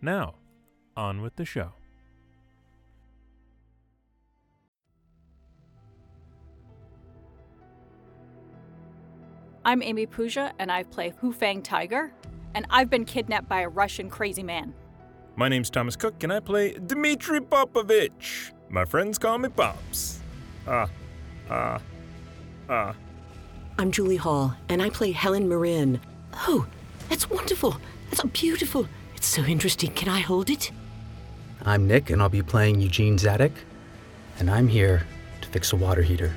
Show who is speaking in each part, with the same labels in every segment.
Speaker 1: Now, on with the show.
Speaker 2: I'm Amy Puja, and I play Hu Fang Tiger, and I've been kidnapped by a Russian crazy man.
Speaker 3: My name's Thomas Cook, and I play Dmitri Popovich. My friends call me Pops. Ah, ah, ah.
Speaker 4: I'm Julie Hall, and I play Helen Marin. Oh, that's wonderful. That's beautiful. It's so interesting. Can I hold it?
Speaker 5: I'm Nick, and I'll be playing Eugene Zadek, and I'm here to fix a water heater.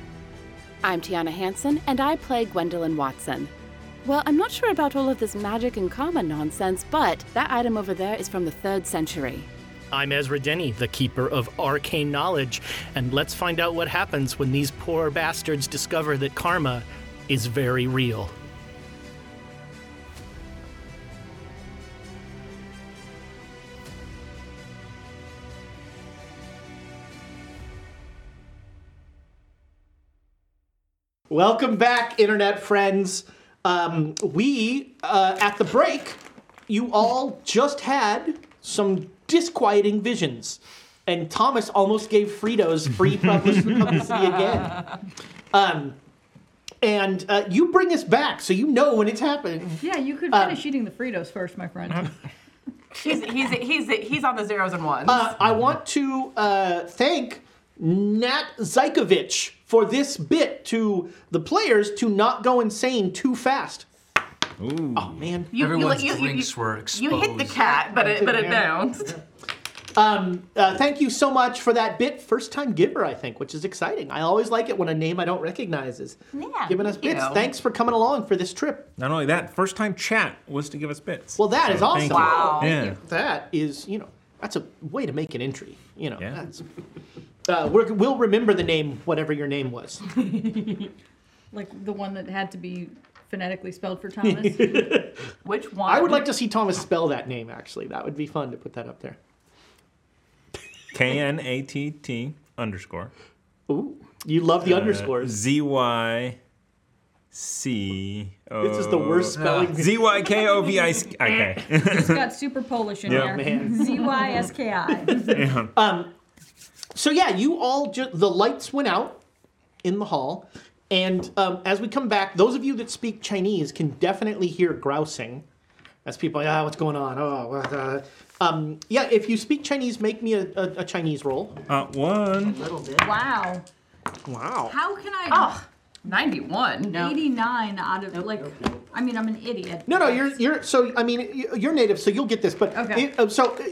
Speaker 6: I'm Tiana Hansen, and I play Gwendolyn Watson. Well, I'm not sure about all of this magic and karma nonsense, but that item over there is from the third century.
Speaker 7: I'm Ezra Denny, the keeper of arcane knowledge, and let's find out what happens when these poor bastards discover that karma is very real.
Speaker 8: Welcome back, internet friends. Um, we, uh, at the break, you all just had some disquieting visions. And Thomas almost gave Fritos free publicity, publicity again. Um, and uh, you bring us back so you know when it's happening.
Speaker 9: Yeah, you could
Speaker 8: Um,
Speaker 9: finish eating the Fritos first, my friend.
Speaker 10: He's he's he's he's on the zeros and ones.
Speaker 8: Uh, I want to uh, thank Nat Zykovich for this bit to the players to not go insane too fast. Oh, man.
Speaker 10: Everyone's drinks were You hit the cat, but it but it
Speaker 8: Yeah.
Speaker 10: bounced.
Speaker 8: Um, uh, thank you so much for that bit. First time giver, I think, which is exciting. I always like it when a name I don't recognize is giving us
Speaker 10: thank
Speaker 8: bits.
Speaker 10: you.
Speaker 8: Thanks for coming along for this trip.
Speaker 3: Not only that, first time chat was to give us bits.
Speaker 8: Well, that is
Speaker 3: So,
Speaker 8: awesome.
Speaker 3: Oh, thank you. Yeah.
Speaker 8: That is, you know, that's a way to make an entry. You know, that's. Uh, we're, we'll remember the name, whatever your name was.
Speaker 9: like the one that had to be phonetically spelled for Thomas.
Speaker 10: Which one?
Speaker 8: I would like to see Thomas spell that name. Actually, that would be fun to put that up there.
Speaker 3: K N A T T underscore.
Speaker 8: Ooh, you love the underscores.
Speaker 3: Z Y C O.
Speaker 8: This is the
Speaker 3: Uh,
Speaker 8: worst spelling.
Speaker 3: Z Y K O V I C. Okay.
Speaker 9: it's got super Polish in
Speaker 3: Yeah,
Speaker 9: there.
Speaker 8: man.
Speaker 9: Z Y S K I.
Speaker 8: Um, so yeah, you all just the lights went out in the hall, and um, as we come back, those of you that speak Chinese can definitely hear grousing. As people, are, ah, what's going on? Oh, what, uh, um, yeah. If you speak Chinese, make me a, a, a Chinese roll.
Speaker 3: Uh, one.
Speaker 9: Wow.
Speaker 8: Wow.
Speaker 9: How can I?
Speaker 10: Oh, 91. No.
Speaker 9: 89 out of like. I mean, I'm an idiot.
Speaker 8: No, no, you're you're. So I mean, you- you're native, so you'll get this. But
Speaker 9: Okay.
Speaker 8: it- uh, so. uh,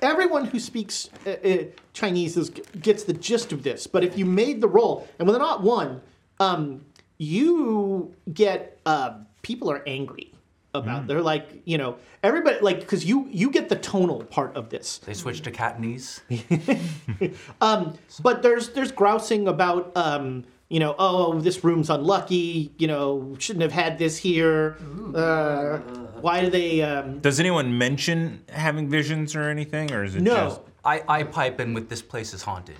Speaker 8: Everyone who speaks uh, uh, Chinese is, gets the gist of this, but if you made the roll, and with not one, um, you get uh, people are angry about.
Speaker 3: Mm.
Speaker 8: They're like, you know, everybody like because you you get the tonal part of this,
Speaker 11: They switched to Catanese.
Speaker 8: but there's there's grousing about um, you know, oh this room's unlucky, you know, shouldn't have had this here. Uh, why do they? Um,
Speaker 3: Does anyone mention having visions or anything, or is it
Speaker 8: no.
Speaker 3: just?
Speaker 11: I, I pipe in with this place is haunted.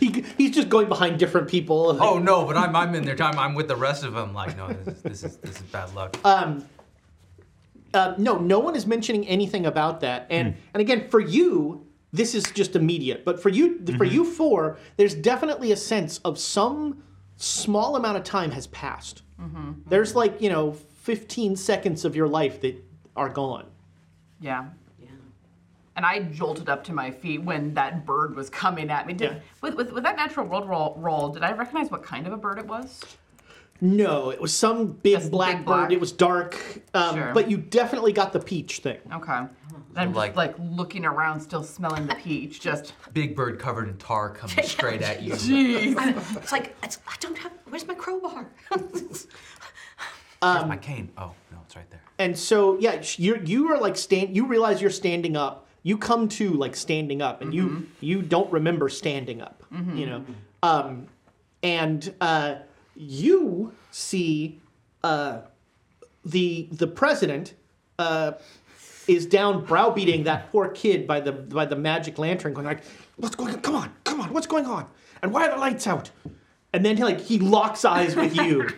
Speaker 8: He, he's just going behind different people.
Speaker 11: Oh no, but I'm, I'm in their time. I'm with the rest of them. Like no, this is this is, this is bad luck.
Speaker 8: Uh, no, no one is mentioning anything about that. And and again, for you, this is just immediate. But for you, for you four, there's definitely a sense of some small amount of time has passed. There's like you know, 15 seconds of your life that are gone.
Speaker 10: Yeah. And I jolted up to my feet when that bird was coming at me. Did,
Speaker 8: Yeah.
Speaker 10: with, with, with that natural world roll, roll, did I recognize what kind of a bird it was?
Speaker 8: No, it was some big
Speaker 10: Just
Speaker 8: black bird.
Speaker 10: big black.
Speaker 8: It was dark, um,
Speaker 10: Sure.
Speaker 8: but you definitely got the peach thing.
Speaker 10: Okay. And I'm
Speaker 11: Like-
Speaker 10: just like looking around, still smelling the peach. Just,
Speaker 11: Big bird covered in tar coming straight at you.
Speaker 10: jeez.
Speaker 4: It's like, it's, I don't have, where's my crowbar?
Speaker 8: Um, my cane. Oh no, it's right there.
Speaker 7: And so, yeah, sh- you're you are like stand. You realize you're standing up. You come to like standing up, and you you don't remember standing up. You know, um, and uh, you see uh, the the president uh, is down browbeating that poor kid by the by the magic lantern, going like, "What's going on? Come on, come on, what's going on? And why are the lights out?" And then he like he locks eyes with you.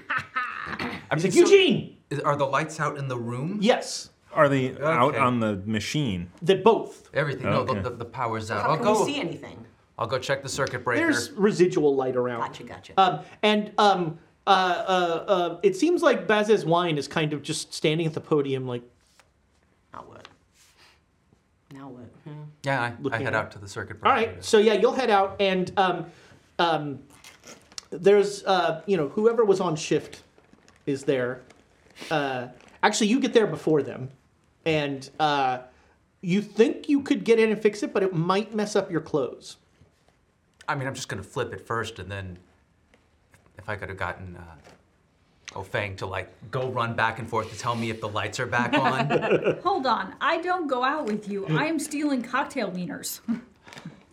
Speaker 7: He's like, Eugene!
Speaker 8: are the lights out in the room?
Speaker 7: Yes.
Speaker 1: Are they out
Speaker 8: Okay.
Speaker 1: on the machine?
Speaker 7: They both.
Speaker 8: Everything. No,
Speaker 1: Okay.
Speaker 8: the, the, the power's out.
Speaker 7: How
Speaker 8: I'll
Speaker 7: can
Speaker 8: go.
Speaker 7: we see
Speaker 4: anything?
Speaker 8: I'll go check the circuit breaker.
Speaker 7: There's residual light around. Gotcha, gotcha.
Speaker 8: Uh,
Speaker 7: Um, and um, uh, uh, uh, it seems like Baz's wine is kind of just standing at the podium, like
Speaker 4: Now what? Hmm.
Speaker 8: yeah, I, I
Speaker 7: looking
Speaker 8: head
Speaker 7: around.
Speaker 8: out to the circuit
Speaker 7: All
Speaker 8: breaker.
Speaker 7: right. So yeah, you'll head out, and um, um, there's uh, you know whoever was on shift is there. Uh, actually, you get there before them, and uh, you think you could get in and fix it, but it might mess up your clothes.
Speaker 8: I mean, I'm just gonna flip it first, and then if I could have gotten uh, Ofang to like go run back and forth to tell me if the lights are back on.
Speaker 9: Hold on, I don't go out with you. I am stealing cocktail wieners.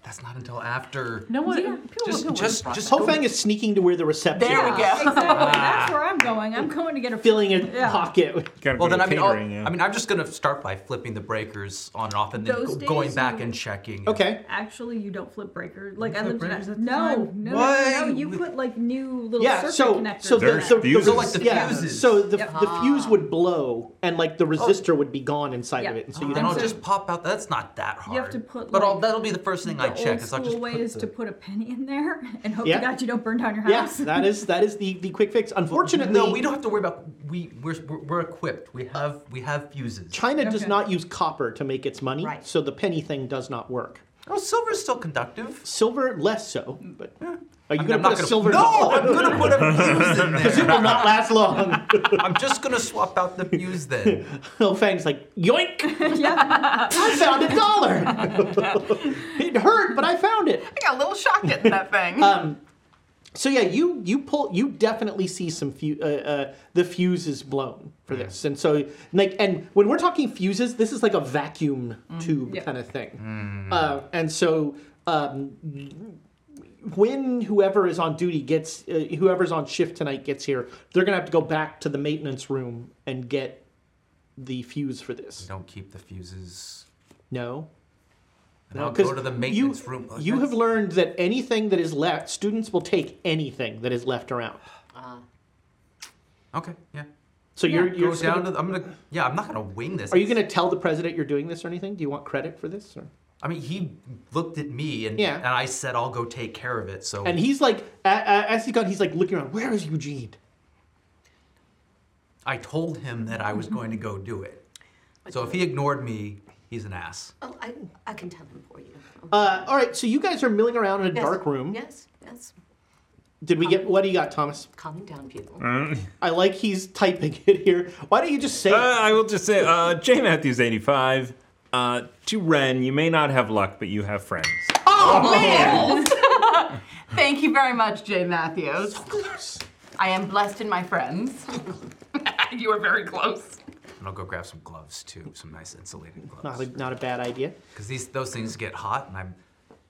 Speaker 8: That's not until after.
Speaker 9: No one. people
Speaker 8: Just-
Speaker 9: don't
Speaker 8: just-
Speaker 9: go out.
Speaker 8: just-
Speaker 7: Hofang is sneaking to where the reception.
Speaker 8: There we
Speaker 7: is.
Speaker 8: go.
Speaker 9: Exactly. That's where I'm going. I'm going to get a
Speaker 7: filling a
Speaker 9: Yeah.
Speaker 7: pocket.
Speaker 8: well, then I mean, I'll-
Speaker 7: catering, yeah.
Speaker 8: I mean, I'm just gonna start by flipping the breakers on and off, and then
Speaker 9: Those
Speaker 8: go- going
Speaker 9: days
Speaker 8: back
Speaker 9: you-
Speaker 8: and checking.
Speaker 7: Okay.
Speaker 9: Actually, you don't flip breaker. Like I
Speaker 8: flip
Speaker 9: lived in
Speaker 8: breakers at
Speaker 9: that.
Speaker 8: the
Speaker 9: No,
Speaker 8: time.
Speaker 9: no,
Speaker 8: Why?
Speaker 9: no, no, You put like new little circuit connectors.
Speaker 7: so the,
Speaker 9: in
Speaker 7: the,
Speaker 9: it.
Speaker 7: the, yeah, so the, the fuse would blow, and like the resistor would be gone inside
Speaker 9: Oh. Yeah.
Speaker 7: of
Speaker 9: Oh,
Speaker 7: it, and so you
Speaker 8: then
Speaker 7: don't
Speaker 8: I'll just pop out. That's not that hard.
Speaker 9: You have to put.
Speaker 8: But
Speaker 9: like,
Speaker 8: I'll, that'll be the first thing I
Speaker 9: the
Speaker 8: check.
Speaker 9: Old
Speaker 8: Is I'll
Speaker 9: school
Speaker 8: just
Speaker 9: way
Speaker 8: put
Speaker 9: is
Speaker 8: the-
Speaker 9: to put a penny in there and hope
Speaker 8: Yeah.
Speaker 9: to God you don't burn down your
Speaker 8: Yeah,
Speaker 9: house.
Speaker 7: that is that is the the quick fix. Unfortunately,
Speaker 8: no, we don't have to worry about. We we're, we're, we're equipped. We have we have fuses.
Speaker 7: China does not use copper to make its money, so the penny thing does not work.
Speaker 8: Oh, silver's still conductive.
Speaker 7: Silver less so, but are you
Speaker 8: I mean,
Speaker 7: going
Speaker 8: I'm
Speaker 7: to put a
Speaker 8: not gonna-
Speaker 7: silver?
Speaker 8: No, I'm gonna put a fuse in there.
Speaker 7: because it will not last long.
Speaker 8: I'm just gonna swap out the fuse then.
Speaker 7: Oh, Fang's like yoink!
Speaker 10: yeah.
Speaker 7: I found a dollar. it hurt, but I found it.
Speaker 10: I got a little shocked getting that thing.
Speaker 7: Um, so yeah, you you pull you definitely see some fu- uh, uh, the fuse is blown for this, and so like and when we're talking fuses, this is like a vacuum
Speaker 8: Mm,
Speaker 7: tube
Speaker 12: yeah.
Speaker 7: kind of thing, uh, and so. Um, when whoever is on duty gets, uh, whoever's on shift tonight gets here, they're gonna have to go back to the maintenance room and get the fuse for this.
Speaker 8: Don't keep the fuses.
Speaker 7: No.
Speaker 8: And I'll
Speaker 7: 'cause
Speaker 8: go to the maintenance
Speaker 7: you,
Speaker 8: room. Oh,
Speaker 7: You have learned that anything that is left, students will take anything that is left around.
Speaker 4: Uh,
Speaker 8: Okay. Yeah.
Speaker 7: So you're,
Speaker 8: Go
Speaker 7: you're just
Speaker 8: down
Speaker 7: gonna-
Speaker 8: to. The, I'm gonna. Yeah, I'm not gonna wing this.
Speaker 7: are you going to tell the president you're doing this or anything? Do you want credit for this? Or?
Speaker 8: I mean, he looked at me and
Speaker 7: Yeah.
Speaker 8: and I said I'll go take care of it. So
Speaker 7: And he's like, a- a- as he gone, he's like looking around. Where is Eugene?
Speaker 8: I told him that I
Speaker 7: Mm-hmm.
Speaker 8: was going to go do it. So if he ignored me, he's an ass.
Speaker 4: oh, I, I can tell him for you.
Speaker 7: Uh, all right, so you guys are milling around in a
Speaker 4: Yes,
Speaker 7: dark room.
Speaker 4: Yes, yes.
Speaker 7: Did we get what do you got, Thomas?
Speaker 4: Calm down, people.
Speaker 7: I like he's typing it here. Why don't you just say?
Speaker 1: Uh, I will just say, uh, J Matthews eighty five. Uh, to Ren, you may not have luck, but you have friends.
Speaker 10: Oh, man! Thank you very much, Jay Matthews. I am blessed in my friends. you are very close.
Speaker 8: And I'll go grab some gloves too, some nice insulated gloves.
Speaker 7: Not a, not a bad idea.
Speaker 8: Because these those things get hot, and I'm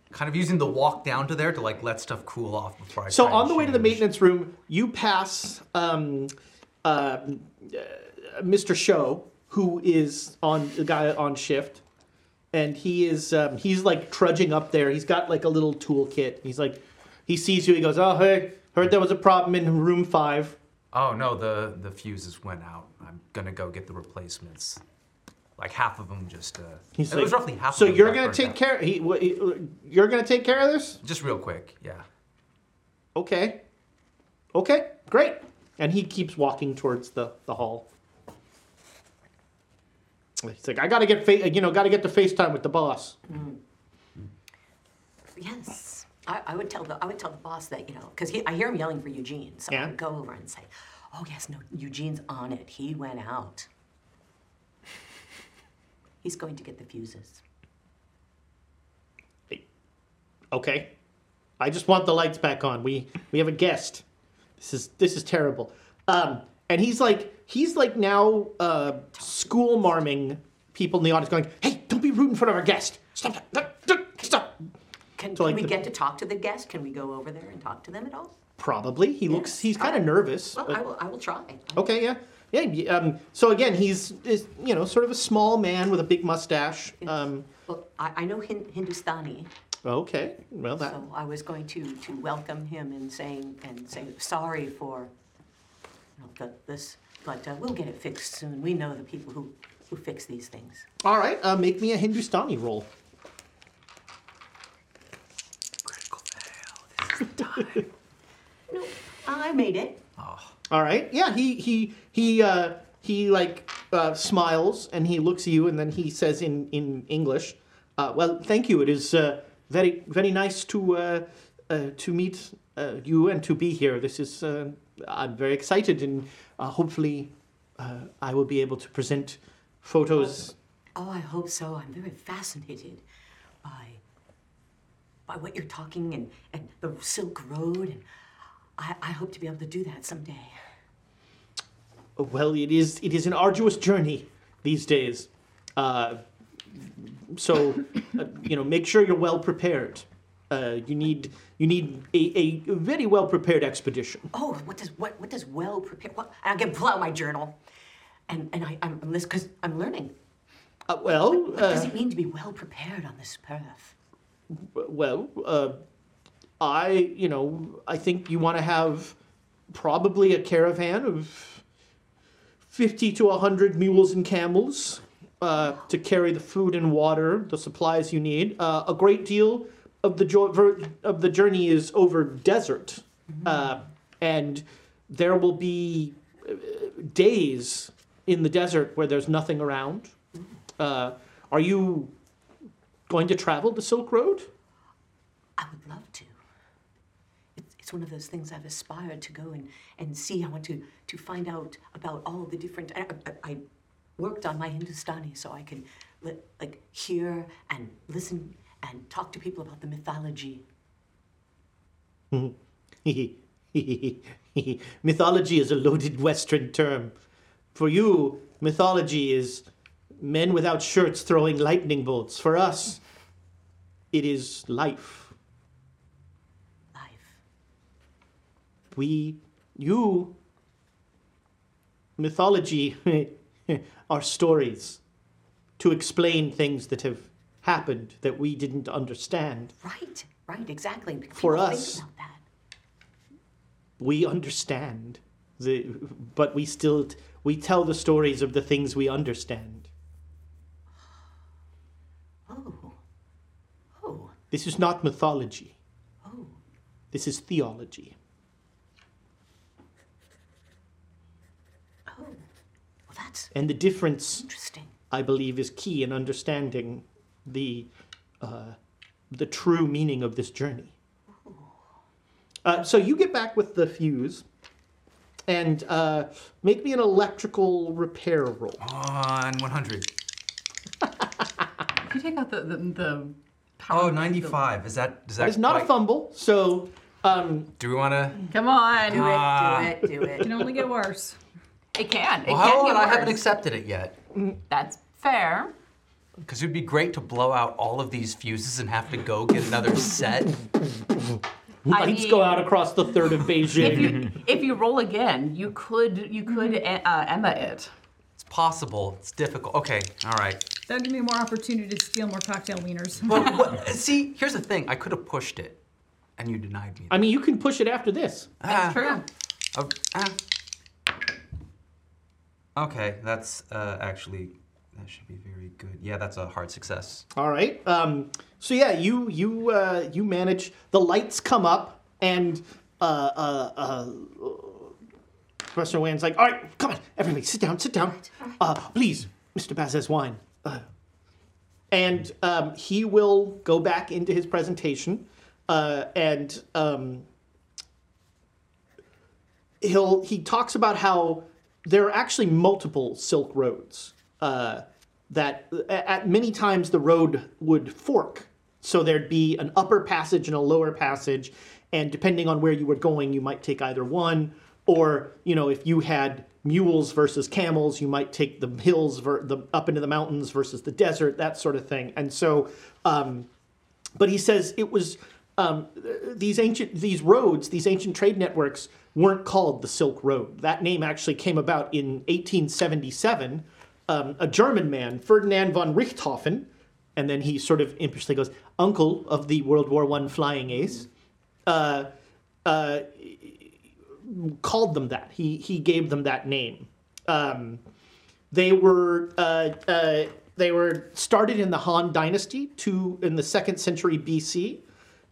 Speaker 8: kind of using the walk down to there to like let stuff cool off before I.
Speaker 7: So
Speaker 8: try and
Speaker 7: on the way to the maintenance room, you pass um, uh, uh, Mr. Show, who is on the guy on shift, and he is um, he's like trudging up there. He's got like a little toolkit. He's like, he sees you. He goes, "Oh, hey, heard there was a problem in room five.
Speaker 8: Oh no, the the fuses went out. I'm gonna go get the replacements. Like half of them just. Uh,
Speaker 7: He's
Speaker 8: it
Speaker 7: like,
Speaker 8: was roughly half.
Speaker 7: So
Speaker 8: of 'em
Speaker 7: you're
Speaker 8: got
Speaker 7: gonna
Speaker 8: burnt
Speaker 7: take
Speaker 8: out.
Speaker 7: care. He, wha- he, you're gonna take care of this.
Speaker 8: Just real quick, yeah.
Speaker 7: Okay, okay, great. And he keeps walking towards the the hall. He's like, I gotta get, fa- you know, gotta get to FaceTime with the boss.
Speaker 4: Mm. Yes, I, I would tell the I would tell the boss that you know because I hear him yelling for Eugene, so I would go over and say, "Oh yes, no, Eugene's on it. He went out. He's going to get the fuses."
Speaker 7: Okay, I just want the lights back on. We we have a guest. This is this is terrible. Um,
Speaker 8: and he's like he's like now uh, school marming people in the audience, going, "Hey, don't be rude in front of our guest. Stop that. that- that- Stop."
Speaker 4: Can,
Speaker 8: So,
Speaker 4: can
Speaker 8: like,
Speaker 4: we
Speaker 8: the-
Speaker 4: get to talk to the guest? Can we go over there and talk to them at all?
Speaker 8: Probably. He looks. He's kind of nervous.
Speaker 4: Well,
Speaker 8: but-
Speaker 4: I will. I will try.
Speaker 8: uh, Okay, yeah. Yeah, y- um, so again, he's, is, you know, sort of a small man with a big mustache. Um,
Speaker 4: Well, I, I know Hin- Hindustani,
Speaker 8: okay, well, that,
Speaker 4: so I was going to to welcome him and saying and saying sorry for you know, the, this, but uh, we'll get it fixed soon. We know the people who who fix these things.
Speaker 8: all right, uh, make me a Hindustani roll.
Speaker 4: I made it.
Speaker 8: All right, yeah, he, he, he, uh, he like uh, smiles and he looks at you and then he says in, in English, uh, well, thank you. It is uh, very, very nice to, uh, uh, to meet uh, you and to be here. This is, uh, I'm very excited and uh, hopefully uh, I will be able to present photos.
Speaker 4: Oh, I hope so. I'm very fascinated by by what you're talking and, and the Silk Road, and I, I hope to be able to do that someday.
Speaker 8: Well, it is it is an arduous journey these days. Uh, so, uh, you know, make sure you're well prepared. Uh, you need you need a, a very well prepared expedition.
Speaker 4: Oh, what does what what does well prepare? What, I can pull out my journal, and and I, I'm this because I'm learning.
Speaker 8: Uh, well,
Speaker 4: what does it mean to be well prepared on this path?
Speaker 8: Well, uh, I you know I think you want to have probably a caravan of fifty to hundred mules and camels uh, to carry the food and water, the supplies you need. Uh, a great deal of the jo- ver- of the journey is over desert, uh, and there will be uh, days in the desert where there's nothing around. Uh, are you going to travel the Silk Road?
Speaker 4: I'd love to. It's, it's one of those things I've aspired to go and, and see. I want to, to find out about all the different. I, I, I worked on my Hindustani so I can li- like hear and listen and talk to people about the mythology.
Speaker 8: mythology is a loaded Western term. For you, mythology is men without shirts throwing lightning bolts. For us, it is life. Life. We, you, mythology are stories to explain things that have happened that we didn't understand.
Speaker 4: Right, right, exactly. Because
Speaker 8: For
Speaker 4: people think
Speaker 8: us,
Speaker 4: about that.
Speaker 8: we understand the but we still t- we tell the stories of the things we understand
Speaker 4: Oh, oh,
Speaker 8: this is not mythology
Speaker 4: oh.
Speaker 8: this is theology
Speaker 4: Oh, well, that's
Speaker 8: and the difference
Speaker 4: interesting.
Speaker 8: i believe is key in understanding the uh, the true meaning of this journey uh, so you get back with the fuse and uh, make me an electrical repair roll
Speaker 11: Oh,
Speaker 10: On 100.
Speaker 9: If you take out the the, the
Speaker 10: Oh, 95. Is that, is that
Speaker 8: That is not a
Speaker 10: quite-
Speaker 8: fumble so um,
Speaker 10: Do we want to?
Speaker 9: come on,
Speaker 10: Do it, do it, do it.
Speaker 9: It can only get worse.
Speaker 6: It can. It
Speaker 10: Ah. Well,
Speaker 6: can
Speaker 10: hold
Speaker 6: get
Speaker 10: on, I haven't
Speaker 6: worse.
Speaker 10: accepted it yet.
Speaker 6: That's fair.
Speaker 10: Because it would be great to blow out all of these fuses and have to go get another set.
Speaker 8: lights go out across the third of beijing
Speaker 6: If you roll again, you could
Speaker 10: Mm-hmm.
Speaker 6: you could uh, Emma it.
Speaker 10: It's possible. It's difficult. Okay, all right.
Speaker 9: That'll give me more opportunity to steal more cocktail wieners.
Speaker 10: But what, see, here's the thing. I could have pushed it, and you denied me.
Speaker 8: I mean, you can push it after this.
Speaker 10: That's
Speaker 6: true.
Speaker 10: Oh. Ah. Okay, that's uh, actually that should be very good. Yeah, that's a hard success.
Speaker 8: All right. Um, so yeah, you you uh, you manage. The lights come up, and uh, uh, uh, Professor Wan's like, "All right, come on, everybody, sit down, sit down, uh, please, Mr. Baz has wine." Uh, and um, he will go back into his presentation, uh, and um, he'll he talks about how there are actually multiple silk roads uh, that a- at many times the road would fork so there'd be an upper passage and a lower passage and depending on where you were going you might take either one Or you know, if you had mules versus camels, you might take the hills ver- the up into the mountains versus the desert, that sort of thing. And so, um, but he says it was um, these ancient these roads, these ancient trade networks weren't called the Silk Road. That name actually came about in 1877. Um, a German man, Ferdinand von Richthofen, and then he sort of impishly goes, "Uncle of the World War One flying ace," uh, uh, called them that. He he gave them that name. Um, they were uh, uh, they were started in the Han Dynasty to in the second century BC,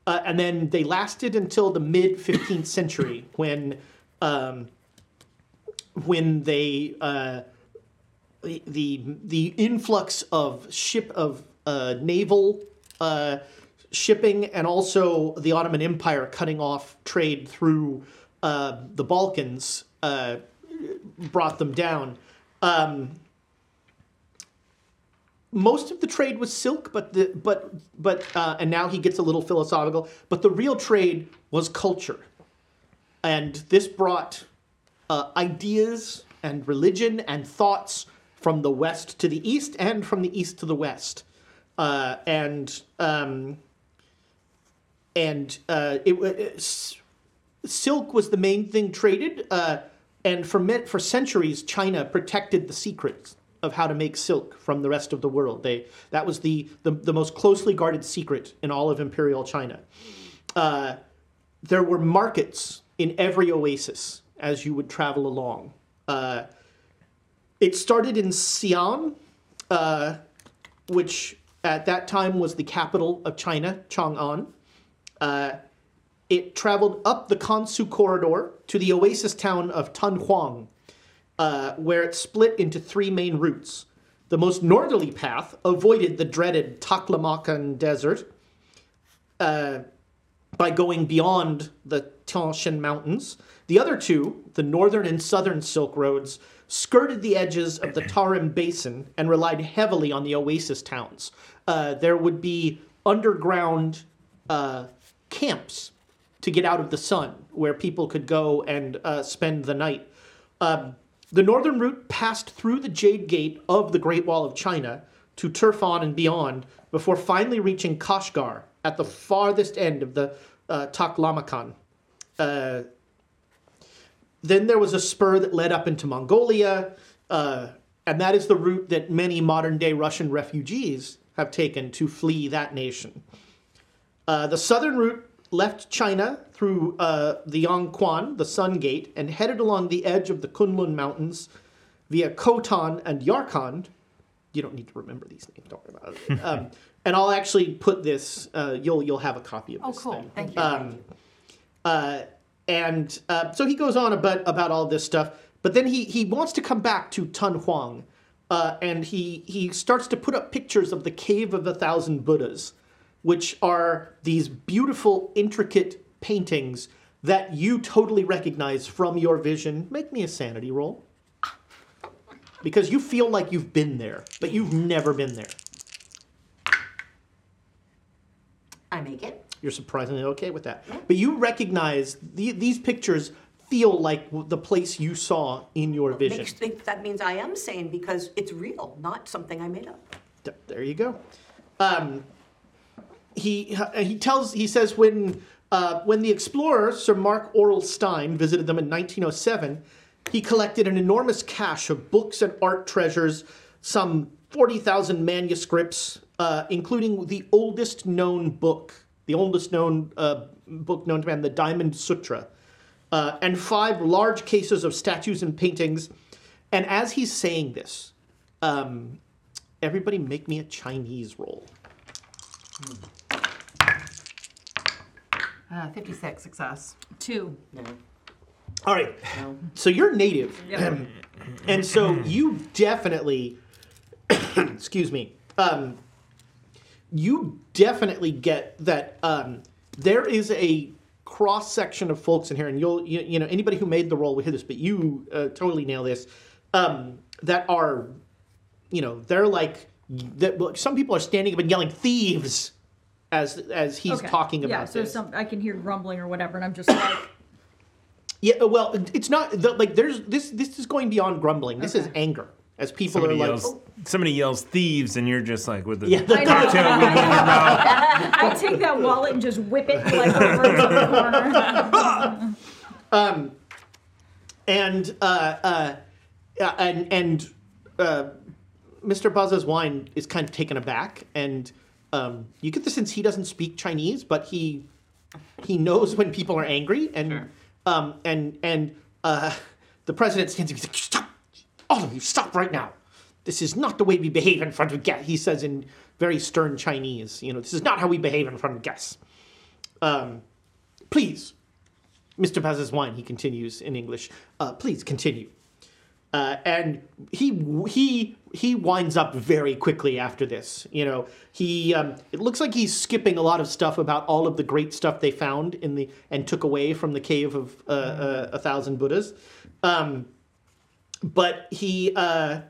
Speaker 8: uh, and then they lasted until the mid 15th century when um, when they uh, the- the the influx of ship of uh, naval uh, shipping and also the Ottoman Empire cutting off trade through uh, the Balkans uh, brought them down. Um, most of the trade was silk, but the but but uh, and now he gets a little philosophical. But the real trade was culture, and this brought uh, ideas and religion and thoughts from the west to the east and from the east to the west, uh, and um, and uh, it was silk was the main thing traded, uh, and for men- for centuries, China protected the secrets of how to make silk from the rest of the world. They that was the the, the most closely guarded secret in all of imperial China. Uh, there were markets in every oasis as you would travel along. Uh, it started in Xi'an, uh, which at that time was the capital of China, Chang'an. Uh, it traveled up the Kansu corridor to the oasis town of Tanhuang, uh, where it split into three main routes. The most northerly path avoided the dreaded Taklamakan Desert uh, by going beyond the Tangshan Mountains. The other two, the northern and southern Silk Roads, skirted the edges of the Tarim Basin and relied heavily on the oasis towns. Uh, there would be underground uh, camps to get out of the sun, where people could go and uh, spend the night. Um, the northern route passed through the Jade Gate of the Great Wall of China to Turfan and beyond, before finally reaching Kashgar at the farthest end of the uh, Taklamakan. Uh, then there was a spur that led up into Mongolia, uh, and that is the route that many modern day Russian refugees have taken to flee that nation. Uh, the southern route left China through uh, the Yangquan, the Sun Gate, and headed along the edge of the Kunlun Mountains via Khotan and Yarkand. You don't need to remember these names. Don't worry about it. Um, and I'll actually put this. Uh, you'll you'll have a copy of
Speaker 6: Oh,
Speaker 8: this.
Speaker 6: cool.
Speaker 8: thing.
Speaker 6: Thank you.
Speaker 8: Um, uh, and uh, so he goes on about about all this stuff, but then he he wants to come back to Tun Huang, uh, and he he starts to put up pictures of the Cave of the Thousand Buddhas, which are these beautiful, intricate paintings that you totally recognize from your vision. Make me a sanity roll, because you feel like you've been there, but you've never been there.
Speaker 4: I make it.
Speaker 8: You're surprisingly okay with that. But you recognize the, these pictures feel like w- the place you saw in your vision.
Speaker 4: Makes, think that means I am sane because it's real, not something I made up.
Speaker 8: D- There you go. Um, he uh, he tells he says when uh, when the explorer Sir Mark Oral Stein visited them in 1907, he collected an enormous cache of books and art treasures, some 40,000 manuscripts, uh, including the oldest known book, the oldest known uh, book known to man, the Diamond Sutra, uh, and five large cases of statues and paintings. And as he's saying this, um, everybody make me a Chinese roll.
Speaker 6: Uh, 56 success.
Speaker 9: Two.
Speaker 8: All right. So you're native.
Speaker 6: Yep.
Speaker 8: and so you definitely, excuse me, um, you definitely get that um, there is a cross section of folks in here, and you'll, you, you know, anybody who made the roll will hear this, but you uh, totally nail this, um, that are, you know, they're like, that, look, some people are standing up and yelling thieves as as he's
Speaker 9: Okay.
Speaker 8: talking about
Speaker 9: yeah, so
Speaker 8: this.
Speaker 9: some I can hear grumbling or whatever, and I'm just like,
Speaker 8: Yeah, well, it- it's not the, like there's this. This is going beyond grumbling. This is anger, as people
Speaker 1: Somebody
Speaker 8: are like,
Speaker 1: yells, somebody yells thieves, and you're just like with the
Speaker 8: Yeah, the- I know.
Speaker 1: cocktail whip in your mouth.
Speaker 9: I take that wallet and just whip it like over to the corner.
Speaker 8: um, and uh, uh, uh, and and uh, Mr. Baza's wine is kind of taken aback, and um, you get the sense he doesn't speak Chinese, but he he knows when people are angry, and um, and and uh, the president stands up. He's like, "Stop, all of you, stop right now! This is not the way we behave in front of guests." He says in very stern Chinese. You know, this is not how we behave in front of guests. Um, please, Mr. Baz's wine, he continues in English. Uh, please continue. Uh, and he he he winds up very quickly after this. You know, he um, it looks like he's skipping a lot of stuff about all of the great stuff they found in the and took away from the cave of uh, uh, a thousand Buddhas. Um, but he uh,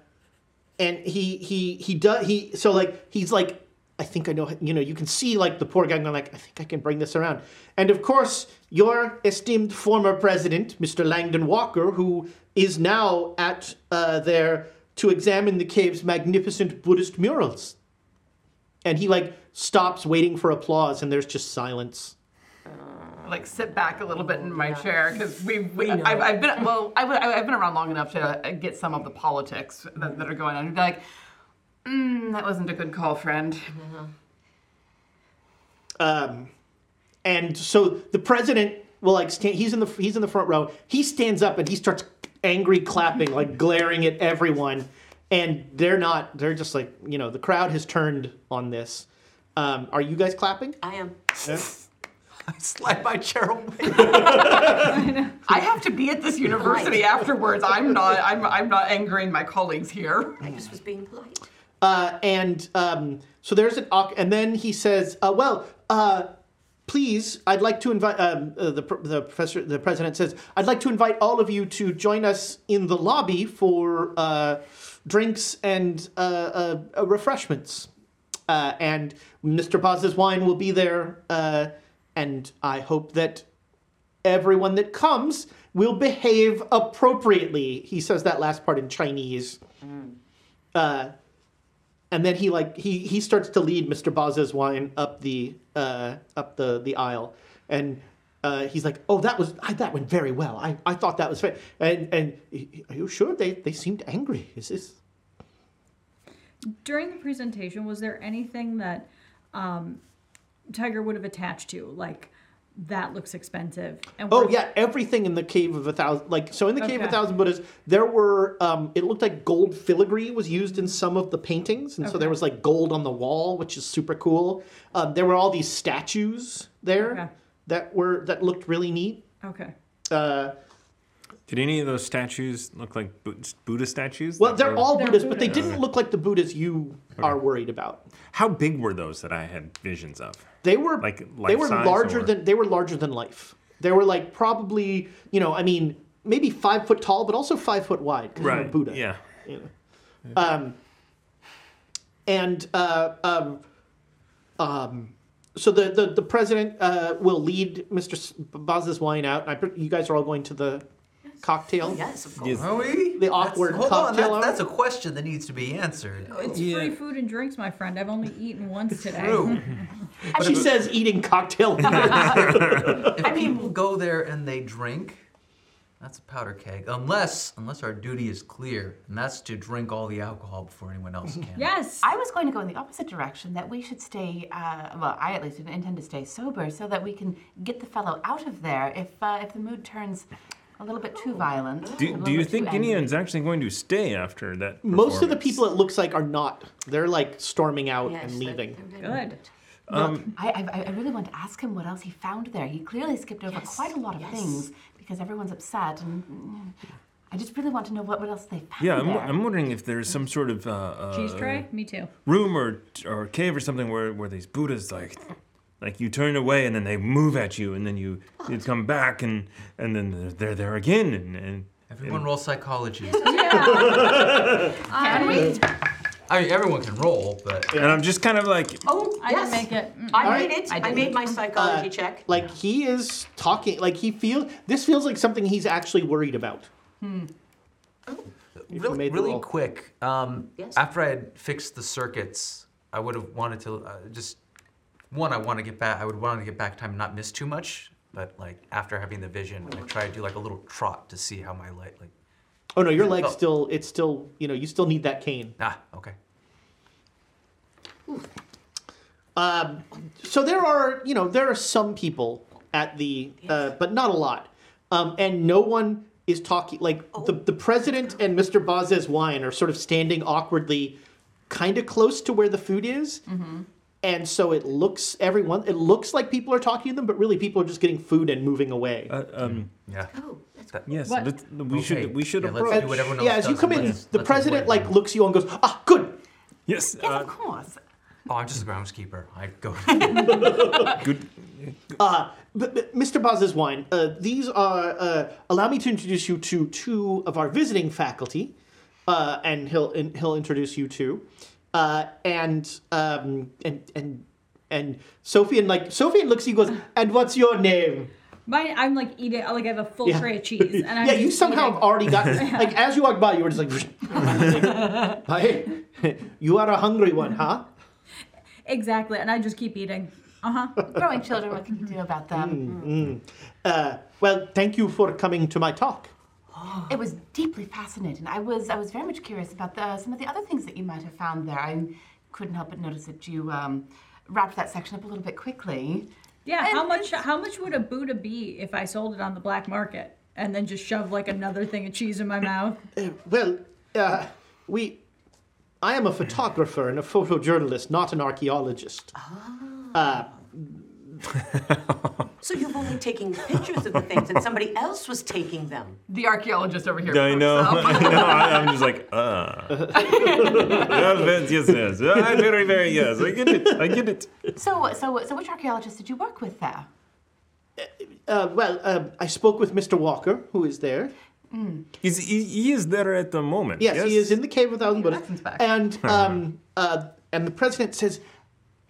Speaker 8: and he he he does he so like he's like I think I know you know you can see like the poor guy going like I think I can bring this around and of course your esteemed former president Mr Langdon Walker who is now at uh, there to examine the cave's magnificent Buddhist murals and he like stops waiting for applause and there's just silence
Speaker 6: like sit back a little bit in my
Speaker 4: Yeah.
Speaker 6: chair because we, we
Speaker 4: know.
Speaker 6: I've, I've been well I, have been around long enough to uh, get some of the politics that, that are going on and be like mm, that wasn't a good call friend
Speaker 8: Um, and so the president will like stand. He's in the he's in the front row. He stands up and he starts angry clapping, like glaring at everyone. And they're not. They're just like you know the crowd has turned on this. Um, are you guys clapping?
Speaker 4: I am.
Speaker 8: I slide my chair away.
Speaker 6: I have to be at this university
Speaker 4: Right.
Speaker 6: afterwards I'm not I'm, I'm not angering my colleagues here
Speaker 4: I
Speaker 8: Hmm.
Speaker 4: just was being polite.
Speaker 8: Uh, and um, so there's an awk- and then he says, uh, "Well, uh, please, I'd like to invite." Um, uh, the, pr- the professor, the president says, "I'd like to invite all of you to join us in the lobby for uh, drinks and uh, uh, uh, refreshments." Uh, and Mr. Paz's wine will be there, uh, and I hope that everyone that comes will behave appropriately. He says that last part in Chinese. Uh, and then he like he he starts to lead Mr. Baza's wine up the uh, up the the aisle, and uh, he's like, "Oh, that was I, that went very well. I, I thought that was fair." And and are you sure they they seemed angry? Is this
Speaker 9: During the presentation, was there anything that um, Tiger would have attached to, like that looks expensive? And
Speaker 8: Oh
Speaker 9: we're-
Speaker 8: yeah, everything in the cave of a thousand, like so, in the cave of a
Speaker 9: Okay.
Speaker 8: thousand Buddhas, there were. Um, it looked like gold filigree was used in some of the paintings, and so there was like gold on the wall, which is super cool. Um, there were all these statues there that were that looked really neat.
Speaker 9: Okay.
Speaker 8: Uh,
Speaker 1: Did any of those statues look like Bu- Buddha statues?
Speaker 8: well,
Speaker 1: that
Speaker 8: they're
Speaker 1: were-
Speaker 8: all Buddhas, but they didn't look like the Buddhas you are worried about.
Speaker 1: How big were those that I had visions of?
Speaker 8: They were
Speaker 1: like
Speaker 8: they were
Speaker 1: life-size
Speaker 8: larger
Speaker 1: or-
Speaker 8: than they were larger than life. They were like probably you know I mean maybe five foot tall, but also five foot wide. 'cause they were
Speaker 1: right.
Speaker 8: Buddha.
Speaker 1: Yeah.
Speaker 8: Um, and uh, um, um, so the, the, the president uh, will lead Mr. S- Baz's wine out. I, pre- you guys are all going to the cocktail.
Speaker 4: yes, of
Speaker 10: course. Are we?
Speaker 8: The awkward
Speaker 10: Hold on,
Speaker 8: cocktail.
Speaker 10: that,
Speaker 8: hour.
Speaker 10: that's a question that needs to be answered.
Speaker 9: It's free food and drinks, my friend. I've only eaten once today.
Speaker 10: True.
Speaker 8: she says eating cocktail.
Speaker 10: if people go there and they drink, that's a powder keg. Unless unless our duty is clear, and that's to drink all the alcohol before anyone else can.
Speaker 9: Yes.
Speaker 6: I was going to go in the opposite direction that we should stay, uh, well, I at least didn't intend to stay sober so that we can get the fellow out of there if uh, if the mood turns a little bit too violent. a
Speaker 1: Do,
Speaker 6: little
Speaker 1: do you
Speaker 6: bit too
Speaker 1: think
Speaker 6: angry.
Speaker 1: anyone's actually going to stay after that?
Speaker 8: Most of the people, it looks like, are not. They're like storming out
Speaker 6: Yes,
Speaker 8: and
Speaker 6: they're-
Speaker 8: leaving.
Speaker 9: Good.
Speaker 1: Um,
Speaker 6: I, I, I really want to ask him what else he found there. He clearly skipped over
Speaker 4: Yes,
Speaker 6: quite a lot of
Speaker 4: yes.
Speaker 6: things because everyone's upset, and mm, I just really want to know what, what else they found
Speaker 1: Yeah, I'm,
Speaker 6: there.
Speaker 1: I'm wondering if there's some sort of uh, uh,
Speaker 9: Cheese tray? Me too.
Speaker 1: room or or cave or something where, where these Buddhas like like you turn away and then they move at you and then you you come back and and then they're, they're there again and, and
Speaker 10: Everyone roll psychology.
Speaker 9: Yeah.
Speaker 10: Can
Speaker 9: I-
Speaker 10: I mean, everyone can roll, but.
Speaker 1: And I'm just kind of like.
Speaker 4: Oh,
Speaker 9: I
Speaker 4: yes.
Speaker 9: didn't make it. Mm.
Speaker 4: I
Speaker 9: All
Speaker 4: made
Speaker 9: right.
Speaker 4: it.
Speaker 9: I
Speaker 4: I, Uh,
Speaker 9: didn't.
Speaker 4: made my psychology check.
Speaker 8: Uh, Like he is talking. Like he feels. This feels like something he's actually worried about. If you
Speaker 10: Really,
Speaker 8: made the
Speaker 10: really
Speaker 8: roll.
Speaker 10: quick. Um,
Speaker 4: Yes.
Speaker 10: After I had fixed the circuits, I would have wanted to uh, just one. I want to get back. I would want to get back time, and not miss too much. But like after having the vision, I try to do like a little trot to see how my light like.
Speaker 8: Oh no, your
Speaker 10: Oh.
Speaker 8: leg's still. It's still. You know, you still need that cane.
Speaker 10: Ah, okay.
Speaker 8: Um, so there are, you know, there are some people at the, uh, but not a lot, um, and no one is talking. Like the the president and Mr. Baz's wine are sort of standing awkwardly, kind of close to where the food is, and so it looks everyone. It looks like people are talking to them, but really people are just getting food and moving away.
Speaker 1: Uh, um,
Speaker 10: yeah.
Speaker 4: oh.
Speaker 1: Yes,
Speaker 8: What?
Speaker 1: let's- we should we should
Speaker 8: Yeah, let's
Speaker 1: approach.
Speaker 8: do what everyone else Yeah, as you does and come in, let's- the let's president, avoid like, them. looks you on goes, ah, good.
Speaker 1: Yes. uh,
Speaker 6: Of course.
Speaker 10: Oh, I'm just a groundskeeper. I go.
Speaker 8: Uh, b- b- Mr. Baz's wine. Uh, these are. Uh, allow me to introduce you to two of our visiting faculty, uh, and he'll and he'll introduce you to, uh, and um, and and and Sophie and like Sophie and looks. at you and goes. And what's your name?
Speaker 9: Mine, I'm like eating. Like I have a full
Speaker 8: Yeah.
Speaker 9: tray of cheese, and I'm
Speaker 8: yeah, you
Speaker 9: just
Speaker 8: somehow
Speaker 9: eating.
Speaker 8: have already got like as you walked by, you were just like, hey, you are a hungry one, huh?
Speaker 9: exactly, and I just keep eating. Uh huh.
Speaker 6: Growing children, what can you do about
Speaker 1: Hmm.
Speaker 6: them?
Speaker 8: Mm. Uh, well, thank you for coming to my talk.
Speaker 6: It was deeply fascinating. I was I was very much curious about the, some of the other things that you might have found there. I couldn't help but notice that you um, wrapped that section up a little bit quickly.
Speaker 9: Yeah. how much? How much would a Buddha be if I sold it on the black market and then just shove like another thing of cheese in my mouth?
Speaker 8: Uh, well, uh, we. I am a photographer and a photojournalist, not an archaeologist. Uh,
Speaker 4: So you've only taken pictures of the things, and somebody else was taking them.
Speaker 6: The archaeologist over here.
Speaker 1: I know. I know. I, I'm just like, uh. yes, yes, yes, yes. I very, very yes. I get it. I get it.
Speaker 6: So so so which archaeologist did you work with there?
Speaker 8: uh, well, uh, I spoke with Mr. Walker, who is there.
Speaker 1: He's, he, he is there at the moment.
Speaker 8: Yes, he is in the Cave of Thousand Buddhas. And, um, uh, and the president says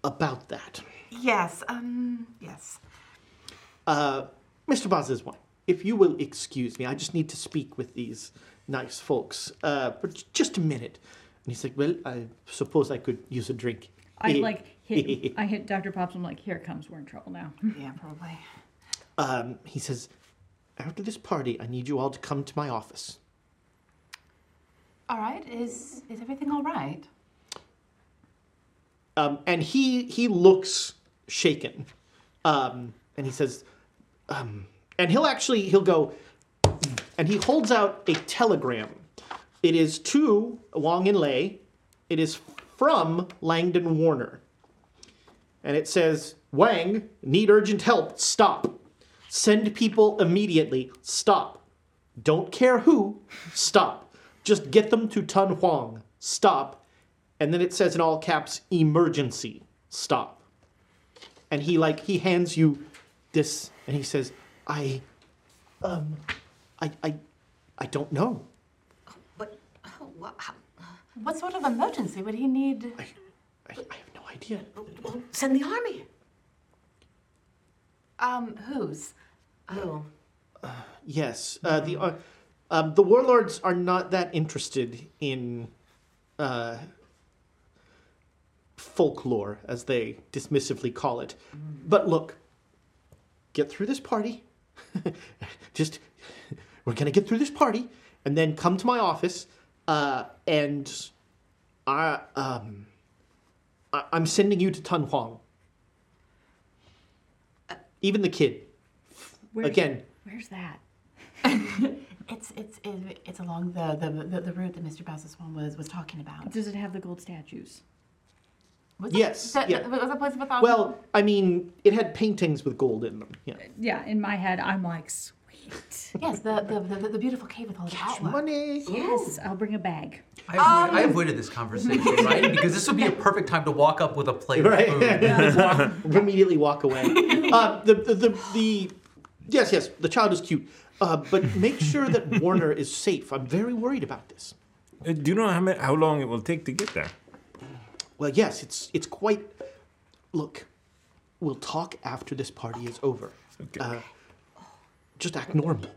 Speaker 8: about that.
Speaker 6: Yes. Um. Yes.
Speaker 8: Uh, Mr. Baz's one. If you will excuse me, I just need to speak with these nice folks uh, for j- just a minute. And he's like, Well, I suppose I could use a drink.
Speaker 9: I like hit. I hit Dr. Pops. I'm like, here it comes. We're in trouble now.
Speaker 6: Yeah, probably.
Speaker 8: Um, he says, After this party, I need you all to come to my office.
Speaker 6: All right. Is is everything all right?
Speaker 8: Um, and he he looks shaken, um, and he says, um, and he'll actually he'll go, and he holds out a telegram. It is to Wong and Lei. It is from Langdon Warner, and it says, "Wang need urgent help. Stop. Send people immediately. Stop. Don't care who. Stop. Just get them to Tun Huang. Stop and then it says in all caps emergency stop and he like he hands you this and he says i um i i i don't know
Speaker 6: What sort of emergency would he need?
Speaker 8: no idea
Speaker 4: Send the army.
Speaker 6: Um, whose?
Speaker 4: Oh.
Speaker 8: yes uh, the uh, um, the warlords are not that interested in uh folklore as they dismissively call it but look get through this party just we're gonna get through this party and then come to my office uh, and I, um, I, i'm sending you to tun huang even the kid
Speaker 9: Where's-
Speaker 8: again
Speaker 9: Where's that?
Speaker 6: It's it's it, it's along the the, the the route that Mr. Bowser's one was was talking about.
Speaker 9: Does it have the gold statues?
Speaker 6: Was
Speaker 8: Yes,
Speaker 6: That,
Speaker 8: yeah.
Speaker 6: that, was that place with all
Speaker 8: well i mean it had paintings with gold in them yeah
Speaker 9: Yeah, in my head, I'm like, sweet.
Speaker 6: Yes, the the, the, the beautiful cave with all the outlook.
Speaker 8: money.
Speaker 9: Yes, I'll bring a bag.
Speaker 10: I avoid- I avoided this conversation, right? Because this would be a perfect time to walk up with a plate
Speaker 8: right?
Speaker 10: of food.
Speaker 8: Just walk- immediately walk away. Uh, the, the, the, the, yes, yes, the child is cute. Uh, but make sure that Warner is safe. I'm very worried about this.
Speaker 1: Uh, Do you know how, many, how long it will take to get there?
Speaker 8: Well, yes, it's it's quite. Look, we'll talk after this party is over. Uh, just act normal.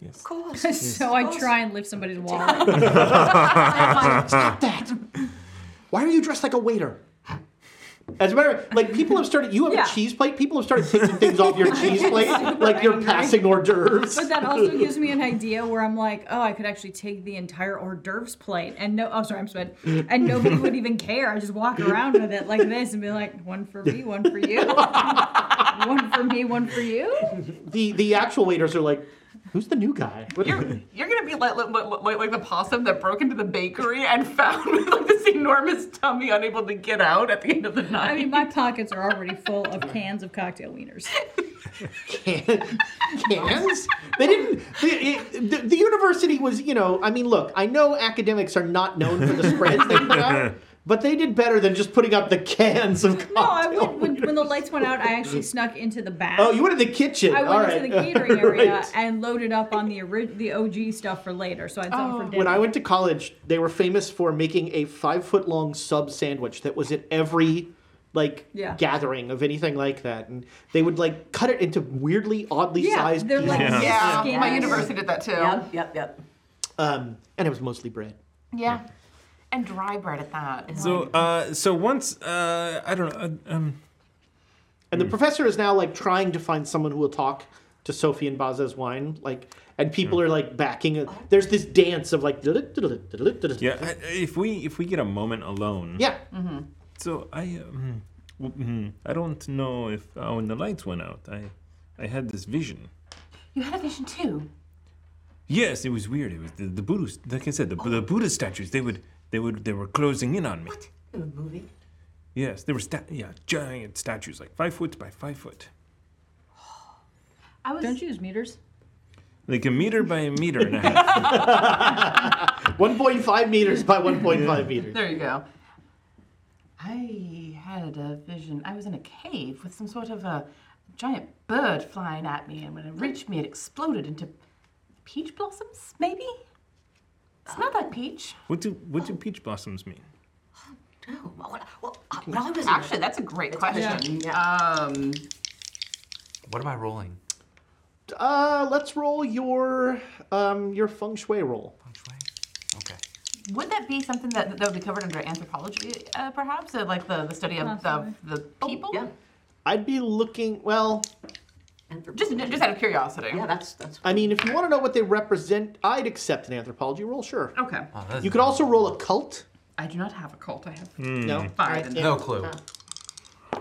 Speaker 1: Yes.
Speaker 9: so I try and lift somebody's wallet.
Speaker 8: Stop that! Why are you dressed like a waiter? As a matter, like people have started. You have
Speaker 9: Yeah.
Speaker 8: a cheese plate. People have started taking things off your cheese plate, like you're passing hors d'oeuvres.
Speaker 9: But that also gives me an idea where I'm like, oh, I could actually take the entire hors d'oeuvres plate and no, oh, sorry, I'm sped, and nobody would even care. I just walk around with it like this and be like, one for me, one for you, one for me, one for you.
Speaker 8: the the actual waiters are like, who's the new guy?
Speaker 6: You're gonna be like, like, like, like the possum that broke into the bakery and found with like this enormous tummy unable to get out at the end of the night.
Speaker 9: I mean, my pockets are already full of cans of cocktail wieners.
Speaker 8: cans? They didn't. The, the, the university was, you know, I mean, look, I know academics are not known for the spreads they put out, but they did better than just putting up the cans of.
Speaker 9: No, I went, when, when the lights went out, I actually snuck into the back.
Speaker 8: Oh, you went to the kitchen.
Speaker 9: I went
Speaker 8: All
Speaker 9: into the
Speaker 8: right.
Speaker 9: catering area
Speaker 8: Right.
Speaker 9: and loaded up on the ori- the OG stuff for later, so I had some for dinner.
Speaker 8: Oh. When I went to college, they were famous for making a five foot long sub sandwich that was at every like
Speaker 9: Yeah.
Speaker 8: gathering of anything like that, and they would like cut it into weirdly oddly
Speaker 6: Yeah,
Speaker 8: sized.
Speaker 6: they're like
Speaker 8: pieces.
Speaker 6: Yeah, my university did that too.
Speaker 4: Yep, yep, yep.
Speaker 8: Um, and it was mostly bread.
Speaker 6: Yeah, and dry bread at that.
Speaker 1: So, uh, so once, uh, I don't know. Uh, um,
Speaker 8: And the professor is now like trying to find someone who will talk to Sophie and Baza's wine, like, and people are like backing. it. There's this dance of like,
Speaker 1: yeah, I- if we if we get a moment alone.
Speaker 8: yeah.
Speaker 6: Mm-hmm.
Speaker 1: So I, um, w- mhm, I don't know if uh, when the lights went out, I, I had this vision.
Speaker 6: You had a vision too.
Speaker 1: Yes, it was weird. It was the, the Buddhist, like I said, the,
Speaker 4: Oh.
Speaker 1: the Buddha statues. They would, they would, they were closing in on me. What?
Speaker 4: They were moving.
Speaker 1: Yes, there were sta- yeah, giant statues, like five foot by five foot,
Speaker 6: I was.
Speaker 9: Don't you use meters?
Speaker 1: like a meter by a meter and a half.
Speaker 8: 1.5 meters by 1.5 meters.
Speaker 6: There you go. I had a vision. I was in a cave with some sort of a giant bird flying at me, and when it reached me, it exploded into peach blossoms. Maybe smelled like peach.
Speaker 1: What do what do peach blossoms mean?
Speaker 4: Oh, Well, uh, I was
Speaker 6: Actually, that's a great question.
Speaker 4: Uh,
Speaker 6: Um,
Speaker 10: What am I rolling?
Speaker 8: Uh, let's roll your um your feng shui roll.
Speaker 10: Okay.
Speaker 6: would that be something that, that would be covered under anthropology, uh, perhaps, or like the, the study of the, the people?
Speaker 8: I'd be looking. Well,
Speaker 6: Just just out of curiosity. Yeah,
Speaker 4: that's that's.
Speaker 8: I mean, if you want to know what they represent, I'd accept an anthropology roll. Sure.
Speaker 6: Okay.
Speaker 10: Oh,
Speaker 8: You could also roll a cult.
Speaker 6: I do not have a cult. I have
Speaker 8: No.
Speaker 6: Fire then.
Speaker 10: No clue.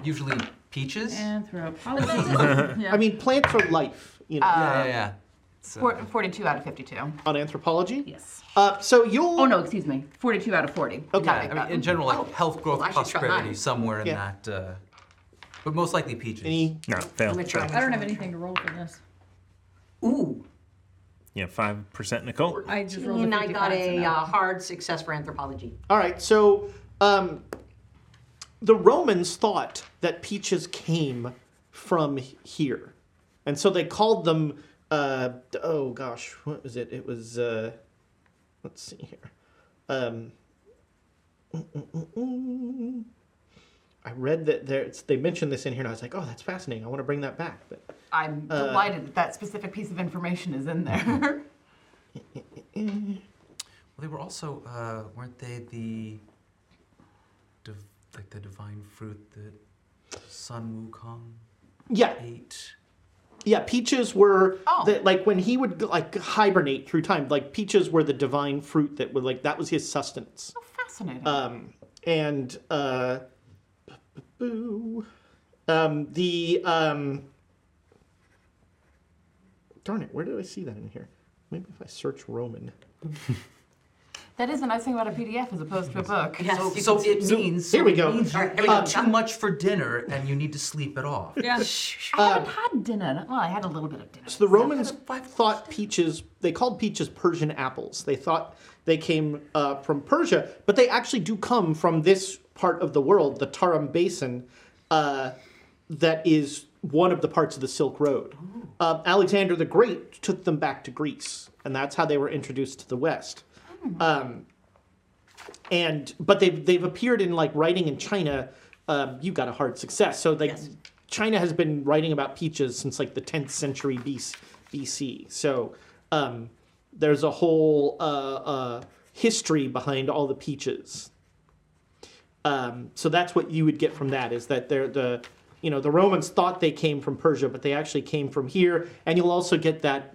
Speaker 10: Usually peaches.
Speaker 6: Anthropology.
Speaker 8: I mean, plants are life. You know.
Speaker 6: Yeah, yeah, yeah. Four- 42 out of 52.
Speaker 8: On anthropology.
Speaker 6: Yes.
Speaker 8: Uh, so you'll.
Speaker 6: Oh no, excuse me. 42 out of 40.
Speaker 8: Okay.
Speaker 6: Yeah,
Speaker 10: I mean, in general, like health, growth,
Speaker 6: well, I should try
Speaker 10: prosperity,
Speaker 6: mine.
Speaker 10: somewhere in
Speaker 6: Yeah.
Speaker 10: that. Uh, but most likely peaches. Any...
Speaker 1: No, fail.
Speaker 9: I don't have anything to roll for this.
Speaker 1: Yeah, five percent Nicole.
Speaker 9: I just rolled a
Speaker 4: And I
Speaker 9: 55,
Speaker 4: got
Speaker 9: so
Speaker 4: a
Speaker 9: no.
Speaker 4: uh, hard success for anthropology.
Speaker 8: All right, so um, the Romans thought that peaches came from here, and so they called them. Uh, oh gosh, what was it? It was. Uh, let's see here. Um, mm, mm, mm, mm. I read that there. It's, they mentioned this in here, and I was like, "Oh, that's fascinating. I want to bring that back." But
Speaker 6: I'm
Speaker 8: Uh,
Speaker 6: delighted that that specific piece of information is in there.
Speaker 10: Well, they were also, uh, weren't they the, div- like the divine fruit that Sun Wukong?
Speaker 8: Yeah. Yeah, peaches were the, like when he would like hibernate through time. Like peaches were the divine fruit that would like that was his sustenance. Oh,
Speaker 6: fascinating.
Speaker 8: Um, and uh, boo, um, the um, darn it, where did I see that in here? Maybe if I search Roman.
Speaker 6: that is the nice thing about a PDF as opposed to a book.
Speaker 10: So, so it means
Speaker 8: Here we
Speaker 10: so it
Speaker 8: go.
Speaker 10: means you
Speaker 8: Alright,
Speaker 10: ate
Speaker 8: here we go.
Speaker 10: too much for dinner and you need to sleep it off.
Speaker 9: uh,
Speaker 6: Yeah. I haven't had dinner. Well, I had a little bit of dinner.
Speaker 8: So the Romans thought peaches, they called peaches Persian apples. They thought they came uh, from Persia, but they actually do come from this part of the world, the Tarim Basin, uh, that is one of the parts of the Silk Road. Um, Alexander the Great took them back to Greece, and that's how they were introduced to the West. Um, and but they've they've appeared in like writing in China. Um, you got a hard success. So like China has been writing about peaches since like the 10th century BC. BC. So um, there's a whole uh, uh, history behind all the peaches. Um, so that's what you would get from that is that they're the you know the Romans thought they came from Persia, but they actually came from here. And you'll also get that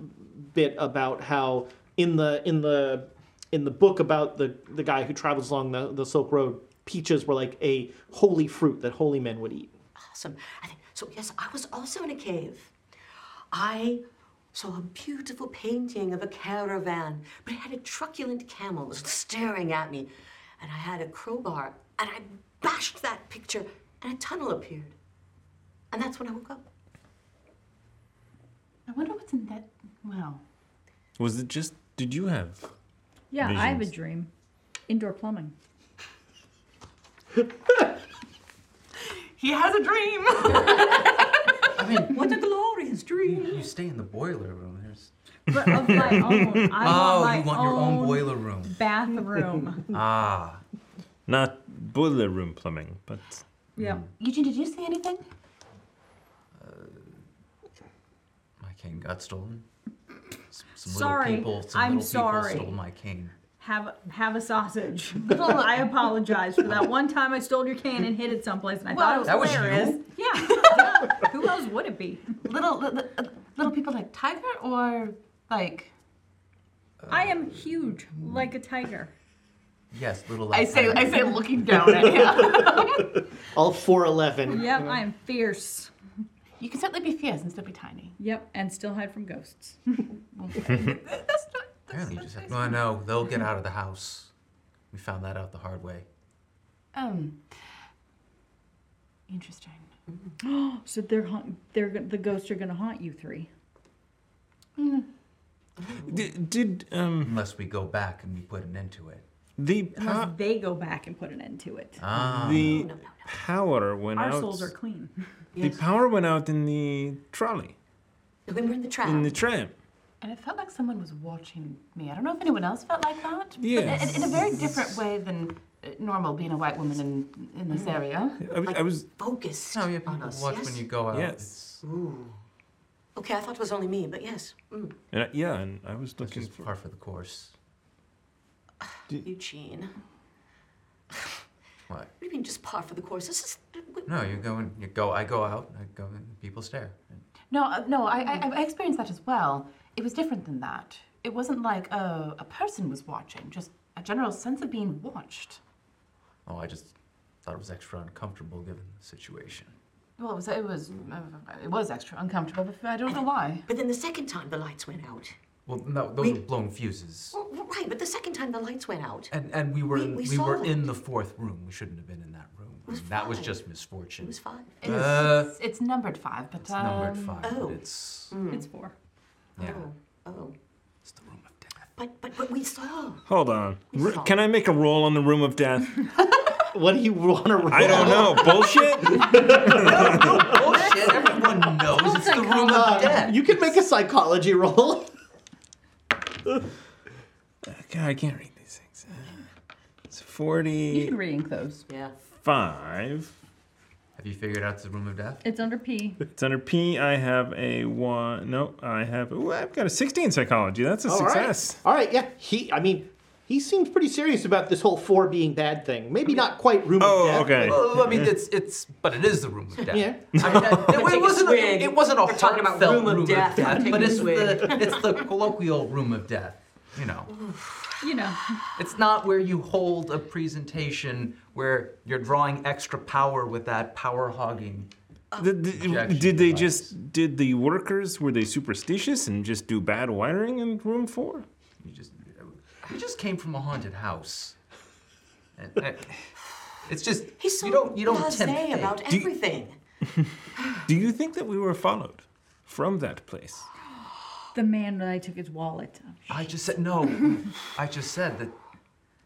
Speaker 8: bit about how in the in the in the book about the the guy who travels along the, the Silk Road, peaches were like a holy fruit that holy men would eat.
Speaker 4: Awesome. I think, so yes, I was also in a cave. I saw a beautiful painting of a caravan, but it had a truculent camel staring at me, and I had a crowbar, and I bashed that picture, and a tunnel appeared, and that's when I woke up.
Speaker 6: I wonder what's in that. Well,
Speaker 1: Was it just? Did you have?
Speaker 9: Yeah, I have a
Speaker 1: Visions.
Speaker 9: dream. Indoor plumbing.
Speaker 6: he has a dream.
Speaker 4: what a glorious dream.
Speaker 10: You stay in the boiler room. There's.
Speaker 9: But of my own. I
Speaker 10: oh,
Speaker 9: want my
Speaker 10: you want your own
Speaker 9: own
Speaker 10: boiler room.
Speaker 9: Bathroom.
Speaker 1: Ah, not boiler room plumbing, but
Speaker 9: yeah.
Speaker 6: Eugene, did you see anything?
Speaker 10: My cane got stolen. S- Some
Speaker 9: Sorry,
Speaker 10: little people, some
Speaker 9: I'm
Speaker 10: little
Speaker 9: sorry.
Speaker 10: people stole my cane.
Speaker 9: Have have a sausage. I apologize for that one time I stole your can and hid it someplace, and I thought it was
Speaker 6: That was you?
Speaker 9: hilarious. Yeah. yeah. Who else would it be?
Speaker 6: Little li- li- little people like Tiger or like
Speaker 9: I am huge, like a tiger.
Speaker 10: Yes, little.
Speaker 6: I
Speaker 10: like
Speaker 6: say
Speaker 10: that.
Speaker 6: I say looking down at him.
Speaker 8: All four eleven.
Speaker 9: Yep, I am fierce.
Speaker 6: You can certainly be fierce and still be tiny.
Speaker 9: Yep, and still hide from ghosts.
Speaker 10: Apparently, you just have. No, no, they'll get out of the house. We found that out the hard way.
Speaker 6: Um. Interesting.
Speaker 9: so they're haunt, they're gon- the ghosts are gonna haunt you three.
Speaker 10: Did, did um. Unless we go back and we put an end to it.
Speaker 1: the
Speaker 9: Unless they go back and put an end to it.
Speaker 10: Ah.
Speaker 1: the power went
Speaker 9: Our
Speaker 1: out.
Speaker 9: souls are clean.
Speaker 1: The power went out in the trolley,
Speaker 6: We were in the trap.
Speaker 1: in the tram.
Speaker 6: And it felt like someone was watching me. I don't know if anyone else felt like that. but
Speaker 1: Yes.
Speaker 6: in, in a very different way than uh, normal, being a white woman in, in this area.
Speaker 1: I was, I was
Speaker 4: Focused
Speaker 10: No, you
Speaker 4: on us.
Speaker 10: Oh, watch
Speaker 4: yes?
Speaker 10: when you go out.
Speaker 1: yes,
Speaker 4: Ooh. Okay, I thought it was only me, but yes. Mm.
Speaker 1: and I, yeah, and I was looking for
Speaker 10: par for the course.
Speaker 4: Eugene.
Speaker 10: What?
Speaker 4: What do you mean, just par for the course? This is.
Speaker 10: No, you go and you go. I go out. I go and people stare.
Speaker 6: No, uh, no, I, I, I experienced that as well. It was different than that. It wasn't like oh, a, a person was watching, just a general sense of being watched.
Speaker 10: Oh, I just thought it was extra uncomfortable given the situation.
Speaker 6: Well, it was, it was, uh, it was extra uncomfortable, but I don't know why.
Speaker 4: But then the second time the lights went out.
Speaker 10: Well, no, those were blown fuses.
Speaker 4: Well, right, but the second time the lights went out.
Speaker 10: And and we were
Speaker 4: We-
Speaker 10: in,
Speaker 4: we
Speaker 10: we,
Speaker 4: saw
Speaker 10: were
Speaker 4: that.
Speaker 10: in the fourth room. We shouldn't have been in that room.
Speaker 4: was
Speaker 10: that was
Speaker 4: five.
Speaker 10: just misfortune.
Speaker 4: It was five.
Speaker 6: It's,
Speaker 10: Uh,
Speaker 6: it's, it's numbered five, but. uh, It's
Speaker 10: numbered five. but
Speaker 4: oh.
Speaker 10: It's
Speaker 4: Mm.
Speaker 9: It's four.
Speaker 10: yeah.
Speaker 4: Oh. It's the room of death. But but but we saw.
Speaker 1: Hold on. R- can I make a roll on the room of death?
Speaker 8: what do you want to roll?
Speaker 1: I don't know. Bullshit?
Speaker 10: Bullshit. Oh, Everyone knows it's the room of death.
Speaker 8: You can make a psychology roll.
Speaker 1: God, I can't read these things. Uh, It's 45.
Speaker 6: reink those.
Speaker 4: Yeah.
Speaker 10: Have you figured out the room of death?
Speaker 9: It's under P.
Speaker 1: It's under P. I have a 1. No, I have. Ooh, I've got a 16 psychology. That's a
Speaker 8: All right.
Speaker 1: success.
Speaker 8: All right, yeah. He, I mean, he seems pretty serious about this whole four being bad thing. Maybe not quite room of
Speaker 1: Oh,
Speaker 8: death,
Speaker 1: okay.
Speaker 8: but-
Speaker 10: Well, I mean, it's it's, but it is the room of death.
Speaker 8: Yeah.
Speaker 10: I mean, that- it,
Speaker 4: take a
Speaker 10: wasn't
Speaker 4: swig.
Speaker 10: a, it wasn't a
Speaker 4: We're talking about
Speaker 10: heartfelt
Speaker 4: room of death. I'll take
Speaker 10: but
Speaker 4: a
Speaker 10: it's
Speaker 4: swig. Mm.
Speaker 10: the it's the colloquial room of death. You know,
Speaker 9: You know.
Speaker 10: it's not where you hold a presentation where you're drawing extra power with that power hogging.
Speaker 6: Uh,
Speaker 1: The- the-
Speaker 10: Objection
Speaker 1: did they
Speaker 10: device.
Speaker 1: just. Did the workers. Were they superstitious and just do bad wiring in room 4?
Speaker 10: You just you just came from a haunted house. And, and it's just
Speaker 4: He's so
Speaker 10: you don't you don't tempt
Speaker 4: blasé
Speaker 10: fate.
Speaker 4: about
Speaker 1: Do you-
Speaker 4: everything.
Speaker 1: Do you think that we were followed from that place?
Speaker 9: The man that I took his wallet.
Speaker 10: I just said no. I just said that.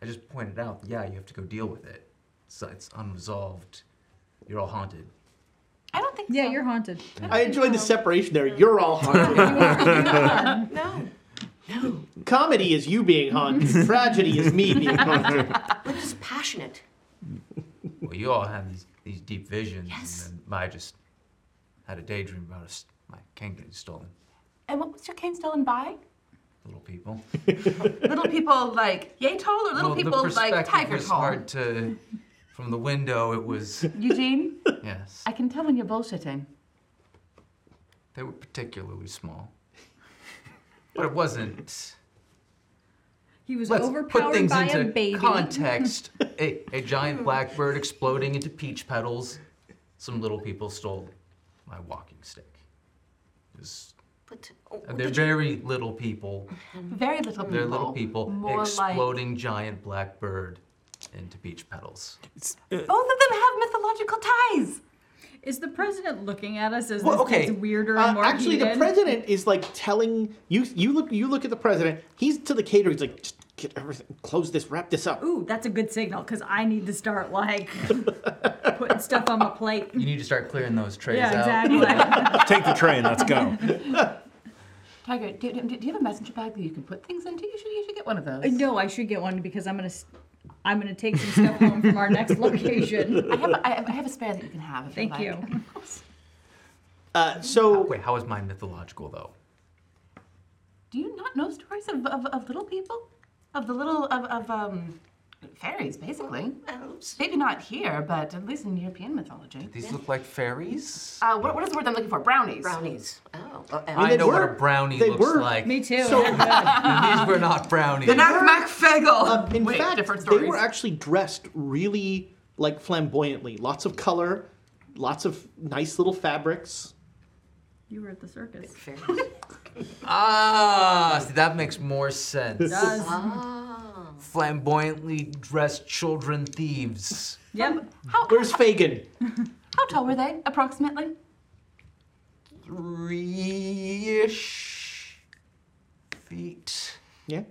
Speaker 10: I just pointed out. Yeah, you have to go deal with it. So it's unresolved. You're all haunted.
Speaker 6: I don't think
Speaker 9: Yeah, you're haunted.
Speaker 6: Um,
Speaker 8: I enjoyed the separation there. You're all haunted.
Speaker 4: No. No.
Speaker 8: Comedy is you being haunted. Tragedy is me being haunted.
Speaker 4: We're just passionate.
Speaker 10: Well, you all had these, these deep visions, and then I just had a daydream about us, my cane getting stolen.
Speaker 6: And what was your cane stolen by?
Speaker 10: Little people.
Speaker 6: little people like yay tall or little
Speaker 10: Well, the
Speaker 6: people like
Speaker 10: perspective
Speaker 6: tiger
Speaker 10: was
Speaker 6: tall?
Speaker 10: hard to. From the window, it was
Speaker 6: Eugene,
Speaker 10: yes.
Speaker 6: I can tell when you're bullshitting.
Speaker 10: They were particularly small, but it wasn't.
Speaker 9: He was
Speaker 10: Let's put
Speaker 9: overpowered
Speaker 10: things
Speaker 9: by
Speaker 10: into
Speaker 9: a baby.
Speaker 10: context. a, a giant blackbird exploding into peach petals. Some little people stole my walking stick. It was-
Speaker 4: But oh,
Speaker 10: and they're very little people.
Speaker 6: Very little people.
Speaker 10: They're little people
Speaker 6: More
Speaker 10: exploding giant blackbird into peach petals.
Speaker 1: uh,
Speaker 6: like both of them have mythological ties.
Speaker 9: Is the president looking at us as
Speaker 8: Well,
Speaker 9: this
Speaker 8: okay.
Speaker 9: gets weirder
Speaker 8: Uh,
Speaker 9: and more
Speaker 8: actually, the
Speaker 9: heated?
Speaker 8: president is like telling you. You look. You look at the president. He's to the caterer. He's like, just get everything. Close this. Wrap this up.
Speaker 9: Ooh, that's a good signal because I need to start like putting stuff on my plate.
Speaker 10: You need to start clearing those trays
Speaker 9: Yeah,
Speaker 10: out.
Speaker 9: exactly.
Speaker 1: Take the tray and let's go.
Speaker 6: Tiger, do, do, do you have a messenger bag that you can put things into? You should, you should get one of those.
Speaker 9: Uh, No, I should get one because I'm gonna s- I'm gonna take some stuff home from our next location.
Speaker 6: I have, a, I have- I have a spare that you can have. If
Speaker 9: Thank
Speaker 6: you.
Speaker 9: you.
Speaker 6: Like.
Speaker 8: Uh, so
Speaker 10: wait, how is mine mythological though?
Speaker 6: Do you not know stories of, of, of little people, of the little of, of um, fairies, basically?
Speaker 4: oh,
Speaker 6: Maybe not here, but at least in European mythology.
Speaker 10: These look like fairies.
Speaker 6: Uh, what, what is the word I'm looking for? Brownies.
Speaker 4: Brownies. Oh.
Speaker 10: I, know what a brownie
Speaker 6: they
Speaker 10: looks
Speaker 6: were-
Speaker 10: like.
Speaker 6: Me too.
Speaker 9: Oh,
Speaker 8: So-
Speaker 10: These were not brownies.
Speaker 8: Um, in
Speaker 6: Wait,
Speaker 8: fact,
Speaker 6: different
Speaker 8: they
Speaker 6: stories.
Speaker 8: were actually dressed really like flamboyantly. Lots of color, lots of nice little fabrics.
Speaker 9: You were at the circus.
Speaker 10: Ah, see, that makes more sense.
Speaker 9: It does.
Speaker 4: Ah,
Speaker 10: Flamboyantly dressed children thieves.
Speaker 9: Yep.
Speaker 8: Where's Fagin?
Speaker 6: How tall were they, approximately?
Speaker 10: Three-ish feet.
Speaker 8: Yeah,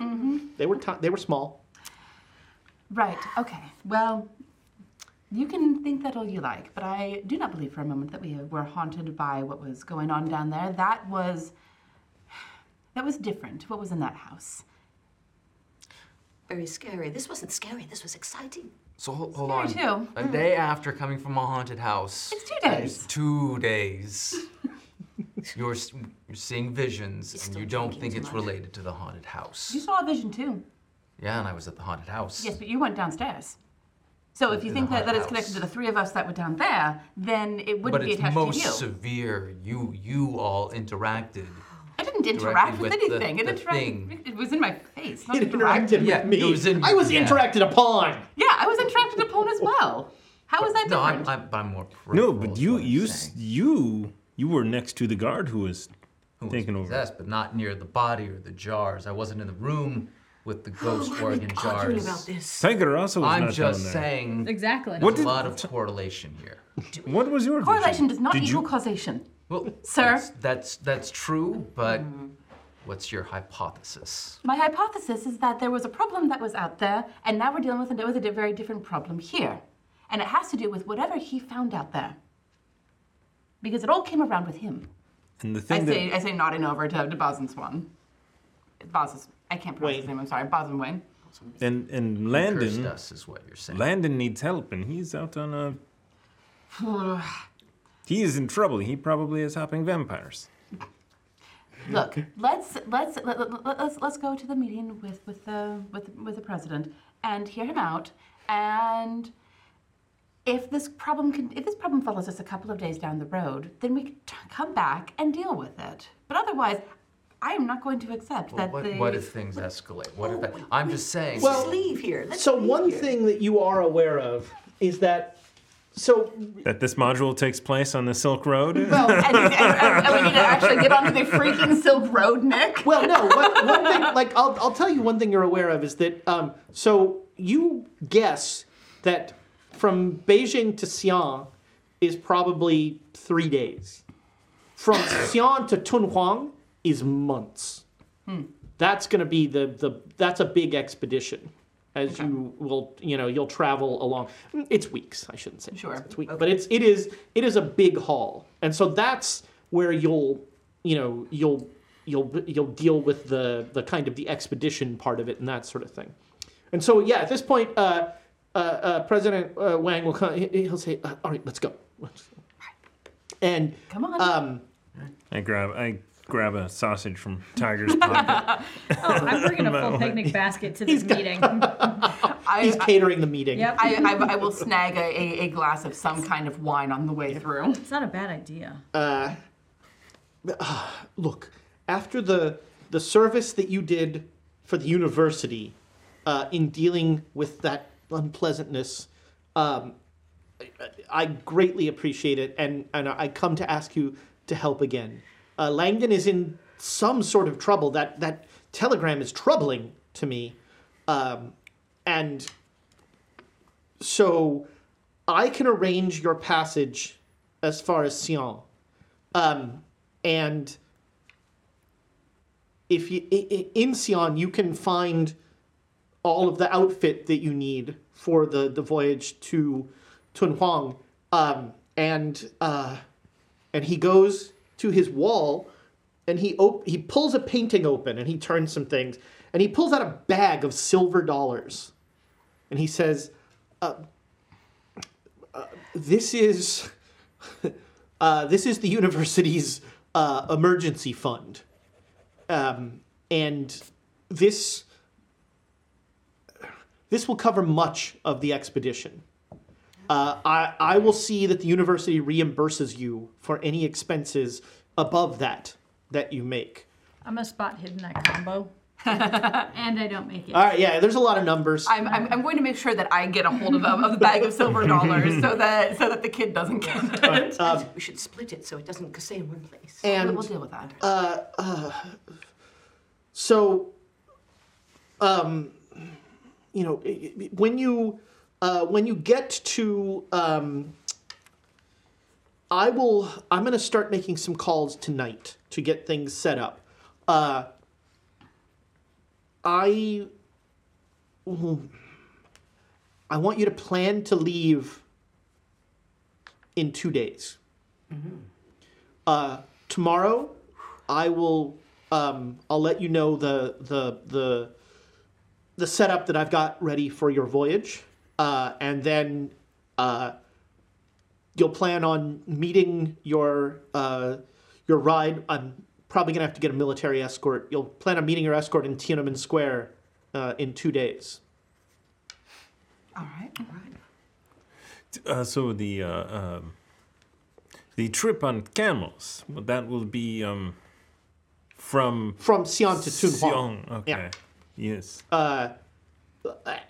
Speaker 6: Mm-hmm.
Speaker 8: they were ti they were small.
Speaker 6: Right. Okay. Well, you can think that all you like, but I do not believe for a moment that we were haunted by what was going on down there. That was that was different. What was in that house?
Speaker 4: Very scary. This wasn't scary. This was exciting.
Speaker 10: So hold, hold on.
Speaker 4: Scary too.
Speaker 10: A day after coming from a haunted house. It's
Speaker 6: two
Speaker 10: days. two days. you're, s- you're seeing visions, and you don't think it's related to the haunted house.
Speaker 6: You saw a vision too.
Speaker 10: Yeah, and I was at the haunted house.
Speaker 6: Yes, but you went downstairs. So if you
Speaker 10: In
Speaker 6: think
Speaker 10: the
Speaker 6: that, that
Speaker 10: hot
Speaker 6: it's connected to the three of us that were down there, then it wouldn't
Speaker 10: but
Speaker 6: be
Speaker 10: it's
Speaker 6: attached
Speaker 10: most
Speaker 6: to you.
Speaker 10: severe. You you all interacted.
Speaker 6: I didn't
Speaker 10: directly
Speaker 6: interact with,
Speaker 10: with the-
Speaker 6: anything.
Speaker 10: the
Speaker 6: it interacted.
Speaker 10: thing.
Speaker 6: It was in my face. Not
Speaker 8: It
Speaker 6: interact-
Speaker 8: interacted with me.
Speaker 10: it was in-
Speaker 8: I was
Speaker 10: yeah.
Speaker 8: interacted upon.
Speaker 6: Yeah, I was interacted upon as well. How was that
Speaker 10: No,
Speaker 6: different?
Speaker 10: I'm, I'm, I'm more.
Speaker 1: No, but you you s- you you were next to the guard who was taking over.
Speaker 10: possessed, but not near the body or the jars. I wasn't in the room with the
Speaker 4: Oh,
Speaker 6: Oh,
Speaker 10: ghost organ jars.
Speaker 1: Tiger also was
Speaker 10: I'm
Speaker 1: not down
Speaker 10: just
Speaker 1: there.
Speaker 10: saying.
Speaker 9: Exactly.
Speaker 10: There's a lot of correlation here.
Speaker 1: What was your
Speaker 6: Correlation
Speaker 1: vision?
Speaker 6: does not
Speaker 10: Did
Speaker 6: equal
Speaker 10: you-
Speaker 6: causation.
Speaker 10: Well,
Speaker 6: sir,
Speaker 10: that's that's, that's true, but what's your hypothesis?
Speaker 6: my hypothesis is that there was a problem that was out there, and now we're dealing with, a- with a very different problem here. And it has to do with whatever he found out there. Because it all came around with him.
Speaker 1: And the
Speaker 6: I
Speaker 1: thing
Speaker 6: say,
Speaker 1: that
Speaker 6: I say nodding over to, to Boz and Swan. Boz is, I can't pronounce his name, I'm sorry. Boz and Wayne.
Speaker 1: and and Landon
Speaker 10: us is what you're saying.
Speaker 1: Landon needs help, and he's out on a. He is in trouble. He probably is hopping vampires.
Speaker 6: Look, let's let's let, let, let- let's let's go to the meeting with with the with with the president and hear him out. And if this problem can if this problem follows us a couple of days down the road, then we can t- come back and deal with it. But otherwise, I am not going to accept
Speaker 10: Well,
Speaker 6: that
Speaker 10: what,
Speaker 6: the
Speaker 10: what if things escalate? What if that, I'm just saying.
Speaker 4: leave here.
Speaker 8: so one thing that you are aware of is that. So
Speaker 1: That this module takes place on the Silk Road.
Speaker 6: well, and, and- and- and we need to actually get onto the freaking Silk Road, Nick.
Speaker 8: Well, no. One, one thing, like I'll, I'll tell you one thing you're aware of is that. Um, so you guess that from Beijing to Xi'an is probably three days. From Xi'an to Tunhuang is months. That's going to be the the that's a big expedition. As you will, you know, you'll travel along. It's weeks. I shouldn't say sure. It's weeks, but it's it is it is a big haul, and so that's where you'll, you know, you'll you'll you'll deal with the the kind of the expedition part of it and that sort of thing. And so yeah, at this point, uh, uh, uh, President uh, Wang will come. he- He'll say, uh, "All right, let's go." And
Speaker 6: come on.
Speaker 10: Uh,
Speaker 8: Um,
Speaker 1: I grab I grab a sausage from Tiger's pocket.
Speaker 9: Oh, I'm bringing a full
Speaker 1: No.
Speaker 9: picnic basket to this meeting.
Speaker 8: He's catering the meeting.
Speaker 9: Yep.
Speaker 6: I, I, I will snag a, a, a glass of some kind of wine on the way through. It's
Speaker 9: not a bad idea.
Speaker 8: uh, uh, look, after the the service that you did for the university uh, in dealing with that unpleasantness, um, I, I greatly appreciate it, and and I come to ask you to help again. Uh, Langdon is in some sort of trouble. That that telegram is troubling to me, um, and so I can arrange your passage as far as Sion. Um, and if you i- i- in Sion, you can find all of the outfit that you need for the, the voyage to Tunhuang. Um, and uh, and he goes to his wall and he op- he pulls a painting open and he turns some things and he pulls out a bag of silver dollars and he says uh, uh, this is uh, this is the university's uh, emergency fund um, and this this will cover much of the expedition uh, I, I will see that the university reimburses you for any expenses above that that you make.
Speaker 9: I'm a spot hidden that combo, and I don't make it.
Speaker 8: All right, yeah, there's a lot of numbers.
Speaker 6: I'm, I'm, I'm going to make sure that I get a hold of, of, of the bag of silver dollars so that so that the kid doesn't get it.
Speaker 4: we should split it so it doesn't stay in one place.
Speaker 8: And
Speaker 6: we'll deal with that.
Speaker 8: Uh, uh, so, um, you know, i- i- when you uh, when you get to, um, I will. I'm going to start making some calls tonight to get things set up. Uh, I. I want you to plan to leave in two days. Uh, tomorrow, I will. Um, I'll let you know the the the the setup that I've got ready for your voyage, uh, and then uh, you'll plan on meeting your uh, your ride. I'm probably gonna have to get a military escort. You'll plan on meeting your escort in Tiananmen Square uh, in two days.
Speaker 1: Uh, so the uh, um, the trip on camels well, that will be um, from
Speaker 8: from Sion to Tunhuang.
Speaker 1: Sion, Okay.
Speaker 8: Yeah.
Speaker 1: Yes.
Speaker 8: uh,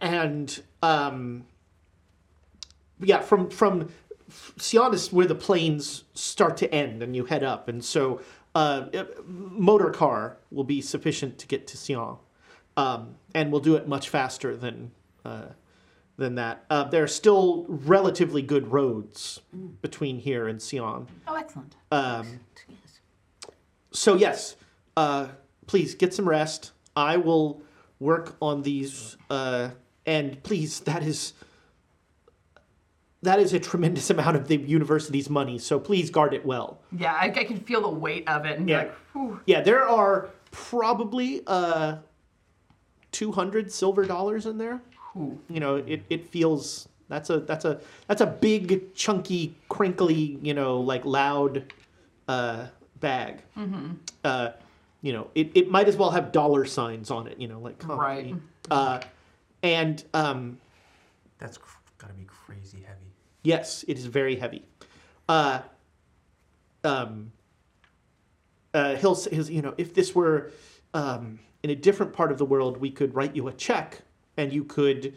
Speaker 8: and um, yeah, from from Sion is where the planes start to end, and you head up, and so uh, motor car will be sufficient to get to Sion, um, and we'll do it much faster than uh, than that. Uh, there are still relatively good roads between here and Sion.
Speaker 6: Oh, excellent.
Speaker 8: Um, so yes, uh, please get some rest. I will work on these, uh, and please, that is that is a tremendous amount of the university's money. So please guard it well.
Speaker 6: Yeah, I, I can feel the weight of it and
Speaker 8: Yeah.
Speaker 6: be like, whew.
Speaker 8: Yeah, there are probably uh, two hundred silver dollars in there. You know, it, it feels that's a that's a that's a big chunky crinkly you know like loud uh, bag.
Speaker 6: Mm-hmm.
Speaker 8: uh, you know, it, it might as well have dollar signs on it, you know, like come
Speaker 6: Right.
Speaker 8: Uh, and um,
Speaker 10: That's cr- gotta be crazy heavy.
Speaker 8: yes, it is very heavy. Uh, um, uh, he'll, s- his, you know, if this were um, in a different part of the world, we could write you a check and you could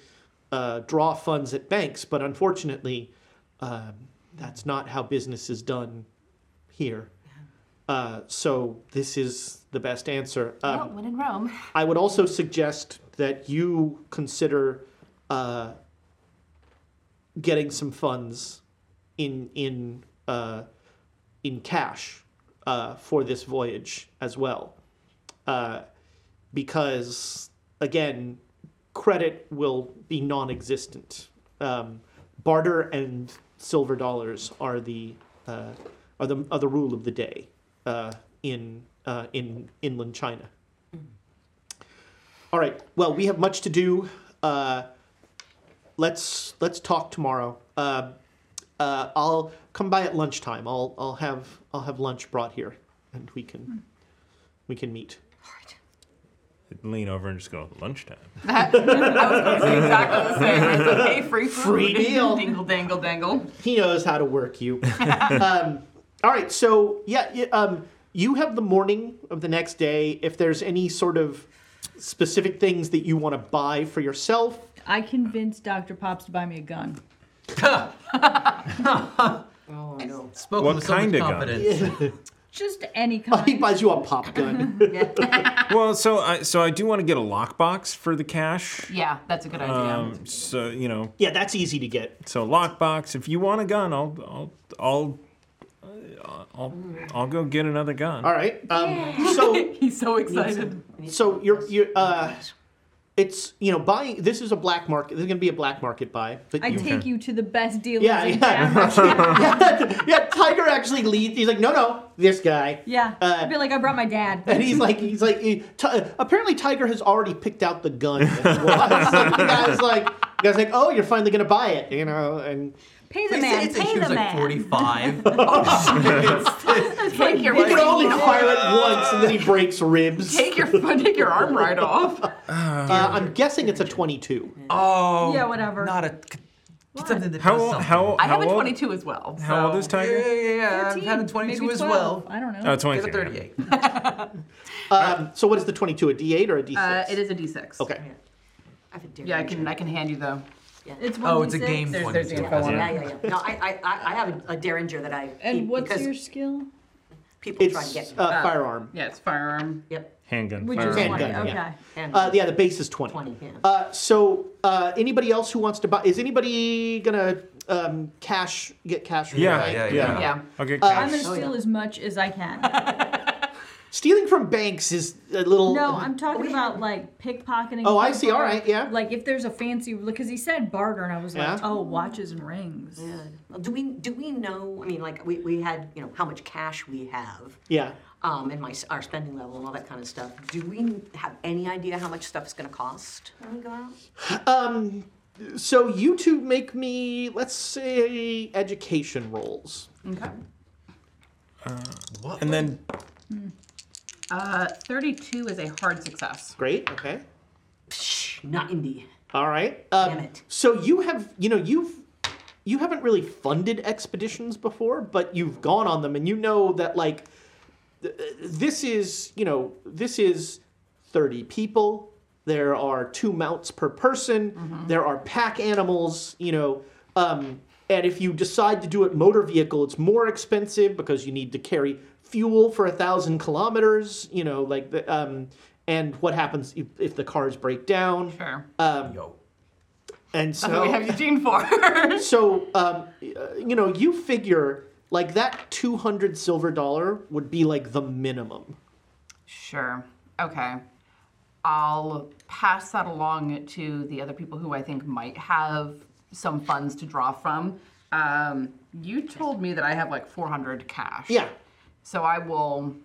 Speaker 8: uh, draw funds at banks. But unfortunately, um, that's not how business is done here. Uh, so this is the best answer. Um,
Speaker 4: Oh,
Speaker 6: well, when in Rome.
Speaker 8: I would also suggest that you consider uh, getting some funds in in uh, in cash uh, for this voyage as well, uh, because again, credit will be non-existent. Um, barter and silver dollars are the uh, are the are the rule of the day uh, in uh, in inland China. All right. Well, we have much to do. Uh, let's let's talk tomorrow. Uh, uh, I'll come by at lunchtime. I'll I'll have I'll have lunch brought here, and we can we can meet.
Speaker 1: Lean over and just go lunchtime.
Speaker 6: That, I was going to say exactly the same. It's okay, free food.
Speaker 8: Free deal.
Speaker 6: Dingle, dangle, dangle.
Speaker 8: He knows how to work you. um, all right, so yeah, y- um, you have the morning of the next day. If there's any sort of specific things that you want to buy for yourself,
Speaker 9: I convinced Dr. Pops to buy me a gun.
Speaker 6: Oh, no.
Speaker 1: Spoken What with so much kind of gun? confidence.
Speaker 9: Just any kind.
Speaker 8: he buys you a pop gun.
Speaker 1: well, so I so I do want to get a lockbox for the cash.
Speaker 6: Yeah, that's a good idea.
Speaker 1: Um, so you know.
Speaker 8: Yeah, that's easy to get.
Speaker 1: So lockbox. If you want a gun, I'll I'll I'll I'll, I'll, I'll go get another gun.
Speaker 8: All right. Um, so
Speaker 6: he's so
Speaker 8: excited. So you're you uh, it's you know buying. This is a black market. This is gonna be a black market buy. but
Speaker 9: I take you to the best dealers
Speaker 8: Yeah,
Speaker 9: in
Speaker 8: yeah.
Speaker 9: town.
Speaker 8: yeah, yeah. Tiger actually leads. He's like, no, no, this guy.
Speaker 9: Yeah,
Speaker 8: Uh,
Speaker 9: I feel like I brought my dad.
Speaker 8: And he's like, he's like, he- Ti- apparently Tiger has already picked out the gun. that he wants. Like, the guy's like, the guy's like, oh, you're finally gonna buy it, you know? And
Speaker 9: Pay the man,
Speaker 10: It's a
Speaker 9: pay
Speaker 10: huge,
Speaker 9: the
Speaker 10: like
Speaker 9: man.
Speaker 10: 45.
Speaker 6: Take your
Speaker 8: he can only
Speaker 6: fucking-
Speaker 8: fire it once, and then he breaks ribs.
Speaker 6: Take your take your arm right off.
Speaker 8: Uh, I'm guessing it's a 22.
Speaker 10: Oh.
Speaker 6: Yeah, whatever.
Speaker 10: Not a. Get something that
Speaker 8: How
Speaker 10: does
Speaker 8: old-
Speaker 10: something.
Speaker 8: how-
Speaker 6: I have
Speaker 8: how
Speaker 6: a
Speaker 8: old-
Speaker 6: 22 as well.
Speaker 1: how
Speaker 6: so-
Speaker 1: old is Tiger?
Speaker 10: Oh. Yeah, yeah, yeah. I've had a
Speaker 6: 13,
Speaker 10: 22
Speaker 6: maybe
Speaker 10: as
Speaker 6: 12.
Speaker 10: well.
Speaker 6: I don't know.
Speaker 1: Oh, 22,
Speaker 10: Get a 38.
Speaker 8: Um, so what is the 22? A D8 or a D6?
Speaker 6: Uh, it is a D6.
Speaker 8: Okay.
Speaker 6: Yeah, I can I can hand you the.
Speaker 9: It's
Speaker 6: Oh, it's a 1d6. game
Speaker 4: There's,
Speaker 6: There's- there's
Speaker 4: the
Speaker 6: info
Speaker 4: info
Speaker 6: on
Speaker 4: yeah,
Speaker 6: it.
Speaker 4: yeah, yeah. No, I, I- I, I have a Derringer that I keep
Speaker 9: And what's
Speaker 4: because
Speaker 9: your skill?
Speaker 4: people try to get.
Speaker 8: uh, firearm.
Speaker 6: Yeah, it's firearm.
Speaker 4: Yep.
Speaker 1: Handgun.
Speaker 9: Which
Speaker 8: is
Speaker 1: firearm.
Speaker 8: handgun,
Speaker 1: Handgun,
Speaker 8: yeah.
Speaker 9: Okay.
Speaker 8: Uh, yeah, the base is 20.
Speaker 4: 20, yeah.
Speaker 8: Uh, so uh, anybody else who wants to buy, is anybody gonna um, cash, get cash? from the
Speaker 1: Yeah,
Speaker 8: bank?
Speaker 1: yeah, yeah.
Speaker 9: Yeah.
Speaker 1: I'll get
Speaker 8: Uh,
Speaker 1: cash.
Speaker 9: I'm gonna steal as much as I can.
Speaker 8: Stealing from banks is a little.
Speaker 9: No, I'm talking about like pickpocketing.
Speaker 8: Oh, I see.
Speaker 9: people.
Speaker 8: All right, yeah.
Speaker 9: Like if there's a fancy, because he said barter, and I was like,
Speaker 4: Yeah.
Speaker 9: oh, watches and rings.
Speaker 10: Mm.
Speaker 4: Yeah. Do we do we know? I mean, like we, we had you know how much cash we have,
Speaker 8: Yeah.
Speaker 4: um, and my our spending level and all that kind of stuff. Do we have any idea how much stuff is going to cost when we go out?
Speaker 8: Um, so you two make me, let's say, education rolls.
Speaker 6: Okay.
Speaker 1: what? And then
Speaker 6: Uh, 32 is a hard success.
Speaker 8: Great. Okay.
Speaker 4: Not indie.
Speaker 8: All right. Um, So you have, you know, you've you haven't really funded expeditions before, but you've gone on them, and you know that like th- this is, you know, this is thirty people. There are two mounts per person. There are pack animals. You know. Um, and if you decide to do it motor vehicle, it's more expensive because you need to carry fuel for a thousand kilometers. You know, like the, um, and what happens if, if the cars break down?
Speaker 6: Sure. Oh,
Speaker 8: Um, And
Speaker 6: That's what we have
Speaker 8: so,
Speaker 6: Eugene for.
Speaker 8: so um, uh, you know, you figure like that two hundred silver dollar would be like the minimum.
Speaker 6: Sure. Okay. I'll pass that along to the other people who I think might have some funds to draw from. Um, you told me that I have like 400 cash.
Speaker 8: Yeah.
Speaker 6: So I will.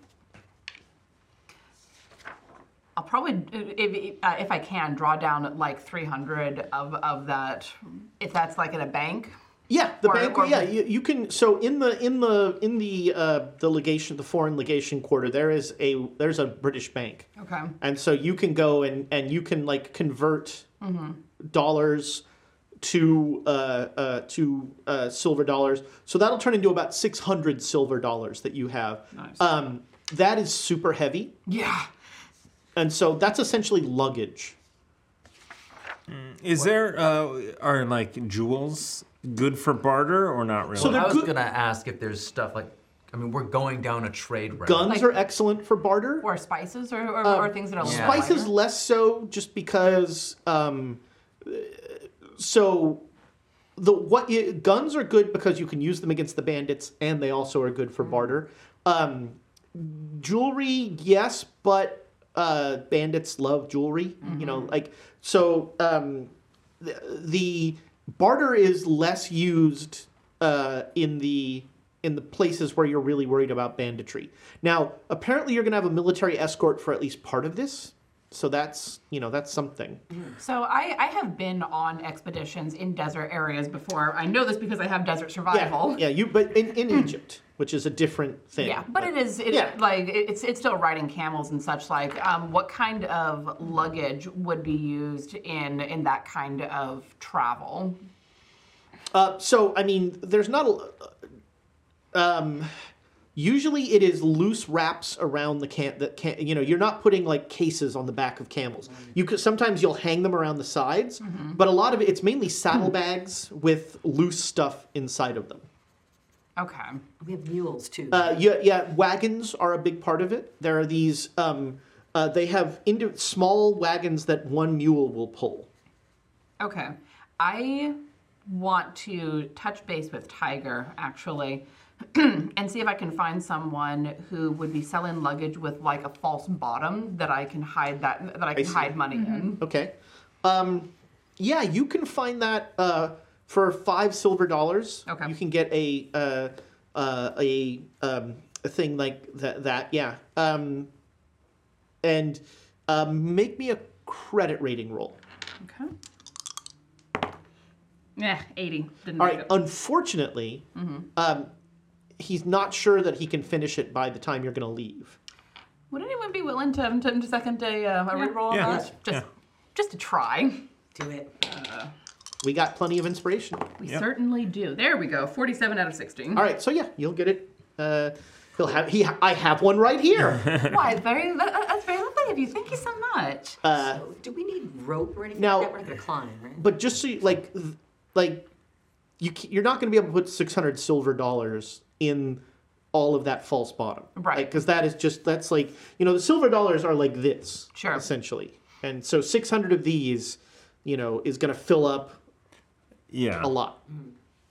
Speaker 6: I'll probably, if, uh, if I can, draw down like 300 of, of that, if that's like in a bank.
Speaker 8: Yeah, the
Speaker 6: Or-
Speaker 8: bank.
Speaker 6: or-
Speaker 8: yeah, you, you can. So in the in the in the uh, the legation, the foreign legation quarter, there is a there's a British bank,
Speaker 6: Okay.
Speaker 8: and so you can go and and you can like convert
Speaker 6: Mm-hmm.
Speaker 8: dollars to uh, uh, to uh, silver dollars. So that'll turn into about 600 silver dollars that you have.
Speaker 6: Nice.
Speaker 8: Um, that is super heavy.
Speaker 6: Yeah.
Speaker 8: And so that's essentially luggage.
Speaker 1: Is there uh, are like jewels good for barter or not really?
Speaker 8: So they're
Speaker 10: I was
Speaker 8: good-
Speaker 10: gonna ask if there's stuff like, I mean, we're going down a trade route.
Speaker 8: Guns are excellent for barter.
Speaker 6: Or spices or, or,
Speaker 8: Um,
Speaker 6: or things that are a little
Speaker 8: Spices
Speaker 6: lighter.
Speaker 8: less so, just because. Um, uh, so, the what you, guns are good because you can use them against the bandits, and they also are good for barter. Um, jewelry, yes, but uh, bandits love jewelry. You know, like so. Um, the, the barter is less used uh, in the in the places where you're really worried about banditry. Now, apparently, you're going to have a military escort for at least part of this, so that's you know that's something.
Speaker 6: So I, I have been on expeditions in desert areas before. I know this because I have desert survival.
Speaker 8: Yeah, yeah. You but in, in Egypt, which is a different thing.
Speaker 6: Yeah, but it is. It's
Speaker 8: Yeah.
Speaker 6: like it- it's it's still riding camels and such. Like, um, what kind of luggage would be used in in that kind of travel?
Speaker 8: Uh, so I mean, there's not a. Um, usually it is loose wraps around the can that can you know you're not putting like cases on the back of camels. You could sometimes you'll hang them around the sides, but a lot of it it's mainly saddlebags with loose stuff inside of them.
Speaker 6: Okay.
Speaker 4: We have mules too.
Speaker 8: Uh, yeah, yeah, wagons are a big part of it. There are these. Um, uh, they have indi- small wagons that one mule will pull.
Speaker 6: Okay. I want to touch base with Tiger actually and see if I can find someone who would be selling luggage with like a false bottom that I can hide that that I
Speaker 8: I
Speaker 6: can
Speaker 8: see.
Speaker 6: hide money in.
Speaker 8: Okay. Um, yeah, you can find that uh, for five silver dollars. Okay. You can get a uh, uh, a um, a thing like that. That yeah. Um, and um, make me a credit rating roll.
Speaker 6: Yeah, 80. Didn't
Speaker 8: All
Speaker 6: make
Speaker 8: right.
Speaker 6: it.
Speaker 8: Unfortunately,
Speaker 6: Mhm.
Speaker 8: um, he's not sure that he can finish it by the time you're going to leave.
Speaker 6: Would anyone be willing to, to, to second a, uh, a reroll on that? Just, just to try.
Speaker 4: Do it.
Speaker 6: Uh,
Speaker 8: We got plenty of inspiration.
Speaker 6: we certainly do. There we go. 47 out of 60.
Speaker 8: All right. So yeah, you'll get it. Uh, he'll have he. I have one right here.
Speaker 6: Why, it's very, that, that's very lovely of you. Thank you so much.
Speaker 8: Uh,
Speaker 4: Do we need rope or anything
Speaker 8: Now-
Speaker 4: like that? We're not gonna climb, right?
Speaker 8: But just so you, like, th- like, you ca- you're not going to be able to put 600 silver dollars in all of that false bottom, right? Because that is just that's like you know the silver dollars are like this, sure, essentially. And so 600 of these, you know, is going to fill up
Speaker 1: Yeah.
Speaker 8: a lot.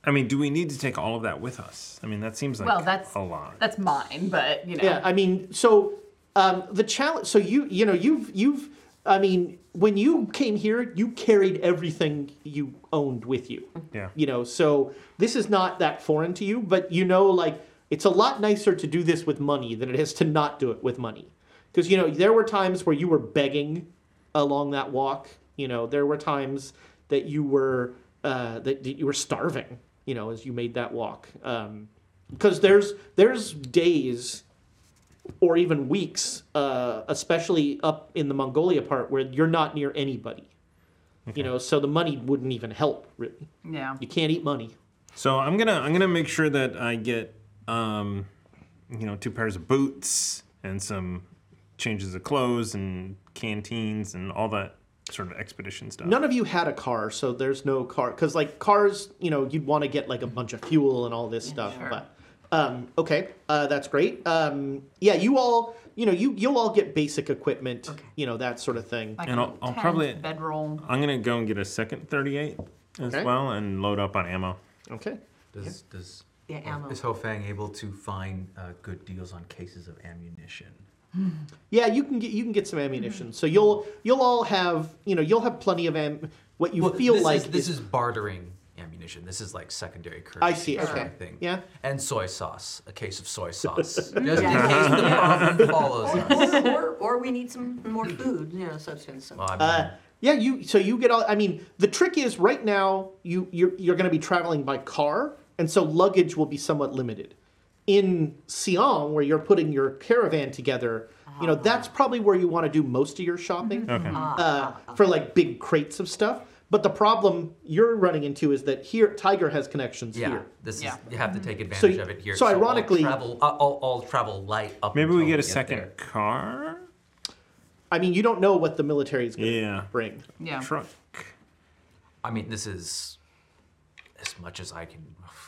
Speaker 1: I mean, do we need to take all of that with us? I mean, that seems like
Speaker 6: Well, that's-
Speaker 1: a lot.
Speaker 6: That's mine, but, you know.
Speaker 8: Yeah, I mean, so um, the challenge. So you, you know, you've, you've. I mean, when you came here, you carried everything you owned with you.
Speaker 1: Yeah.
Speaker 8: You know, so this is not that foreign to you, but you know, like it's a lot nicer to do this with money than it is to not do it with money. Because you know, there were times where you were begging along that walk. You know, there were times that you were uh, that, that you were starving. You know, as you made that walk. Um, because there's there's days or even weeks, uh, especially up in the Mongolia part where you're not near anybody. You know, so the money wouldn't even help really.
Speaker 6: Yeah.
Speaker 8: You can't eat money.
Speaker 1: So I'm gonna I'm gonna make sure that I get um, you know two pairs of boots and some changes of clothes and canteens and all that sort of expedition stuff.
Speaker 8: None of you had a car, so there's no car because like cars, you know, you'd want to get like a bunch of fuel and all this stuff. But um, okay, uh, that's great. Um, yeah, you all, you know, you you'll all get basic equipment, you know, that sort of thing.
Speaker 1: Like And I'll- I'll tent, probably-
Speaker 6: bedroll.
Speaker 1: I'm gonna go and get a second 38 as
Speaker 8: Okay.
Speaker 1: well and load up on ammo.
Speaker 8: Okay.
Speaker 10: Does does uh,
Speaker 4: Yeah, ammo.
Speaker 10: is Ho Fang able to find uh, good deals on cases of ammunition?
Speaker 8: Yeah, you can get you can get some ammunition. So you'll you'll all have you know you'll have plenty of am what you
Speaker 10: Well,
Speaker 8: feel
Speaker 10: this
Speaker 8: like
Speaker 10: is, this is bartering ammunition. This is like secondary currency.
Speaker 8: I see,
Speaker 10: sort of
Speaker 8: okay.
Speaker 10: Thing.
Speaker 8: Yeah.
Speaker 10: And soy sauce. A case of soy sauce. Just in case the problem follows
Speaker 4: or,
Speaker 10: us.
Speaker 4: Or, or, or we need some more food, you know, substance. So.
Speaker 8: Uh, yeah, you. So you get all. I mean, the trick is right now you you're, you're going to be traveling by car, and so luggage will be somewhat limited. In Siam, where you're putting your caravan together, you know that's probably where you want to do most of your shopping
Speaker 1: Mm-hmm. Okay.
Speaker 8: uh, for like big crates of stuff. But the problem you're running into is that here Tiger has connections
Speaker 10: Yeah.
Speaker 8: here.
Speaker 10: This is you have to take advantage
Speaker 8: y-
Speaker 10: of it here.
Speaker 8: so
Speaker 10: I'll
Speaker 8: ironically-
Speaker 10: travel, I'll, I'll, I'll travel light up.
Speaker 1: Maybe we
Speaker 10: until
Speaker 1: get a
Speaker 10: there.
Speaker 1: second car.
Speaker 8: I mean, you don't know what the military is going to
Speaker 1: Yeah.
Speaker 8: bring.
Speaker 6: Yeah.
Speaker 1: Truck.
Speaker 10: I mean, this is as much as I can.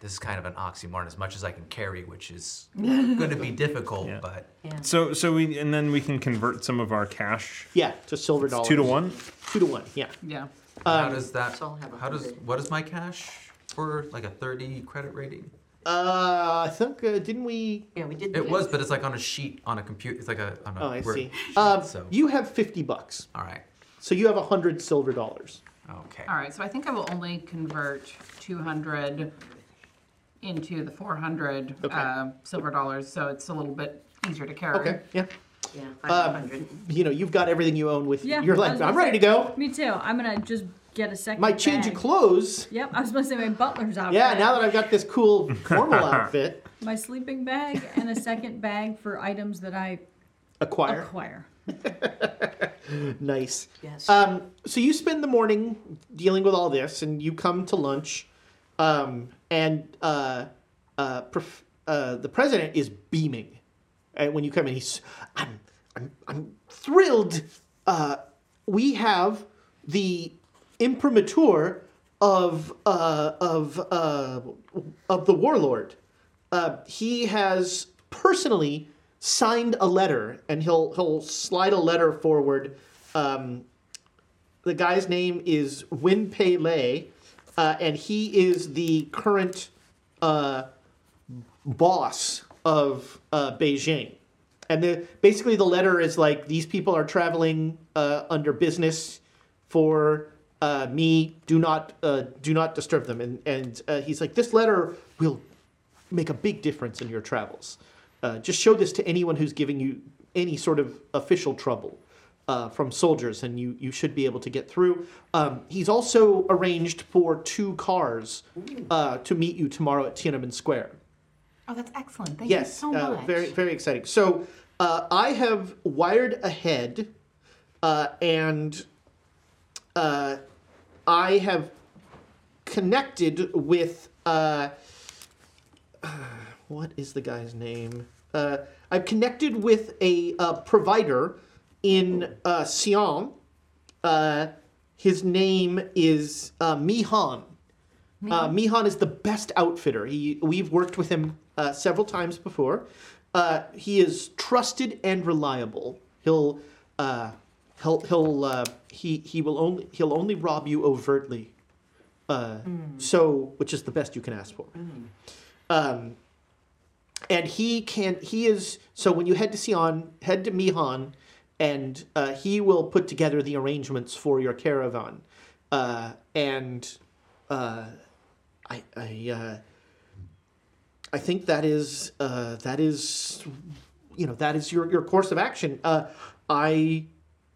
Speaker 10: This is kind of an oxymoron. As much as I can carry, which is going to be difficult, but
Speaker 1: So so we and then we can convert some of our cash.
Speaker 8: Yeah, to silver
Speaker 1: It's
Speaker 8: dollars.
Speaker 1: two to one.
Speaker 8: Two to one. Yeah.
Speaker 6: Yeah.
Speaker 10: how
Speaker 8: Um,
Speaker 10: does that? How does what is my cash for like a thirty credit rating?
Speaker 8: Uh, I think uh, didn't we?
Speaker 4: Yeah, we did.
Speaker 10: It was, but it's like on a sheet on a computer. It's like a on a.
Speaker 8: Oh, I
Speaker 10: Word
Speaker 8: see.
Speaker 10: sheet,
Speaker 8: Um,
Speaker 10: so
Speaker 8: You have 50 bucks.
Speaker 10: All right.
Speaker 8: So you have 100 silver dollars.
Speaker 10: okay.
Speaker 6: All right, so I think I will only convert 200 into the 400
Speaker 8: Okay.
Speaker 6: uh, silver dollars, so it's a little bit easier to carry.
Speaker 8: Okay, yeah.
Speaker 4: Yeah,
Speaker 8: Um, you know, you've got everything you own with you.
Speaker 9: Yeah,
Speaker 8: You're
Speaker 9: I was
Speaker 8: like,
Speaker 9: gonna
Speaker 8: I'm ready to
Speaker 9: say-
Speaker 8: go.
Speaker 9: Me too. I'm gonna just get a second.
Speaker 8: My change of
Speaker 9: bag.
Speaker 8: clothes.
Speaker 9: Yep, I was supposed to say my butler's outfit.
Speaker 8: Yeah, now that I've got this cool formal outfit
Speaker 9: my sleeping bag and a second bag for items that I
Speaker 8: acquire.
Speaker 9: acquire.
Speaker 8: nice. Yes. Um, so you spend the morning dealing with all this, and you come to lunch, um, and uh, uh, pref- uh, the president is beaming uh, when you come in. He's, I'm, I'm, I'm thrilled. Uh, we have the imprimatur of uh, of uh, of the warlord. Uh, he has personally signed a letter, and he'll he'll slide a letter forward. Um, the guy's name is Win Pei Lei, uh, and he is the current uh, boss of uh, Beijing. And the, basically, the letter is like these people are traveling uh, under business for uh, me. Do not uh, do not disturb them. And and uh, he's like, this letter will make a big difference in your travels. Uh, just show this to anyone who's giving you any sort of official trouble uh, from soldiers, and you, you should be able to get through. Um, he's also arranged for two cars uh, to meet you tomorrow at Tiananmen Square.
Speaker 6: Oh, that's excellent. Thank
Speaker 8: yes,
Speaker 6: you so
Speaker 8: uh,
Speaker 6: much.
Speaker 8: very very exciting. So uh, I have wired ahead, uh, and uh, I have connected with uh, what is the guy's name? Uh, I've connected with a uh, provider in uh, Xi'an. Uh, his name is uh, Mihan. Uh, Mihan is the best outfitter. He, we've worked with him uh, several times before. Uh, he is trusted and reliable. He'll uh, he'll he'll uh, he he will only he'll only rob you overtly. Uh, So, which is the best you can ask for. Um, and he can he is so when you head to Sion, head to Mihan, and uh, he will put together the arrangements for your caravan. Uh, and uh, I I uh, I think that is uh, that is you know that is your your course of action. Uh, I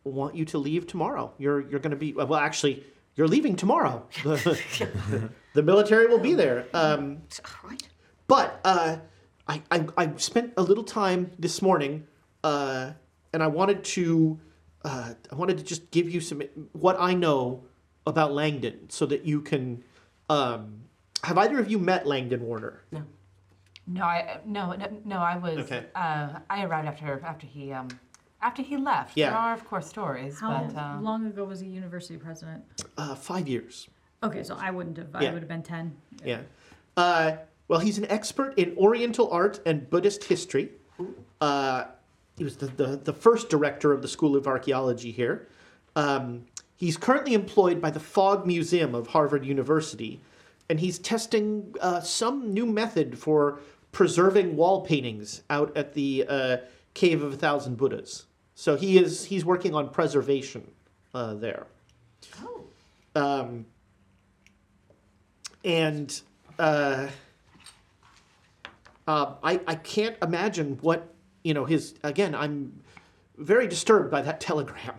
Speaker 8: want you to leave tomorrow. You're you're going to be well actually you're leaving tomorrow. the the military will be there. Um, but uh, I, I, I spent a little time this morning, uh, and I wanted to, uh, I wanted to just give you some what I know about Langdon, so that you can. Um, have either of you met Langdon Warner? No.
Speaker 6: No, I no no, no I was
Speaker 8: Okay.
Speaker 6: uh, I arrived after after he um after he left.
Speaker 8: Yeah.
Speaker 6: There are of course stories,
Speaker 9: How
Speaker 6: but um,
Speaker 9: long ago was he university president?
Speaker 8: Uh, five years.
Speaker 9: Okay, so I wouldn't have.
Speaker 8: Yeah.
Speaker 9: I would have been ten.
Speaker 8: Yeah. Uh, well, he's an expert in Oriental art and Buddhist history. Uh, he was the, the, the first director of the School of Archaeology here. Um, he's currently employed by the Fogg Museum of Harvard University, and he's testing uh, some new method for preserving wall paintings out at the uh, Cave of a Thousand Buddhas. So he is he's working on preservation uh, there. Oh. Um, and uh, uh, I I can't imagine what you know his again. I'm very disturbed by that telegram.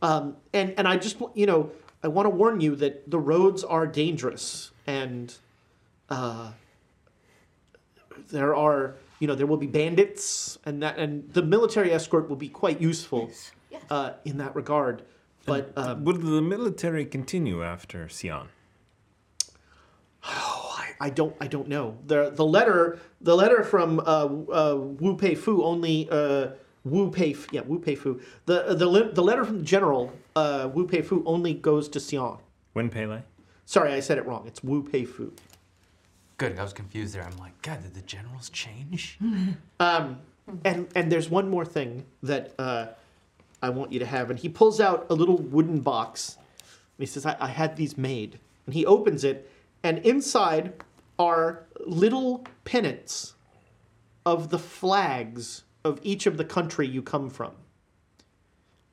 Speaker 8: Um, and and I just wa- you know I want to warn you that the roads are dangerous and uh, there are you know there will be bandits and that and the military escort will be quite useful Uh, in that regard. But um,
Speaker 1: Will the military continue after Sion?
Speaker 8: I don't I don't know. The the letter the letter from uh, uh, Wu Pei Fu only uh, Wu Pei F- yeah Wu Pei Fu the the le- the letter from the general uh, Wu Pei Fu only goes to Xi'an.
Speaker 1: When Pele?
Speaker 8: Sorry, I said it wrong. It's Wu Pei Fu.
Speaker 10: Good. I was confused there. I'm like, God, did the generals change?
Speaker 8: Um, and and there's one more thing that uh, I want you to have. And he pulls out a little wooden box. And he says, I, "I had these made." And he opens it, and inside are little pennants of the flags of each of the country you come from.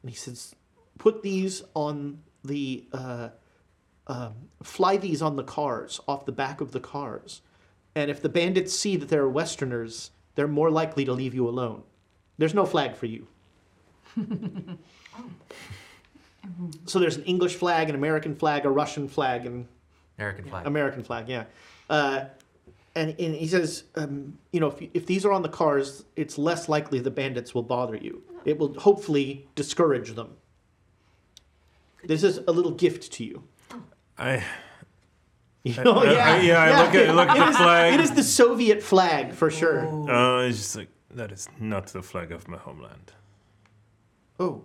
Speaker 8: And he says, "Put these on the uh, um, fly these on the cars, off the back of the cars. And if the bandits see that they're Westerners, they're more likely to leave you alone. There's no flag for you. So there's an English flag, an American flag, a Russian flag, and
Speaker 10: American flag.
Speaker 8: American flag, yeah. Uh, and, and he says, um, you know, if, if these are on the cars, it's less likely the bandits will bother you. It will hopefully discourage them. This is a little gift to you.
Speaker 1: I.
Speaker 8: Oh,
Speaker 1: I- I-
Speaker 8: yeah,
Speaker 1: Uh, yeah, I look at- look at
Speaker 8: It
Speaker 1: the
Speaker 8: is-
Speaker 1: flag.
Speaker 8: It is the Soviet flag for sure.
Speaker 1: Uh, it's just like that is not the flag of my homeland.
Speaker 8: Oh,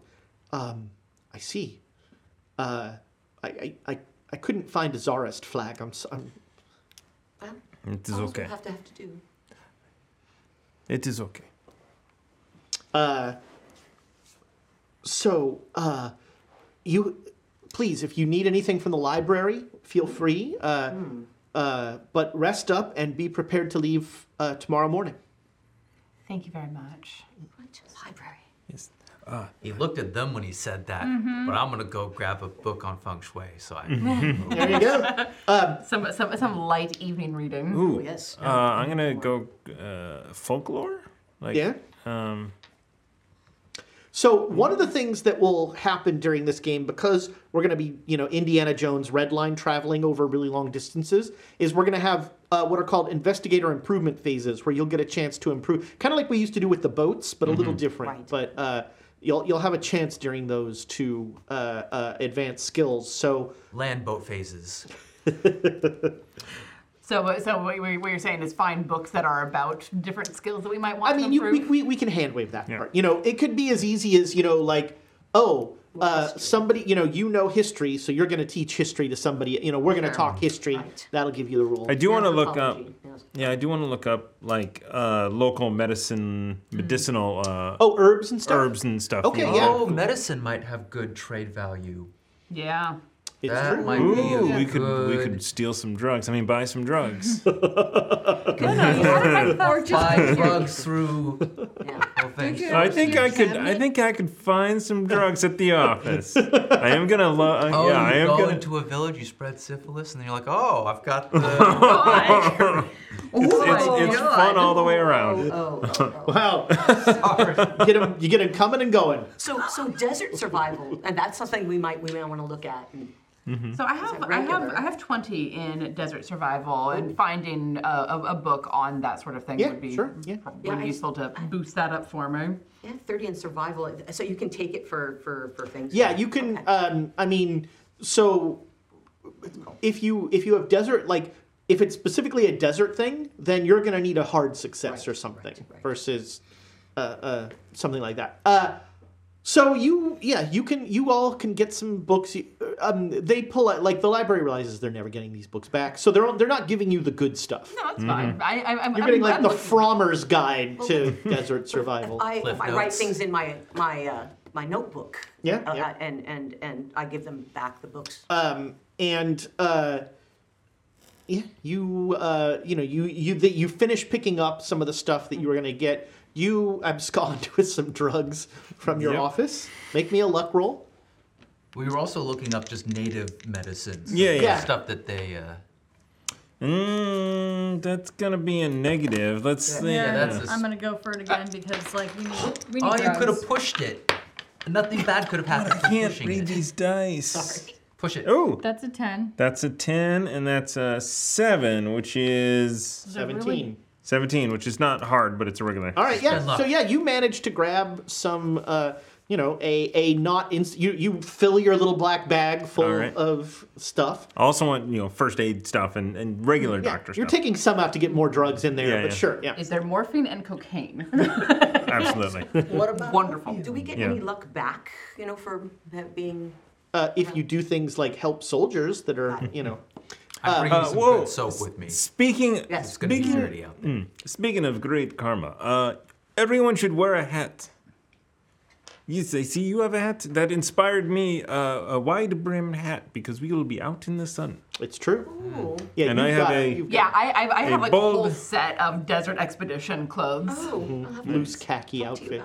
Speaker 8: um, I see. Uh, I, I, I, I couldn't find a czarist flag. I'm, s- I'm
Speaker 1: It is okay.
Speaker 4: have to have to do.
Speaker 1: It is okay.
Speaker 8: Uh, so, uh, you, please, if you need anything from the library, feel free. Uh, uh, but rest up and be prepared to leave uh, tomorrow morning.
Speaker 6: Thank you very much.
Speaker 4: Library.
Speaker 10: Yes. he looked at them when he said that,
Speaker 6: Mhm.
Speaker 10: but I'm gonna go grab a book on feng shui. So I.
Speaker 6: There
Speaker 8: you go.
Speaker 6: some, some some light evening reading.
Speaker 1: Ooh. Uh, I'm gonna go uh, folklore. Like,
Speaker 8: Yeah.
Speaker 1: Um,
Speaker 8: So one of the things that will happen during this game, because we're going to be, you know, Indiana Jones red line traveling over really long distances, is we're going to have uh, what are called investigator improvement phases, where you'll get a chance to improve, kind of like we used to do with the boats, but a
Speaker 1: Mm-hmm.
Speaker 8: little different. But uh, you'll you'll have a chance during those to uh, uh, advance skills. So
Speaker 10: land boat phases.
Speaker 6: So uh, so what you- what you're saying is find books that are about different skills that we might want
Speaker 8: I mean,
Speaker 6: to
Speaker 8: you,
Speaker 6: improve.
Speaker 8: we, we, we can hand wave that part. You know, it could be as easy as, you know, like, oh, uh, somebody, you know, you know history, so you're going to teach history to somebody. You know, we're going to talk history. That'll give you the rule.
Speaker 1: I do want to look up. Yeah, I do want to look up like uh, local medicine, medicinal. Uh,
Speaker 8: oh, herbs and
Speaker 1: stuff. Herbs and stuff.
Speaker 10: Oh, medicine might have good trade value.
Speaker 6: Yeah.
Speaker 10: that
Speaker 1: Oh,
Speaker 10: might be. A
Speaker 1: Ooh, we
Speaker 10: good...
Speaker 1: could we could steal some drugs. I mean, buy some drugs.
Speaker 10: or buy drugs through. Well, thanks.
Speaker 1: I think I could. I think I could find some drugs at the office. I am gonna. Lo- uh,
Speaker 10: Oh,
Speaker 1: yeah,
Speaker 10: you
Speaker 1: I am
Speaker 10: go
Speaker 1: gonna.
Speaker 10: into a village, you spread syphilis, and then you're like, oh, I've got the.
Speaker 1: It's, it's,
Speaker 10: Oh my
Speaker 1: it's
Speaker 10: God.
Speaker 1: fun all the way
Speaker 4: oh,
Speaker 1: around.
Speaker 8: Wow. get 'em- you get them coming and going.
Speaker 4: So, so desert survival, and that's something we might we might want to look at. And
Speaker 8: Mm-hmm.
Speaker 6: So I have I have I have twenty in desert survival, and finding a, a, a book on that sort of thing
Speaker 4: Yeah,
Speaker 6: would be
Speaker 4: sure,
Speaker 6: probably
Speaker 4: Yeah, I-
Speaker 6: useful to boost that up for
Speaker 8: Mm-hmm.
Speaker 6: me.
Speaker 4: yeah, thirty in survival, so you can take it for for for things.
Speaker 8: Yeah, you can. Um, I mean, so if you if you have desert like if it's specifically a desert thing, then you're gonna need a hard success or something versus uh, uh, something like that. Uh, so you yeah you can you all can get some books. You, um, they pull out like the library realizes they're never getting these books back, so they're they're not giving you the good stuff.
Speaker 6: No, that's fine. I, I, I'm,
Speaker 8: You're
Speaker 6: I'm,
Speaker 8: getting like
Speaker 6: I'm
Speaker 8: the
Speaker 6: looking-
Speaker 8: Frommer's Guide to Desert Survival.
Speaker 4: I, if I write things in my my uh, my notebook.
Speaker 8: Yeah,
Speaker 4: uh, uh, and and and I give them back the books.
Speaker 8: um, and uh, yeah, you uh, you know you you that you finish picking up some of the stuff that you were gonna get. You abscond with some drugs from your
Speaker 10: Yep.
Speaker 8: office. Make me a luck roll.
Speaker 10: We were also looking up just native medicines.
Speaker 1: Yeah, yeah.
Speaker 10: Stuff that they. Uh,
Speaker 1: Mm, that's gonna be a negative. Let's
Speaker 10: Yeah,
Speaker 1: see.
Speaker 10: yeah, that's
Speaker 9: I'm gonna go for it again because like we need we need
Speaker 10: oh, you could
Speaker 9: drugs.
Speaker 10: have pushed it. Nothing bad could have happened. I
Speaker 1: can't
Speaker 10: read
Speaker 1: these dice. Sorry.
Speaker 10: Push it.
Speaker 1: Oh,
Speaker 9: That's a ten.
Speaker 1: that's a ten, and that's a seven, which is
Speaker 9: Is that really- 17.
Speaker 1: Seventeen, which is not hard, but it's a regular.
Speaker 8: All right, yeah. So yeah, you managed to grab some. Uh, you know, a a not inst- you you fill your little black bag full
Speaker 1: Alright.
Speaker 8: of stuff.
Speaker 1: I also want you know first aid stuff and, and regular
Speaker 8: Yeah,
Speaker 1: doctor
Speaker 8: you're
Speaker 1: stuff.
Speaker 8: taking some out to get more drugs in there,
Speaker 1: Yeah,
Speaker 8: but
Speaker 1: yeah.
Speaker 8: sure, yeah.
Speaker 6: Is there morphine and cocaine?
Speaker 1: Absolutely.
Speaker 4: What about
Speaker 6: Wonderful.
Speaker 4: Do we get
Speaker 8: Yeah.
Speaker 4: any luck back? You know, for that being
Speaker 8: Uh, if you do things like help soldiers that are, you know,
Speaker 1: I'm bringing some good Uh, soap
Speaker 10: with me.
Speaker 1: Speaking,
Speaker 10: It's gonna be
Speaker 1: speaking,
Speaker 10: dirty out
Speaker 1: Mm. speaking of great karma, uh, everyone should wear a hat. Yes, I see you have a hat that inspired me. Uh, a wide brimmed hat because we will be out in the sun.
Speaker 8: It's true.
Speaker 6: Ooh.
Speaker 1: Yeah, and I have a
Speaker 6: yeah, I, I, I
Speaker 1: a
Speaker 6: have like a whole
Speaker 1: bold-
Speaker 6: set of desert expedition clothes.
Speaker 8: Mm-hmm. loose khaki outfit.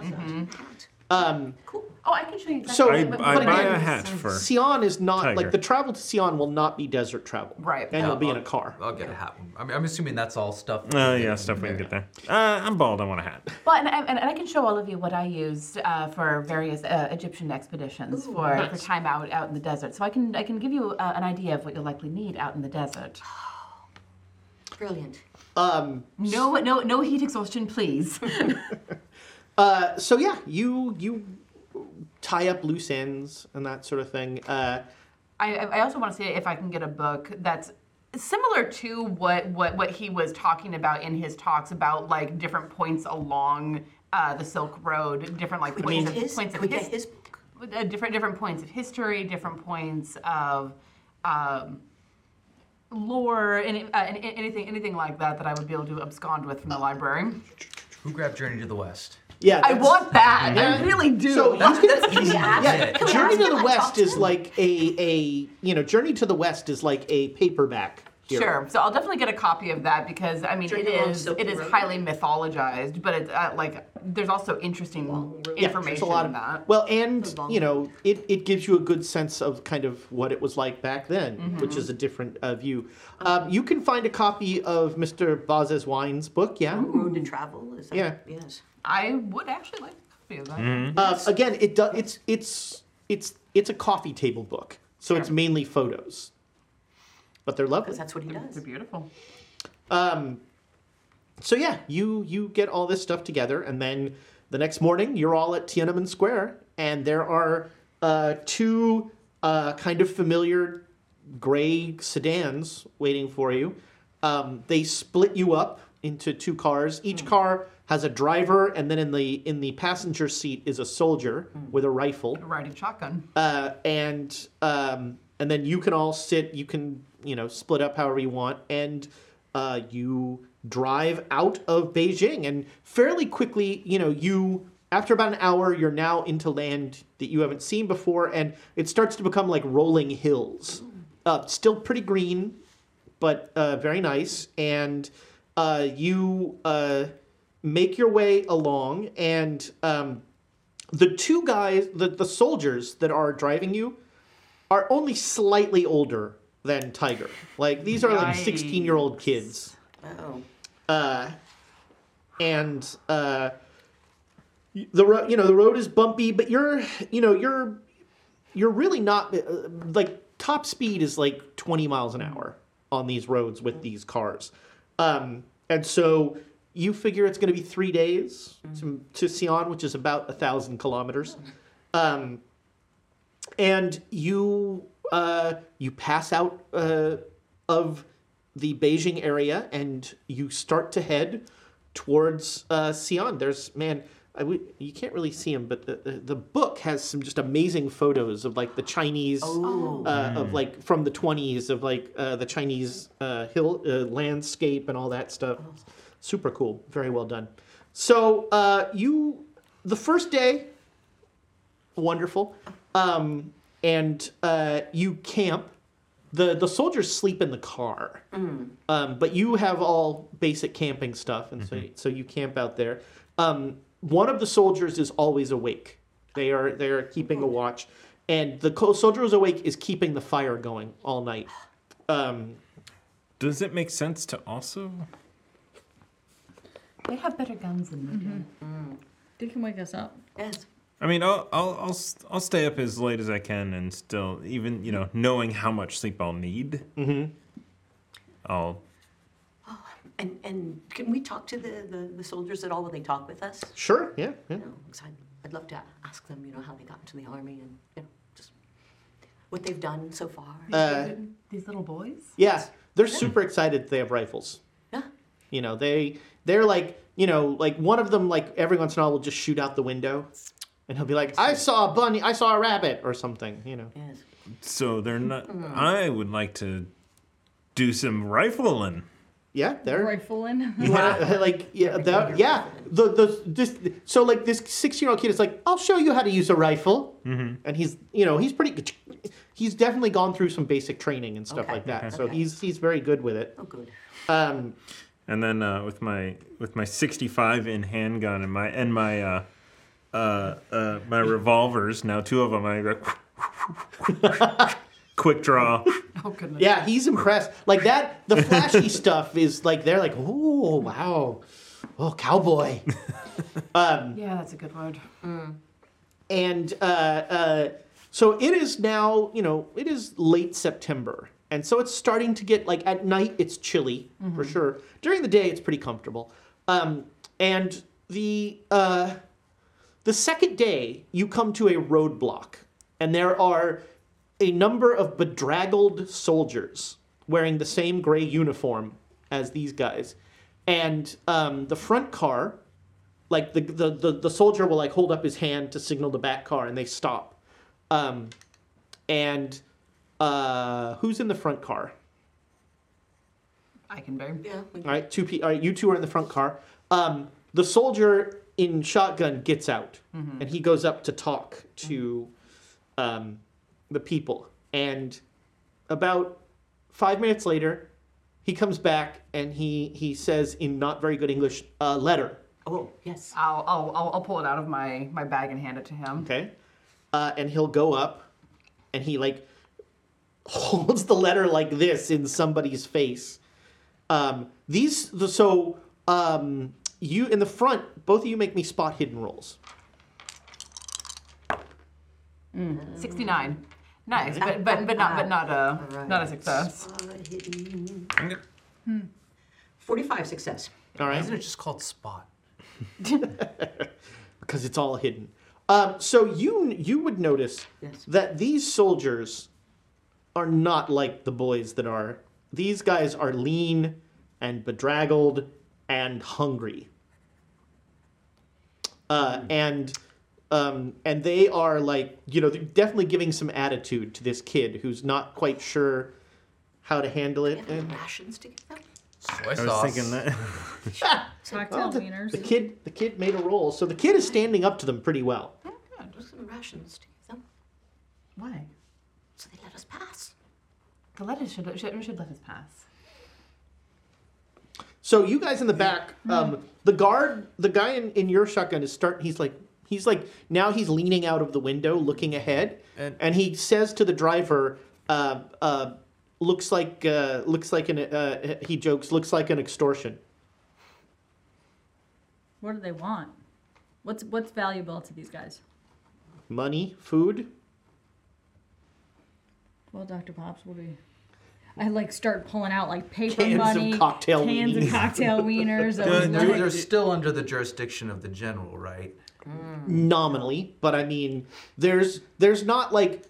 Speaker 8: Um,
Speaker 6: Oh, I can show you.
Speaker 8: So
Speaker 6: exactly what-
Speaker 8: but
Speaker 6: what
Speaker 8: again,
Speaker 6: it is.
Speaker 8: Sion is not
Speaker 10: Tiger.
Speaker 8: like the travel to Sion will not be desert travel.
Speaker 6: Right.
Speaker 8: And
Speaker 10: Yeah,
Speaker 8: you'll be in
Speaker 10: I'll-
Speaker 8: a car.
Speaker 10: I'll get a hat. I mean, I'm assuming that's all stuff.
Speaker 1: Oh, yeah, stuff we can get there. Uh, I'm bald. I want a hat.
Speaker 6: Well, and, and, and I can show all of you what I used uh, for various uh, Egyptian expeditions
Speaker 4: Ooh,
Speaker 6: for, for
Speaker 4: nice.
Speaker 6: time out out in the desert. So I can I can give you uh, an idea of what you'll likely need out in the desert.
Speaker 4: Brilliant.
Speaker 8: Um,
Speaker 6: No no no heat exhaustion, please.
Speaker 8: Uh, so yeah, you you tie up loose ends and that sort of thing. Uh,
Speaker 6: I, I I also want to see if I can get a book that's similar to what, what, what he was talking about in his talks about like different points along uh, the Silk Road, different like
Speaker 4: Could we
Speaker 6: points
Speaker 4: get
Speaker 6: of,
Speaker 4: his-
Speaker 6: points of
Speaker 4: could we get
Speaker 6: his- uh, different different points of history, different points of um, lore, any, uh, any, anything anything like that that I would be able to abscond with from the library.
Speaker 10: Who grabbed Journey to the West?
Speaker 8: yeah,
Speaker 6: I
Speaker 8: that's-
Speaker 6: want that.
Speaker 8: Yeah.
Speaker 6: I really do.
Speaker 8: So you can, yeah,
Speaker 6: Can we
Speaker 8: Journey
Speaker 6: ask
Speaker 8: to
Speaker 6: him?
Speaker 8: the West is like a a you know Journey to the West is like a paperback. Here.
Speaker 6: Sure. So I'll definitely get a copy of that because I mean it
Speaker 4: Journey along
Speaker 6: is
Speaker 4: Silk
Speaker 6: it is
Speaker 4: Road.
Speaker 6: highly mythologized, but it's uh, like there's also interesting
Speaker 8: Yeah,
Speaker 6: information
Speaker 8: there's a lot
Speaker 6: in
Speaker 8: of
Speaker 6: that.
Speaker 8: Well, and you know, it, it gives you a good sense of kind of what it was like back then, which
Speaker 6: Mhm.
Speaker 8: is a different uh, view. Um, you can find a copy of Mr. Boz's Wine's book. Yeah,
Speaker 4: Road to Travel. Is that,
Speaker 8: Yeah.
Speaker 4: Yes.
Speaker 6: I would actually like a copy of that.
Speaker 8: Uh, again, it do, it's it's it's it's a coffee table book, so it's mainly photos, but they're lovely.
Speaker 4: That's what he does.
Speaker 6: They're beautiful.
Speaker 8: Um, so yeah, you you get all this stuff together, and then the next morning you're all at Tiananmen Square, and there are uh, two uh, kind of familiar gray sedans waiting for you. Um, they split you up into two cars. Each car has a driver, and then in the in the passenger seat is a soldier with a rifle
Speaker 6: Riding shotgun.
Speaker 8: uh, and um, and then you can all sit. You can you know split up however you want, and uh, you drive out of Beijing. And fairly quickly, you know, you after about an hour, you're now into land that you haven't seen before, and it starts to become like rolling hills. Uh, still pretty green, but uh, very nice. And uh, you uh, make your way along, and um, the two guys, the, the soldiers that are driving you, are only slightly older than Tiger. Like these are like
Speaker 4: Yikes.
Speaker 8: sixteen year old kids.
Speaker 4: Oh.
Speaker 8: Uh, and uh, y- the road, you know, the road is bumpy, but you're, you know, you're, you're really not uh, like top speed is like twenty miles an hour on these roads with these cars, um, and so you figure it's going to be three days to, to Sion, which is about a thousand kilometers. Um, and you uh, you pass out uh, of the Beijing area and you start to head towards uh, Sion. There's man, I w- you can't really see him, but the, the, the book has some just amazing photos of like the Chinese
Speaker 4: Oh.
Speaker 8: uh, of
Speaker 4: Mm.
Speaker 8: like from the 20s of like uh, the Chinese uh, hill uh, landscape and all that stuff. Super cool, very well done. So uh, you the first day wonderful. Um, and uh, you camp. The the soldiers sleep in the car,
Speaker 4: Mm.
Speaker 8: um, but you have all basic camping stuff, and so so you camp out there. Um, one of the soldiers is always awake. They are they are keeping a watch, and the co- soldier who's awake is keeping the fire going all night. Um,
Speaker 1: Does it make sense to also?
Speaker 6: They have better guns than we
Speaker 9: They can wake us up.
Speaker 4: Yes.
Speaker 1: I mean, I'll, I'll I'll s- I'll stay up as late as I can, and still, even you know, knowing how much sleep I'll need,
Speaker 8: mm-hmm.
Speaker 1: I'll
Speaker 4: And and can we talk to the, the, the soldiers at all? Will they talk with us?
Speaker 8: sure, yeah, yeah.
Speaker 4: You know, 'cause I'd, I'd love to ask them, you know, how they got into the army and you know, just what they've done so far.
Speaker 6: do.
Speaker 8: Uh,
Speaker 6: These little boys.
Speaker 8: Yeah, they're super excited. that They have rifles.
Speaker 4: Yeah.
Speaker 8: You know, they they're like, you know, like one of them, like every once in a while, will just shoot out the window, and he'll be like, "I saw a bunny, I saw a rabbit, or something." You know.
Speaker 4: Yes.
Speaker 1: So they're not.
Speaker 8: Mm.
Speaker 1: I would like to do some rifling.
Speaker 8: Yeah, they're
Speaker 9: rifling.
Speaker 8: You wanna, like yeah, that, yeah. The the this so like this six year old kid is like, "I'll show you how to use a rifle,"
Speaker 1: Mm-hmm.
Speaker 8: and he's you know he's pretty good. He's definitely gone through some basic training and stuff
Speaker 4: Okay.
Speaker 8: like that,
Speaker 4: Okay.
Speaker 8: so
Speaker 4: Okay.
Speaker 8: he's he's very good with it.
Speaker 4: Oh, good.
Speaker 8: Um,
Speaker 1: And then uh, with my with my 65 in handgun and my and my uh, uh, uh, my revolvers. Now two of them. I go quick draw.
Speaker 6: Oh goodness.
Speaker 8: Yeah, he's impressed. Like that, the flashy stuff is like they're like, oh wow, oh cowboy. um,
Speaker 6: Yeah, that's a good word.
Speaker 8: and uh, uh, so it is now. You know, it is late September, and so it's starting to get like at night. It's chilly for
Speaker 6: Mhm.
Speaker 8: sure. During the day, it's pretty comfortable. Um, and the uh, the second day, you come to a roadblock, and there are a number of bedraggled soldiers wearing the same gray uniform as these guys. And um, the front car, like the, the, the, the soldier will like hold up his hand to signal the back car and they stop. Um, and uh, who's in the front car?
Speaker 6: I can bear. Yeah.
Speaker 8: All right, two pe- all right, you two are in the front car. Um, the soldier in shotgun gets out,
Speaker 6: Mhm.
Speaker 8: and he goes up to talk to um, the people. And about five minutes later, he comes back and he he says in not very good English, uh, "Letter."
Speaker 4: Oh yes.
Speaker 6: I'll, I'll I'll I'll pull it out of my my bag and hand it to him.
Speaker 8: Okay. Uh, and he'll go up and he like holds the letter like this in somebody's face. Um, these, the, so um, you in the front, both of you make me spot hidden rolls.
Speaker 6: Sixty nine. Nice, but but but not but not a not a success.
Speaker 4: Forty-five success.
Speaker 8: All right.
Speaker 10: Isn't it just called spot?
Speaker 8: because it's all hidden. Um, so you you would notice that these soldiers are not like the boys that are. These guys are lean and bedraggled and hungry, uh, and um, and they are like you know they're definitely giving some attitude to this kid who's not quite sure how to handle it. And-
Speaker 4: Rations to give them.
Speaker 10: Soy
Speaker 1: I
Speaker 10: sauce.
Speaker 1: was thinking that.
Speaker 9: Cocktail
Speaker 8: Well, the,
Speaker 9: wieners.
Speaker 8: the kid the kid made a roll, so the kid is standing up to them pretty well.
Speaker 4: Yeah, just some rations to give them.
Speaker 6: Why?
Speaker 4: So they let us pass.
Speaker 6: The letters should should, should let us pass.
Speaker 8: So you guys in the back, um, the guard, the guy in, in your shotgun is start. He's like, he's like, now he's leaning out of the window, looking ahead, and, he says to the driver, uh, uh, "Looks like, uh, looks like an." Uh, he jokes, "Looks like an extortion."
Speaker 9: What do they want? What's what's valuable to these guys?
Speaker 8: Money, food.
Speaker 9: Well, Dr. Pops will be. I like start pulling out like paper
Speaker 8: Cans of
Speaker 9: money,
Speaker 8: cocktail
Speaker 9: cans of
Speaker 8: weenies.
Speaker 9: cocktail wieners. I was
Speaker 10: Dude,
Speaker 9: like-
Speaker 10: They're still under the jurisdiction of the general, right?
Speaker 8: nominally, but I mean, there's there's not like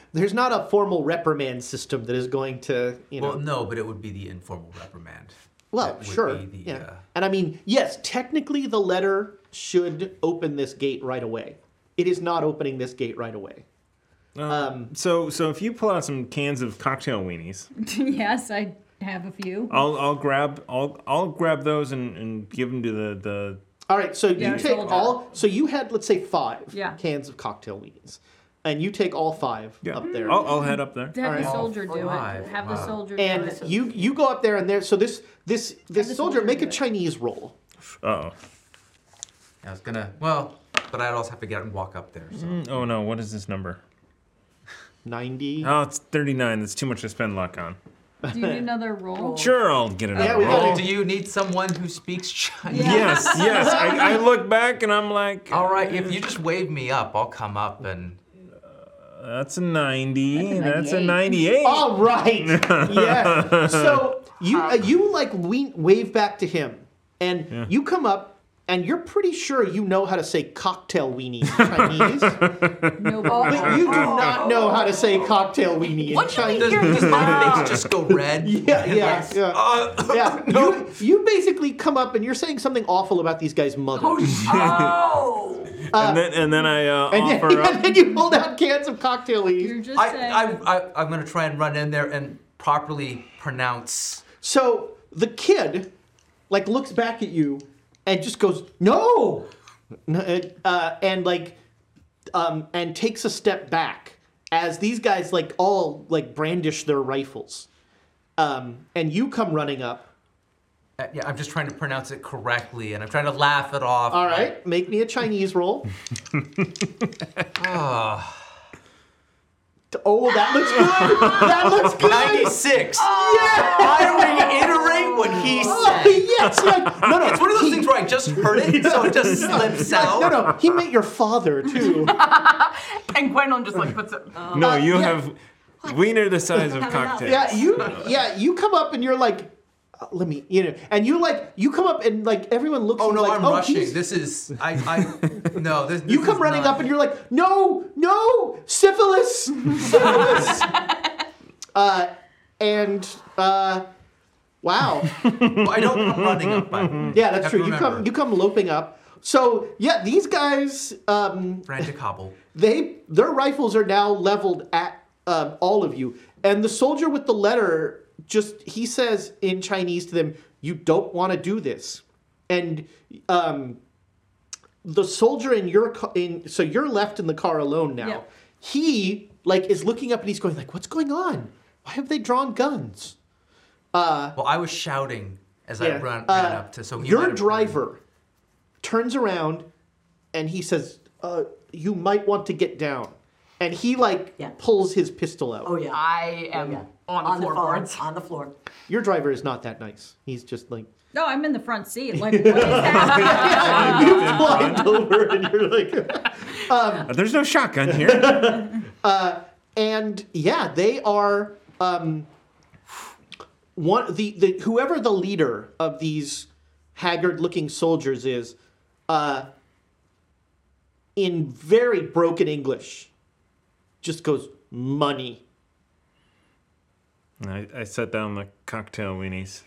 Speaker 8: there's not a formal reprimand system that is going to you know.
Speaker 10: Well, no, but it would be the informal reprimand.
Speaker 8: Well, sure. yeah.
Speaker 10: uh,
Speaker 8: And I mean, yes, technically the letter should open this gate right away. It is not opening this gate right away.
Speaker 1: Um, so so if you pull out some cans of cocktail weenies,
Speaker 9: yes, I have a few.
Speaker 1: I'll I'll grab I'll I'll grab those and, and give them to the the.
Speaker 8: All right, so
Speaker 1: Yeah,
Speaker 8: you take
Speaker 9: sold
Speaker 8: all. So you had, let's say, five
Speaker 9: Yeah.
Speaker 8: cans of cocktail weenies, and you take all five up there.
Speaker 1: I'll, I'll head up there.
Speaker 9: Have the soldier do
Speaker 1: five.
Speaker 9: it. Have the
Speaker 1: Wow.
Speaker 9: soldier do
Speaker 8: And
Speaker 9: it.
Speaker 8: you you go up there and there. So this this this soldier make a Chinese roll.
Speaker 1: Oh.
Speaker 10: I was gonna. Well, but I'd also have to get and walk up there.
Speaker 8: Mm-hmm.
Speaker 10: So.
Speaker 1: Oh no! What is this number?
Speaker 8: Ninety.
Speaker 1: Oh, it's thirty-nine. That's too much to spend luck on.
Speaker 9: Do you need another roll?
Speaker 1: Sure, I'll get it.
Speaker 10: Yeah,
Speaker 1: out.
Speaker 10: we
Speaker 1: Roll.
Speaker 10: Oh, Do you need someone who speaks Chinese?
Speaker 1: Yes, yes. I, I look back and I'm like,
Speaker 10: all right. If you just wave me up, I'll come up and.
Speaker 1: That's a ninety. That's a
Speaker 8: 98.
Speaker 1: ninety-eight.
Speaker 8: All right. yeah. So you uh, you like we wave back to him, and you come up, and you're pretty sure you know how to say cocktail weenie in Chinese,
Speaker 9: No,
Speaker 8: but you do not know how to say cocktail weenie in Chinese.
Speaker 10: Does, does my face just go red? Uh,
Speaker 8: Yeah, yeah, yeah. yeah. You, you basically come up and you're saying something awful about these guys' mother. Oh,
Speaker 6: Oh.
Speaker 1: and then and then I uh,
Speaker 8: and, then,
Speaker 1: offer up.
Speaker 8: and then you hold out cans of cocktail weenies.
Speaker 9: You're just
Speaker 10: I, I, I, I'm gonna try and run in there and properly pronounce.
Speaker 8: So the kid, like, looks back at you and just goes, "No," N- uh, and like, um, and takes a step back as these guys like all like brandish their rifles, um, and you come running up,
Speaker 10: Uh, yeah, I'm just trying to pronounce it correctly, and I'm trying to laugh it off.
Speaker 8: All right, make me a Chinese roll.
Speaker 10: Ah.
Speaker 8: Oh, that looks good. That looks good.
Speaker 10: 96.
Speaker 8: Yeah.
Speaker 10: I reiterate what he
Speaker 8: Oh,
Speaker 10: said.
Speaker 8: yes, like, no, no.
Speaker 10: It's one of those things where I just heard it, so it just slips
Speaker 8: Like,
Speaker 10: out.
Speaker 8: No, no, he meant your father too.
Speaker 6: and Gwendolyn just like puts it.
Speaker 1: No, you
Speaker 8: yeah.
Speaker 1: have wiener the size of cocktails.
Speaker 8: Yeah, you. Yeah, you come up and you're like, uh, let me, you know, and you like, you come up and like everyone looks.
Speaker 10: Oh
Speaker 8: at you
Speaker 10: no,
Speaker 8: like,
Speaker 10: I'm
Speaker 8: oh,
Speaker 10: rushing.
Speaker 8: he's-
Speaker 10: This is I. I no, this,
Speaker 8: You come running up and you're like, no, no, syphilis, syphilis. uh, and uh, wow.
Speaker 10: I don't come running up. I
Speaker 8: Yeah,
Speaker 10: have
Speaker 8: that's
Speaker 10: to
Speaker 8: true. You
Speaker 10: remember.
Speaker 8: come, you come loping up. So yeah, these guys, um,
Speaker 10: Frantic hobble.
Speaker 8: they their rifles are now leveled at um, all of you. And the soldier with the letter just he says in Chinese to them, "You don't want to do this." And um, the soldier in your ca- in so you're left in the car alone now.
Speaker 9: Yep.
Speaker 8: He like is looking up and he's going like, "What's going on? Why have they drawn guns?" Uh,
Speaker 10: Well, I was shouting as I
Speaker 8: yeah,
Speaker 10: run,
Speaker 8: uh,
Speaker 10: ran up to. So he might
Speaker 8: your
Speaker 10: have-
Speaker 8: driver turns around and he says, uh, "You might want to get down." And he like pulls his pistol out.
Speaker 4: Oh yeah.
Speaker 6: I am
Speaker 4: on
Speaker 6: the floorboards.
Speaker 4: On the floor.
Speaker 8: Your driver is not that nice. He's just like
Speaker 9: No, I'm in the front seat. Like, what is happening?
Speaker 8: you blind over and you're like, um,
Speaker 1: Uh, "There's no shotgun here."
Speaker 8: uh, and yeah, they are um, one the, the whoever the leader of these haggard-looking soldiers is, uh, in very broken English, just goes money.
Speaker 1: And I, I set down the cocktail weenies,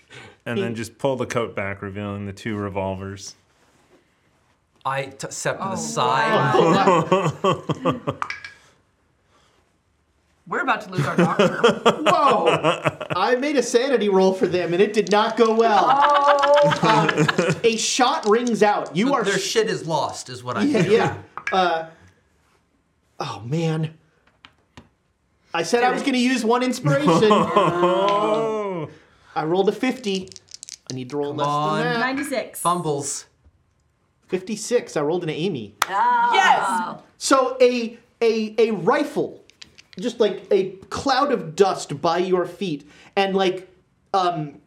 Speaker 1: and then just pull the coat back, revealing the two revolvers.
Speaker 10: I t- stepped
Speaker 6: Oh,
Speaker 10: to the side.
Speaker 6: We're about to lose our doctor.
Speaker 8: Whoa! I made a sanity roll for them, and it did not go well. Um, a shot rings out. You are
Speaker 10: Their shit is lost, is what I
Speaker 8: yeah.
Speaker 10: hear.
Speaker 8: yeah. Uh, oh man, I said I was going to use one inspiration. I rolled a fifty. I need to roll less
Speaker 10: on.
Speaker 8: than that.
Speaker 9: 96.
Speaker 10: Fumbles.
Speaker 8: Fifty-six. I rolled an Amy.
Speaker 6: Yes.
Speaker 8: So a a a rifle, just like a cloud of dust by your feet, and like um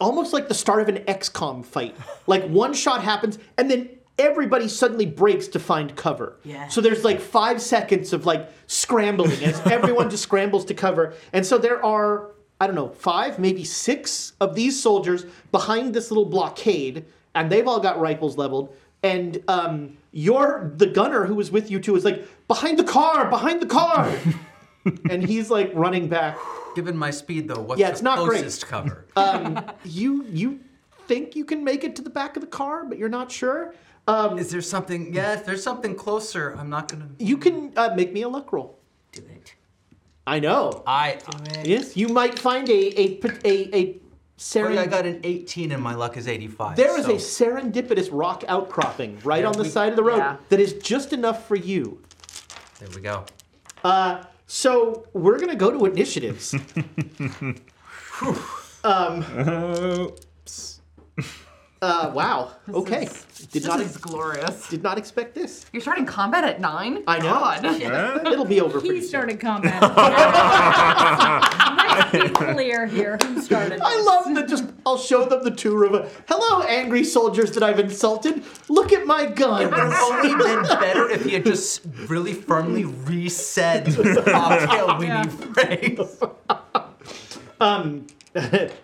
Speaker 8: almost like the start of an XCOM fight. Like one shot happens and then everybody suddenly breaks to find cover.
Speaker 4: Yeah.
Speaker 8: So there's like five seconds of like scrambling as everyone just scrambles to cover. And so there are, I don't know, five, maybe six of these soldiers behind this little blockade, and they've all got rifles leveled. And um, your the gunner who was with you too is like, behind the car, behind the car. and he's like running back.
Speaker 10: Given my speed, though, what's
Speaker 8: Yeah, it's
Speaker 10: the
Speaker 8: not great.
Speaker 10: closest cover?
Speaker 8: Um, you you think you can make it to the back of the car, but you're not sure. Um,
Speaker 10: Is there something? Yeah, if there's something closer, I'm not gonna.
Speaker 8: You can uh, make me a luck roll. Do it. I know.
Speaker 10: I.
Speaker 8: Yes, you might find a a a, a
Speaker 10: Sorry,
Speaker 8: seren-
Speaker 10: I got an 18 and my luck is 85.
Speaker 8: there is
Speaker 10: so-
Speaker 8: a serendipitous rock outcropping right
Speaker 10: Yeah,
Speaker 8: on the
Speaker 10: we-
Speaker 8: side of the road
Speaker 10: yeah.
Speaker 8: that is just enough for you.
Speaker 10: There we go.
Speaker 8: Uh, so we're gonna go to initiatives. Whew. um, uh, wow. Okay. did
Speaker 6: this
Speaker 8: not
Speaker 6: is glorious.
Speaker 8: Did not expect this.
Speaker 6: You're starting combat at nine.
Speaker 8: I know.
Speaker 6: God.
Speaker 8: Yeah. It'll be over pretty
Speaker 9: He
Speaker 8: soon.
Speaker 9: started combat. Let's be clear here. Who started?
Speaker 8: I love that just I'll show them the two river. Hello, angry soldiers that I've insulted. Look at my
Speaker 10: It
Speaker 8: gun.
Speaker 10: would have only been better if he had just really firmly reset the cocktail we need phrase.
Speaker 8: Um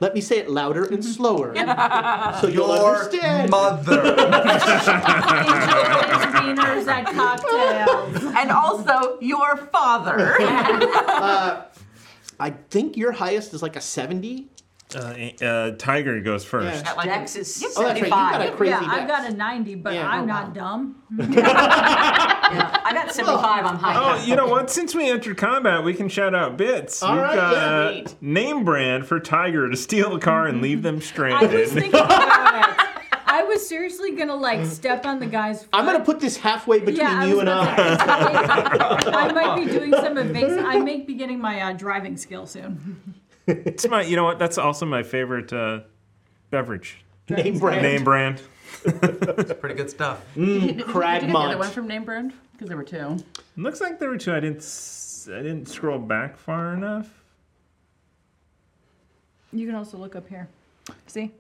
Speaker 8: let me say it louder and slower. So you'll
Speaker 10: Your
Speaker 8: understand.
Speaker 9: wieners at cocktails.
Speaker 6: And also your father.
Speaker 8: Uh, I think your highest is like a 70.
Speaker 1: Uh, uh, Tiger goes first.
Speaker 8: Yeah.
Speaker 4: Dex is
Speaker 8: Oh, that's right, you got a
Speaker 4: 75.
Speaker 8: crazy
Speaker 9: yeah,
Speaker 8: dex.
Speaker 9: I've got a 90, but
Speaker 8: Yeah.
Speaker 9: I'm
Speaker 8: Oh,
Speaker 9: not dumb.
Speaker 4: I got 75 on high.
Speaker 1: Oh, you know what? Since we entered combat, we can shout out bits.
Speaker 4: All
Speaker 1: We've
Speaker 4: right,
Speaker 1: got
Speaker 4: yeah,
Speaker 1: name brand for Tiger to steal the car and leave them
Speaker 9: I was
Speaker 1: stranded.
Speaker 9: thinking about it. I was seriously gonna like step on the guy's.
Speaker 8: I'm gonna put this halfway between
Speaker 9: Yeah, I
Speaker 8: you
Speaker 9: was
Speaker 8: and
Speaker 9: about
Speaker 8: I.
Speaker 9: I might be doing some evasive. I may be getting my uh, driving skill soon.
Speaker 1: it's my, you know what? That's also my favorite uh, beverage.
Speaker 8: Name brand.
Speaker 1: Name brand.
Speaker 10: It's pretty good stuff.
Speaker 6: Did you get the other one from Name Brand? Because there were two.
Speaker 1: Looks like there were two. I didn't. s- I didn't scroll back far enough.
Speaker 9: You can also look up here. See?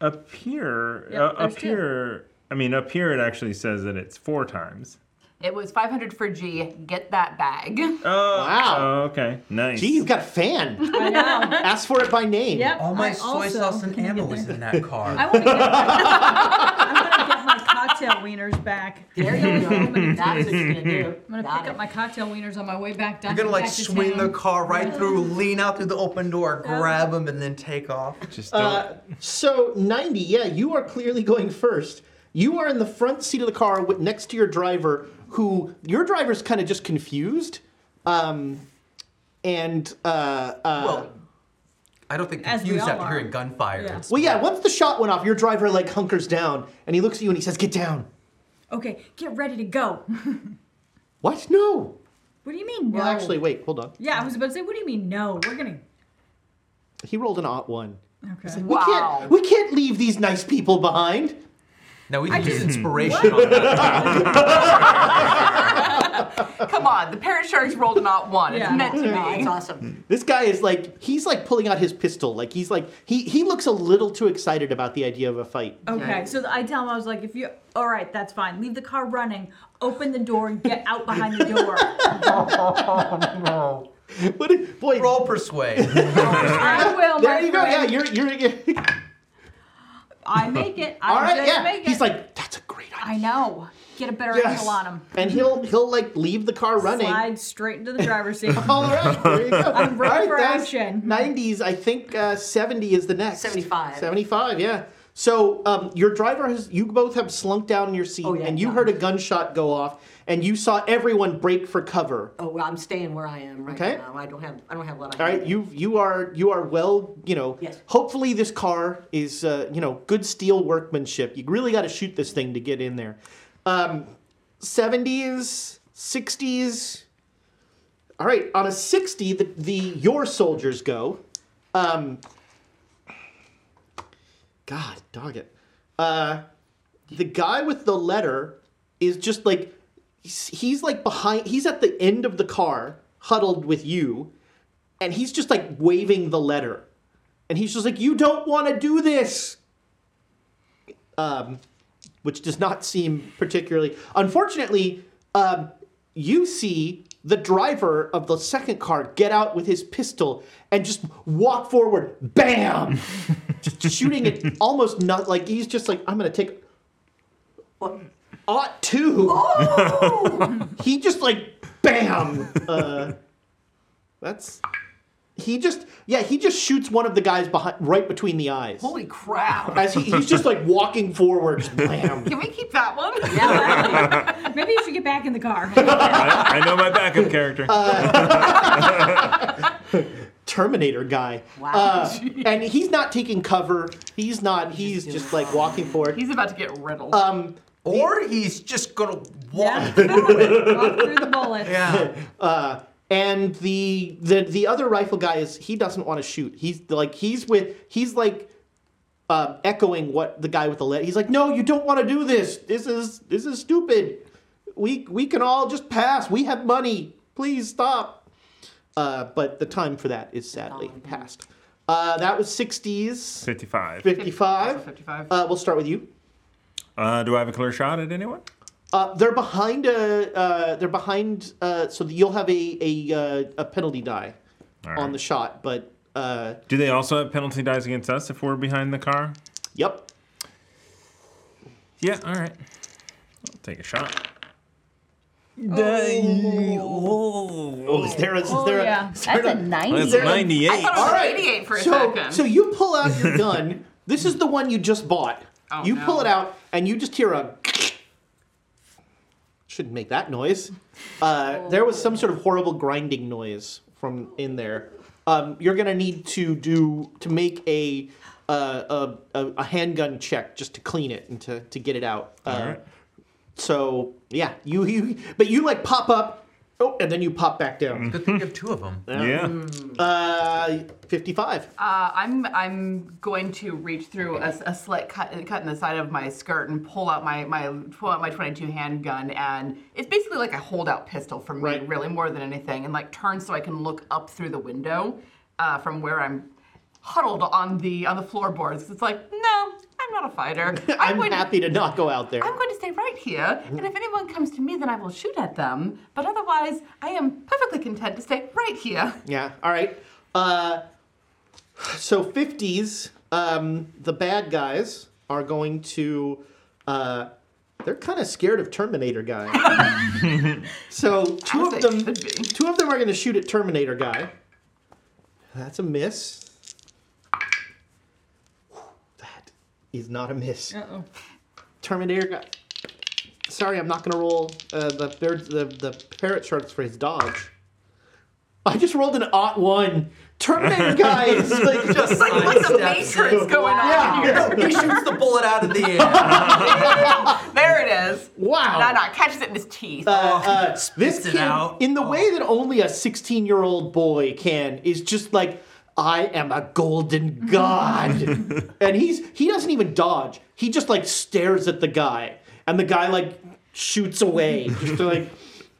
Speaker 1: Up here.
Speaker 6: Yep,
Speaker 1: uh, up
Speaker 6: there's two.
Speaker 1: here. I mean, up here it actually says that it's four times.
Speaker 6: It was 500 for G. Get that bag.
Speaker 1: Oh.
Speaker 8: Wow.
Speaker 1: Oh, okay. Nice.
Speaker 8: Gee, you've got a fan. Ask for it by name.
Speaker 9: Yep,
Speaker 10: All my
Speaker 9: I
Speaker 10: soy
Speaker 9: also-
Speaker 10: sauce and ammo was in that car.
Speaker 9: I want to get, I'm gonna get my cocktail wieners back. There you go.
Speaker 10: That's what you're gonna do.
Speaker 9: I'm gonna pick up my cocktail wieners on my way back down.
Speaker 10: You're gonna like
Speaker 9: back to
Speaker 10: swing
Speaker 9: town.
Speaker 10: the car right through, lean out through the open door, grab them, and then take off.
Speaker 1: Just
Speaker 8: Uh, so 90, yeah, you are clearly going first. You are in the front seat of the car with, next to your driver, who your driver's kind of just confused. Um, and uh, uh, well,
Speaker 10: I don't think
Speaker 8: As we
Speaker 10: confused
Speaker 8: all
Speaker 10: after
Speaker 8: are.
Speaker 10: hearing gunfire. It's-
Speaker 8: yeah, once the shot went off, your driver like hunkers down and he looks at you and he says, "Get down."
Speaker 9: Okay, get ready to go.
Speaker 8: What? No.
Speaker 9: What do you mean no?
Speaker 8: Well, actually, wait, hold on.
Speaker 9: Yeah, I was about to say, what do you mean no? We're gonna.
Speaker 8: He rolled an odd one.
Speaker 9: Okay.
Speaker 8: We can't. We can't leave these nice people behind.
Speaker 10: Now we
Speaker 8: I
Speaker 10: can use
Speaker 8: just-
Speaker 10: inspiration on
Speaker 6: Come on, the parrot sharks rolled a not one. It's
Speaker 4: Yeah.
Speaker 6: meant to be.
Speaker 4: No, it's
Speaker 6: awesome.
Speaker 8: This guy is like he's like pulling out his pistol. Like he's like he he looks a little too excited about the idea of a fight.
Speaker 9: Okay, so I tell him I was like, if you, all right, that's fine. Leave the car running. Open the door and get out behind the door.
Speaker 10: no.
Speaker 8: What did, boy.
Speaker 10: Roll persuade.
Speaker 9: I will.
Speaker 8: There
Speaker 9: my
Speaker 8: you go. Yeah,
Speaker 9: friend.
Speaker 8: you're you're. you're-
Speaker 9: I make it. I
Speaker 8: All right,
Speaker 9: just
Speaker 8: yeah.
Speaker 9: Make it.
Speaker 8: He's like, that's a great
Speaker 9: I know. Get a better
Speaker 8: yes.
Speaker 9: angle on him.
Speaker 8: And he'll he'll like leave the car running. Oh.
Speaker 9: Slide straight into the driver's seat.
Speaker 8: All right, there you go.
Speaker 9: I'm ready
Speaker 8: All right,
Speaker 9: for
Speaker 8: that's
Speaker 9: action.
Speaker 8: 90s, I think uh, 70 is the next. 75. 75, yeah. So um, your driver has, you both have slunk down in your seat and you heard a gunshot go off and you saw everyone break for cover.
Speaker 4: Oh, well, I'm staying where I am right
Speaker 8: Okay.
Speaker 4: now. I don't have I don't have a lot of
Speaker 8: All right, you you are you are well, you know.
Speaker 4: Yes.
Speaker 8: Hopefully, this car is uh, you know good steel workmanship. You really got to shoot this thing to get in there. Um, Seventies, sixties. All right, on a sixty, the, the your soldiers go. Um, God, dog it. Uh, the guy with the letter is just like he's, he's like behind. He's at the end of the car, huddled with you and he's just like waving the letter and he's just like you don't want to do this um, which does not seem particularly unfortunately um, you see the driver of the second car get out with his pistol and just walk forward bam just shooting it almost not like he's just like i'm gonna take ought to he just like bam uh, that's he just yeah he just shoots one of the guys behind right between the eyes. Holy
Speaker 6: crap!
Speaker 8: As he, he's just like walking forward, just bam.
Speaker 6: Can we keep that one?
Speaker 9: Maybe you should get back in the car.
Speaker 1: I know my backup character.
Speaker 8: Terminator guy.
Speaker 6: Wow.
Speaker 8: Uh, and he's not taking cover. He's not. He's just like walking forward.
Speaker 6: He's about to get riddled.
Speaker 8: Um,
Speaker 10: or he's just gonna walk
Speaker 9: through the bullets.
Speaker 10: Yeah.
Speaker 8: Uh, and the the the other rifle guy is he doesn't want to shoot. He's like he's with he's like uh, echoing what the guy with the lead. He's like, no, you don't want to do this. This is this is stupid. We we can all just pass. We have money. Please stop. Uh, but the time for that is sadly past. Uh, that was 60s.
Speaker 1: 55.
Speaker 8: 55. 55. Uh, we'll start with you.
Speaker 1: Uh, do I have a clear shot at anyone?
Speaker 8: Uh, they're behind a. Uh, they're behind. Uh, so that you'll have a a, uh, a penalty die
Speaker 1: All
Speaker 8: on
Speaker 1: right.
Speaker 8: the shot, but uh,
Speaker 1: Do they also have penalty dies against us if we're behind the car?
Speaker 8: yep.
Speaker 1: Yeah, all right. I'll take a shot.
Speaker 8: Oh, is there a, is
Speaker 6: Oh,
Speaker 8: there a,
Speaker 6: yeah.
Speaker 8: is there
Speaker 6: That's a 90.
Speaker 8: is there
Speaker 6: That's 98. I thought it was
Speaker 8: All right.
Speaker 6: 88 for a
Speaker 8: so,
Speaker 6: second.
Speaker 8: So you pull out your gun. this is the one you just bought.
Speaker 6: Oh,
Speaker 8: you
Speaker 6: no.
Speaker 8: pull it out and you just hear a. Shouldn't make that noise. Uh, There was some sort of horrible grinding noise from in there. Um, you're gonna need to do to make a uh, a, a, a handgun check just to clean it and to, to get it out. Uh,
Speaker 1: All right.
Speaker 8: so yeah, you, you but you like pop up Oh, and then you pop back down.
Speaker 10: Good thing you have two of them.
Speaker 8: Uh, 55.
Speaker 6: Uh, I'm I'm going to reach through a, a slit cut, cut in the side of my skirt and pull out my my pull out my 22 handgun and it's basically like a holdout pistol for me, really more than anything, and like turn so I can look up through the window uh, from where I'm huddled on the on the floorboards. It's like no, I'm not a fighter.
Speaker 8: I'm happy to not go out there.
Speaker 6: I'm going to stay right here, and if anyone comes to me, then I will shoot at them. But otherwise, I am perfectly content to stay right here.
Speaker 8: Yeah. All right. Uh, so fifties. Um, the bad guys are going to. Uh, they're kind of scared of Terminator guy. so two of them. Two of them are going to shoot at Terminator guy. That's a miss. That is not a miss.
Speaker 9: Uh-oh.
Speaker 8: Terminator guy. Sorry, I'm not going to roll uh, the bird, the the parrot sharks for his dodge. I just rolled an odd one. Terminator guy is like just
Speaker 6: Like- like the Matrix going on
Speaker 8: Yeah.
Speaker 6: here. He shoots
Speaker 10: the bullet out of the
Speaker 6: air. there it is.
Speaker 8: Wow.
Speaker 6: No, no, catches it in his teeth.
Speaker 8: Uh, uh, this
Speaker 6: spits it
Speaker 8: kid,
Speaker 6: out. Oh.
Speaker 8: in the way that only a 16 year old boy can, is just like, I am a golden god. and he's he doesn't even dodge. He just like stares at the guy, and the guy like shoots away. Just like,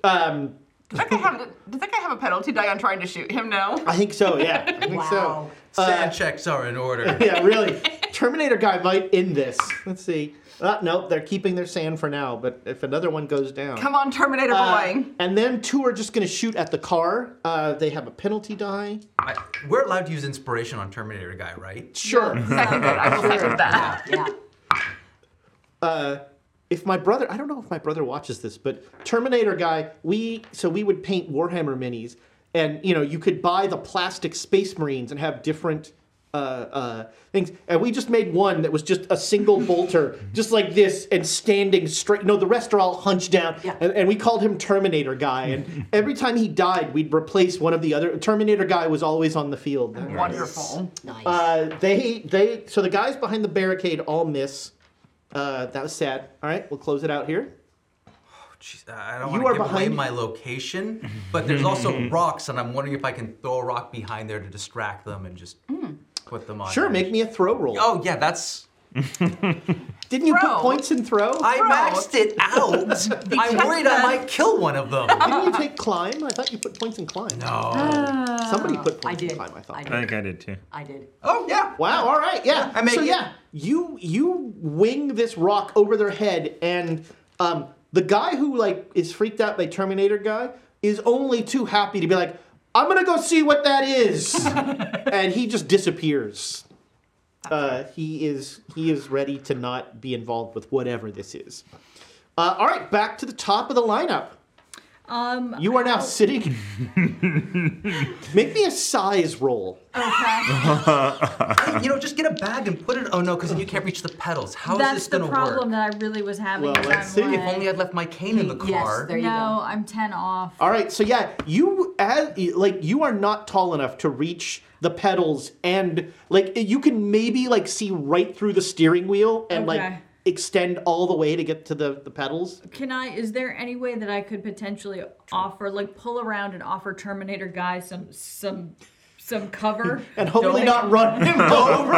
Speaker 8: um,
Speaker 6: Does that guy have- does that guy have a penalty die on trying to shoot him now?
Speaker 8: I think so. Yeah, I think so.
Speaker 10: Stat checks are in order.
Speaker 8: yeah, really. Terminator guy might end this. Let's see. Uh, no, they're keeping their sand for now, but if another one goes down.
Speaker 6: Come on, Terminator
Speaker 8: Uh,
Speaker 6: boy.
Speaker 8: and then two are just going to shoot at the car. Uh, they have a penalty die.
Speaker 10: I, we're allowed to use inspiration on Terminator guy, right?
Speaker 8: Sure.
Speaker 6: Second that. I will second that. Yeah.
Speaker 8: Uh, if my brother, I don't know if my brother watches this, but Terminator guy, we so we would paint Warhammer minis, and you know you could buy the plastic Space Marines and have different. Uh, uh, things and we just made one that was just a single bolter, just like this, and standing straight. No, the rest are all hunched down, and, and we called him Terminator Guy. And every time he died, we'd replace one of the other. Terminator Guy was always on the field.
Speaker 6: Wonderful.
Speaker 4: Nice.
Speaker 8: Uh, they they so the guys behind the barricade all miss. Uh, that was sad. All right, we'll close it out here.
Speaker 10: I don't
Speaker 8: You
Speaker 10: want
Speaker 8: are
Speaker 10: to give away
Speaker 8: behind-
Speaker 10: my location, but there's also rocks, and I'm wondering if I can throw a rock behind there to distract them and just put them on.
Speaker 8: Hmm. Sure, make me a throw roll.
Speaker 10: Oh yeah, that's.
Speaker 8: Didn't you put points in throw?
Speaker 10: I maxed it out. I'm worried I might kill one of them.
Speaker 8: Didn't you take climb? I thought you put points in climb.
Speaker 10: No.
Speaker 8: Somebody put points in climb. I thought.
Speaker 1: I think I did too.
Speaker 4: I did.
Speaker 10: Oh yeah.
Speaker 8: Wow. All right. Yeah.
Speaker 4: I make
Speaker 8: so
Speaker 4: it.
Speaker 8: yeah, you you wing this rock over their head, and um, the guy who like is freaked out by Terminator guy is only too happy to be like, I'm gonna go see what that is, and he just disappears. Uh, he is he is ready to not be involved with whatever this is. Uh, all right, back to the top of the lineup.
Speaker 9: Um,
Speaker 8: You are now sitting. Make me a size roll.
Speaker 10: you know, just get a bag and put it. Oh no, because then you can't reach the pedals. How is
Speaker 9: that's
Speaker 10: this
Speaker 9: the
Speaker 10: gonna
Speaker 9: problem
Speaker 10: work?
Speaker 9: that I really was having.
Speaker 8: Well,
Speaker 9: is
Speaker 8: let's
Speaker 9: I'm
Speaker 8: see. If
Speaker 9: like,
Speaker 10: only I'd left my cane in the car.
Speaker 9: no, I'm ten off.
Speaker 8: All right, so yeah, you as like you are not tall enough to reach the pedals, and like you can maybe like see right through the steering wheel and like
Speaker 9: Okay.
Speaker 8: extend all the way to get to the the pedals.
Speaker 9: Can I? Is there any way that I could potentially offer, like, pull around and offer Terminator guy some some some cover?
Speaker 8: And hopefully not run him over.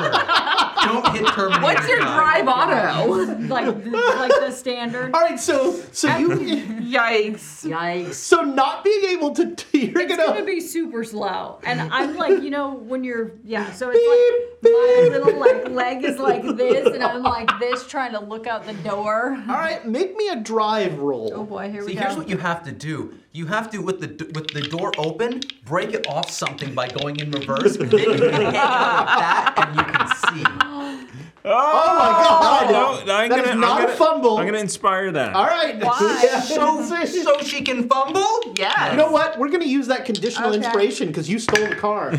Speaker 10: Don't hit Terminator.
Speaker 9: What's your
Speaker 10: guy.
Speaker 9: drive auto? like th- like the standard.
Speaker 8: All right, so so you
Speaker 6: yikes
Speaker 4: yikes.
Speaker 8: So not being able to you're
Speaker 9: it's
Speaker 8: gonna-
Speaker 9: gonna... be super slow, and I'm like, you know, when you're yeah, so it's like my little like leg is like this, and I'm like this trying to look out the door. All
Speaker 8: right, make me a drive roll.
Speaker 9: Oh boy, here
Speaker 10: See,
Speaker 9: we
Speaker 10: here's
Speaker 9: go.
Speaker 10: what you have to do. You have to, with the d- with the door open, break it off something by going in reverse. then you can hang on that, and you can see.
Speaker 1: Oh, my
Speaker 10: God.
Speaker 1: No, Oh, I'm
Speaker 10: That is
Speaker 1: gonna,
Speaker 10: not
Speaker 1: I'm
Speaker 10: a
Speaker 1: gonna,
Speaker 8: fumble.
Speaker 1: I'm gonna inspire that.
Speaker 8: All right.
Speaker 10: Why?
Speaker 8: Yeah.
Speaker 10: So- so she can fumble?
Speaker 6: Yeah.
Speaker 8: You know what? We're gonna use that conditional
Speaker 9: Okay.
Speaker 8: inspiration because you stole the car.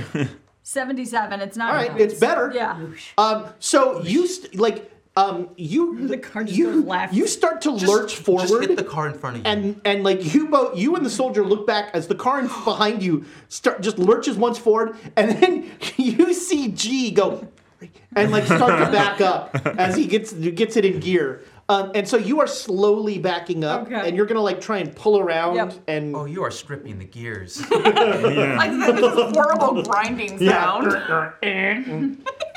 Speaker 9: Seventy-seven. It's not.
Speaker 8: All right,
Speaker 9: enough.
Speaker 8: it's better.
Speaker 9: Yeah.
Speaker 8: Um, so you st- like um, you you you start to lurch forward. Just hit the
Speaker 10: car in front of
Speaker 8: you. And and like you both, you and the soldier look back as the car in behind you start just lurches once forward, and then you see G go and like start to back up as he gets gets it in gear. Um, and so you are slowly backing up, and you're gonna like try and pull around and.
Speaker 10: Oh, you are stripping the gears.
Speaker 6: Like this is horrible grinding sound.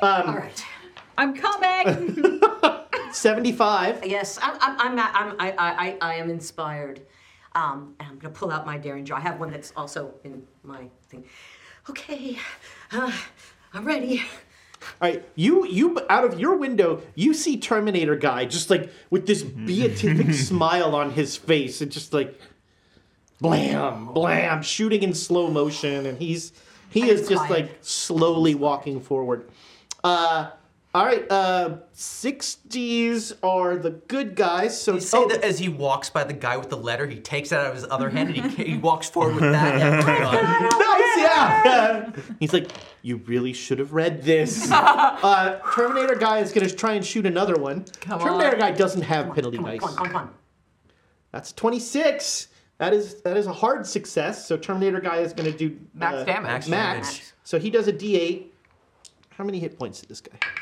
Speaker 8: Uh, um,
Speaker 9: I'm coming.
Speaker 8: 75.
Speaker 4: Yes, I'm, I'm, I'm, I'm, I, I, I- I am inspired. Um, and I'm going to pull out my daring jar. I have one that's also in my thing. Okay, uh, I'm ready.
Speaker 8: All right, you you out of your window, you see Terminator guy just like with this
Speaker 4: Mm-hmm.
Speaker 8: beatific smile on his face, and just like blam blam shooting in slow motion, and he's he is just
Speaker 4: inspired.
Speaker 8: like slowly walking forward. Uh, all right, uh, sixties are the good guys. So oh,
Speaker 10: You say that as he walks by the guy with the letter, he takes that out of his other hand and he, he walks forward with that. and-
Speaker 8: nice, yeah. He's like, you really should have read this. uh, Terminator guy is gonna try and shoot another one.
Speaker 4: Come
Speaker 8: Terminator
Speaker 4: on.
Speaker 8: guy doesn't have penalty
Speaker 4: Come on,
Speaker 8: dice.
Speaker 4: come on, come on, come on.
Speaker 8: That's 26. That is that is a hard success. So Terminator guy is going to do
Speaker 4: Max damage. Max
Speaker 8: Max. max.
Speaker 4: damage.
Speaker 8: So he does a D8. How many hit points did this guy? have?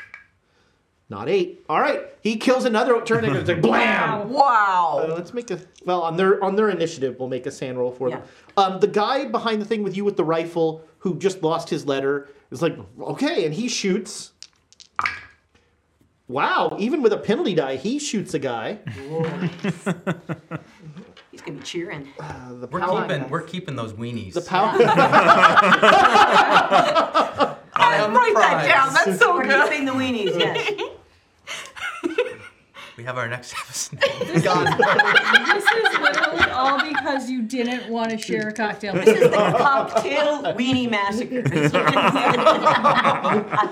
Speaker 8: Not eight. All right, he kills another Terminator. It's like blam.
Speaker 6: Wow.
Speaker 8: Uh, let's make a well on their on their initiative. We'll make a sand roll for them. Um, the guy behind the thing with you with the rifle who just lost his letter is like okay, and he shoots. Wow, even with a penalty die, he shoots a guy.
Speaker 4: He's going to be cheering.
Speaker 8: the
Speaker 10: We're
Speaker 8: power-
Speaker 10: keeping, we're keeping those weenies. The
Speaker 8: power.
Speaker 10: write
Speaker 4: that down. That's so
Speaker 10: good.
Speaker 4: Keeping the weenies, yes.
Speaker 10: We have our next episode.
Speaker 9: this is literally all because you didn't want to share a cocktail.
Speaker 4: This is the cocktail weenie massacre.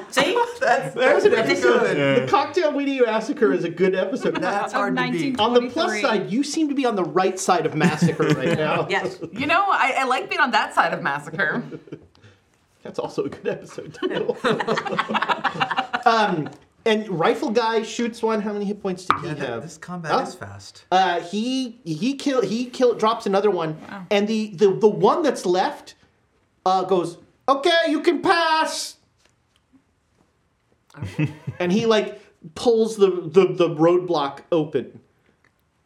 Speaker 4: See?
Speaker 8: There's an
Speaker 4: That's
Speaker 8: episode.
Speaker 4: good.
Speaker 8: The Cocktail Weenie Massacre is a good episode.
Speaker 6: That's Of hard to beat.
Speaker 8: On the plus side, you seem to be on the right side of massacre right now.
Speaker 6: Yes. You know, I, I like being on that side of massacre.
Speaker 8: That's also a good episode title. um, and Rifle Guy shoots one. How many hit points did he have? This
Speaker 10: combat
Speaker 8: Huh?
Speaker 10: is fast.
Speaker 8: Uh, he he kill he kill drops another one, and the, the the one that's left uh, goes okay. You can pass. and he like pulls the, the the roadblock open,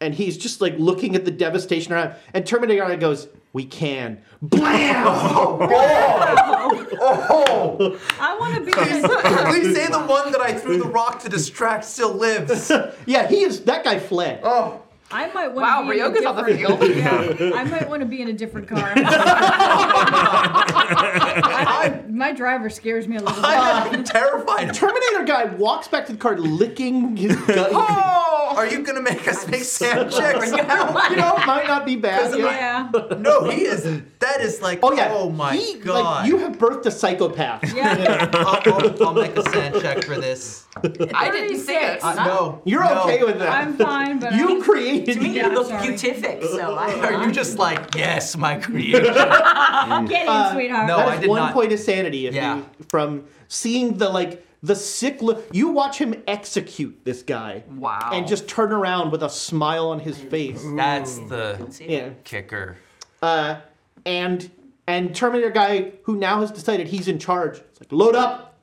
Speaker 8: and he's just like looking at the devastation around. And Terminator Guy goes, "We can." Blam!
Speaker 10: Oh!
Speaker 9: I want to be.
Speaker 10: Please say the one that I threw the rock to distract still lives.
Speaker 8: yeah, he is. That guy fled.
Speaker 10: Oh.
Speaker 9: I might want
Speaker 6: Wow,
Speaker 9: to be in a
Speaker 6: Ryoga's on the
Speaker 9: different-
Speaker 6: field.
Speaker 9: Yeah, I might want to be in a different car. my driver scares me a little bit.
Speaker 10: I'm terrified.
Speaker 8: Terminator guy walks back to the car, licking his gut.
Speaker 10: Oh! Are you gonna make us make sand checks? now?
Speaker 8: you know, it might not be bad.
Speaker 10: 'Cause I'm like, No, he is. That is like. Oh yeah. Oh my
Speaker 8: He-
Speaker 10: god.
Speaker 8: Like, you have birthed a psychopath.
Speaker 10: I'll, I'll- I'll make a sand check for this.
Speaker 6: I didn't see it.
Speaker 10: Uh, no.
Speaker 8: You're
Speaker 10: no.
Speaker 8: okay with that.
Speaker 9: I'm fine, but
Speaker 8: You
Speaker 9: I'm-
Speaker 8: created
Speaker 9: To me, Yeah, you I'm look sorry.
Speaker 4: beatific, so
Speaker 10: Are you just like yes, my creation?
Speaker 9: Get in,
Speaker 8: Uh,
Speaker 9: sweetheart.
Speaker 10: No,
Speaker 8: that
Speaker 10: I
Speaker 8: is
Speaker 10: did
Speaker 8: one
Speaker 10: not.
Speaker 8: point of sanity if
Speaker 10: Yeah.
Speaker 8: you, from seeing the like the sick look. You watch him execute this guy.
Speaker 10: Wow.
Speaker 8: And just turn around with a smile on his face.
Speaker 10: That's the
Speaker 8: Yeah.
Speaker 10: kicker.
Speaker 8: Uh, and and Terminator guy who now has decided he's in charge. It's like load up.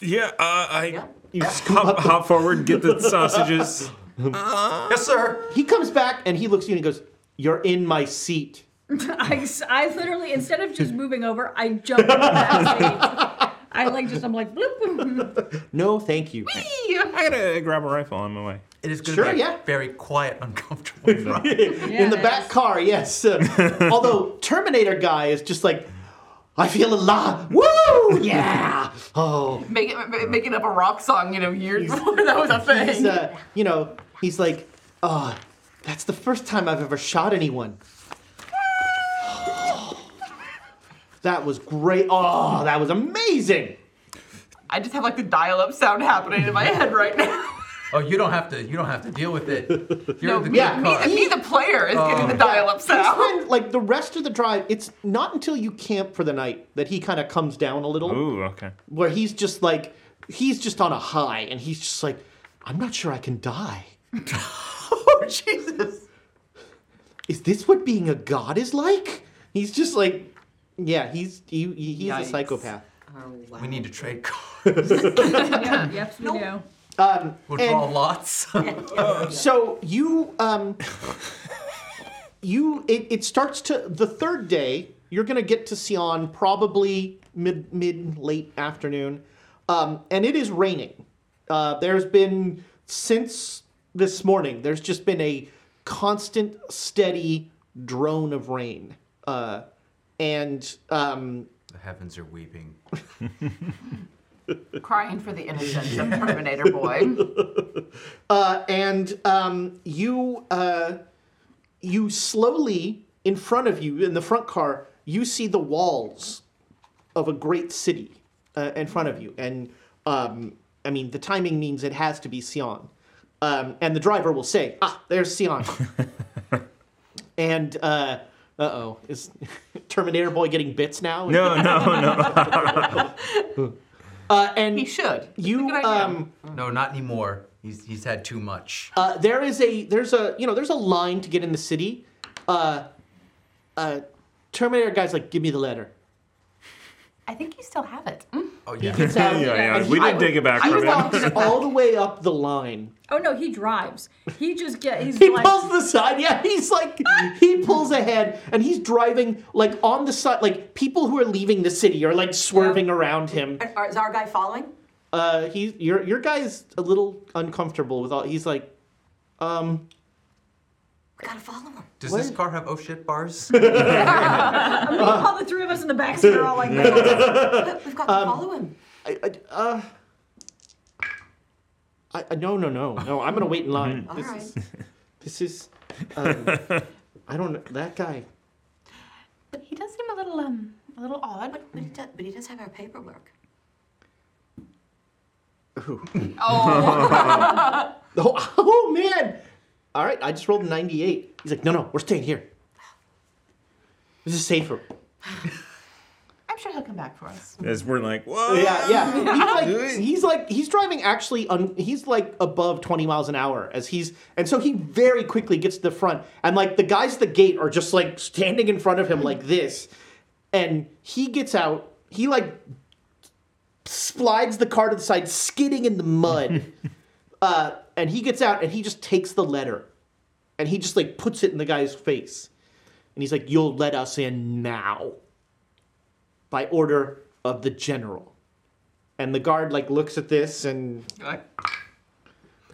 Speaker 1: Yeah, uh, I hop, hop forward, get the sausages.
Speaker 10: yes, sir.
Speaker 8: He comes back and he looks at you and goes, "You're in my seat."
Speaker 9: I, I literally, instead of just moving over, I jump in the backseat. I like just, I'm like, bloop.
Speaker 8: No, thank you.
Speaker 1: I gotta grab a rifle on my way.
Speaker 10: It is gonna
Speaker 8: Sure,
Speaker 10: be a
Speaker 8: yeah.
Speaker 10: very quiet, uncomfortable ride.
Speaker 8: in the back car, yes. Uh, although Terminator guy is just like, I feel alive. Woo! Yeah. Oh.
Speaker 6: Make it, ma- making up a rock song, you know, years before that was a
Speaker 8: He's,
Speaker 6: thing.
Speaker 8: uh, you know, he's like, oh, that's the first time I've ever shot anyone. That was great. Oh, that was amazing.
Speaker 6: I just have like the dial-up sound happening in my head right now.
Speaker 10: Oh, you don't have to. You don't have to deal with it. You're the good
Speaker 8: yeah,
Speaker 6: Me,
Speaker 10: car.
Speaker 6: me, the player, is getting the
Speaker 10: Oh.
Speaker 6: dial-up
Speaker 8: His
Speaker 6: sound.
Speaker 8: friend, like the rest of the drive, it's not until you camp for the night that he kind of comes down a little.
Speaker 1: Ooh, okay.
Speaker 8: where he's just like he's just on a high and he's just like i'm not sure i can die
Speaker 10: oh jesus
Speaker 8: is this what being a god is like he's just like yeah he's he, he- he's a
Speaker 10: Yikes.
Speaker 8: psychopath
Speaker 10: We need to trade cars.
Speaker 9: yeah, yep, we do.
Speaker 8: Um,
Speaker 10: We'll
Speaker 8: and-
Speaker 10: draw lots.
Speaker 8: so you um you it, it starts to the third day you're gonna get to Sion probably mid mid late afternoon um and it is raining uh there's been since this morning there's just been a constant steady drone of rain uh and um
Speaker 10: the heavens are weeping.
Speaker 6: Crying for the innocence of Terminator Boy.
Speaker 8: Uh, and um, you uh, you slowly in front of you in the front car you see the walls of a great city uh, in front of you and um, i mean the timing means it has to be sion um, and the driver will say ah there's sion and uh, uh-oh is terminator boy getting bits now
Speaker 13: No, no,
Speaker 8: no uh, and
Speaker 6: he should
Speaker 8: you um
Speaker 10: no, not anymore. He's he's had too much.
Speaker 8: Uh, there is a there's a you know there's a line to get in the city. Uh, uh, Terminator guy's like, give me the letter.
Speaker 6: I think you still have it. Mm,
Speaker 10: Oh
Speaker 8: He gets out, and he- I- he walks all the way up the line.
Speaker 9: Oh no, he drives. He just get. He's
Speaker 8: He
Speaker 9: like,
Speaker 8: pulls the side. Yeah, he's like he pulls ahead, and he's driving like on the side. Like people who are leaving the city are like swerving around him.
Speaker 4: And are- Is our guy following?
Speaker 8: Uh, he's your your guy's a little uncomfortable with all. He's like, um,
Speaker 4: We gotta follow him.
Speaker 10: Does this car have oh shit bars?
Speaker 9: I mean, all the three of us in the back seat are all like,
Speaker 4: We've got to follow him.
Speaker 8: I, I, uh, I, I- no, no, no, no. I'm gonna wait in line.
Speaker 4: All
Speaker 8: this
Speaker 4: right.
Speaker 8: is, this is, um, I don't know that guy.
Speaker 6: But he does seem a little um a little odd. But,
Speaker 4: he does but he does have our paperwork.
Speaker 8: Who?
Speaker 6: Oh.
Speaker 8: oh, oh, man! All right, I just rolled a 98. He's like, no, no, we're staying here. This is safer.
Speaker 6: I'm sure he'll come back for us.
Speaker 1: As we're like, whoa.
Speaker 8: Yeah, yeah. He's like, he's like, he's driving actually, un, he's like above 20 miles an hour as he's, and so he very quickly gets to the front. And like the guys at the gate are just like standing in front of him like this. And he gets out, he like slides the car to the side, skidding in the mud. uh, and he gets out and he just takes the letter and he just like puts it in the guy's face. And he's like, You'll let us in now by order of the general. And the guard like looks at this and the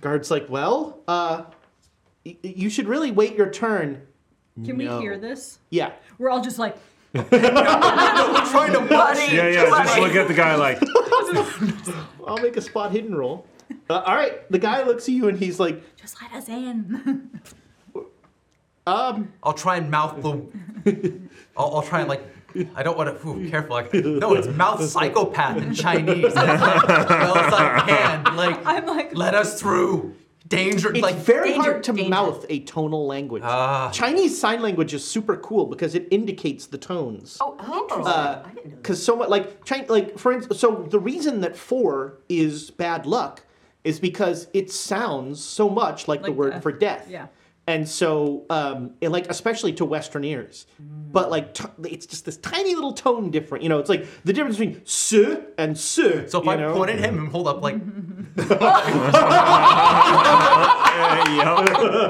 Speaker 8: guard's like, "Well, uh y- y- you should really wait your turn."
Speaker 9: can
Speaker 8: No.
Speaker 9: we hear this?
Speaker 8: Yeah.
Speaker 9: We're all just like,
Speaker 8: We're
Speaker 10: trying to
Speaker 9: buddy,
Speaker 1: Yeah, yeah. Just look at the guy like,
Speaker 8: I'll make a spot hidden roll. Uh, all right, the guy looks at you and he's like,
Speaker 9: just let us in.
Speaker 8: um.
Speaker 10: I'll try and mouth the. I'll, I'll try and like. I don't want to. Ooh, careful. Like, no, it's mouth psychopath in Chinese. As well as I can. Like,
Speaker 9: I'm like,
Speaker 10: let us through. Danger.
Speaker 8: It's
Speaker 10: like
Speaker 8: very hard to mouth a tonal language.
Speaker 10: Ah.
Speaker 8: Chinese sign language is super cool because it indicates the tones.
Speaker 4: Oh, interesting. I didn't know.
Speaker 8: because so much like China, like for instance, so the reason that four is bad luck is because it sounds so much like, the
Speaker 9: Like
Speaker 8: word
Speaker 9: death.
Speaker 8: for death.
Speaker 9: Yeah.
Speaker 8: And so, um, and like especially to Western ears,
Speaker 4: Mm.
Speaker 8: but like t- it's just this tiny little tone different. You know, it's like the difference between "su" and "su." So
Speaker 10: if I point at him and hold up like,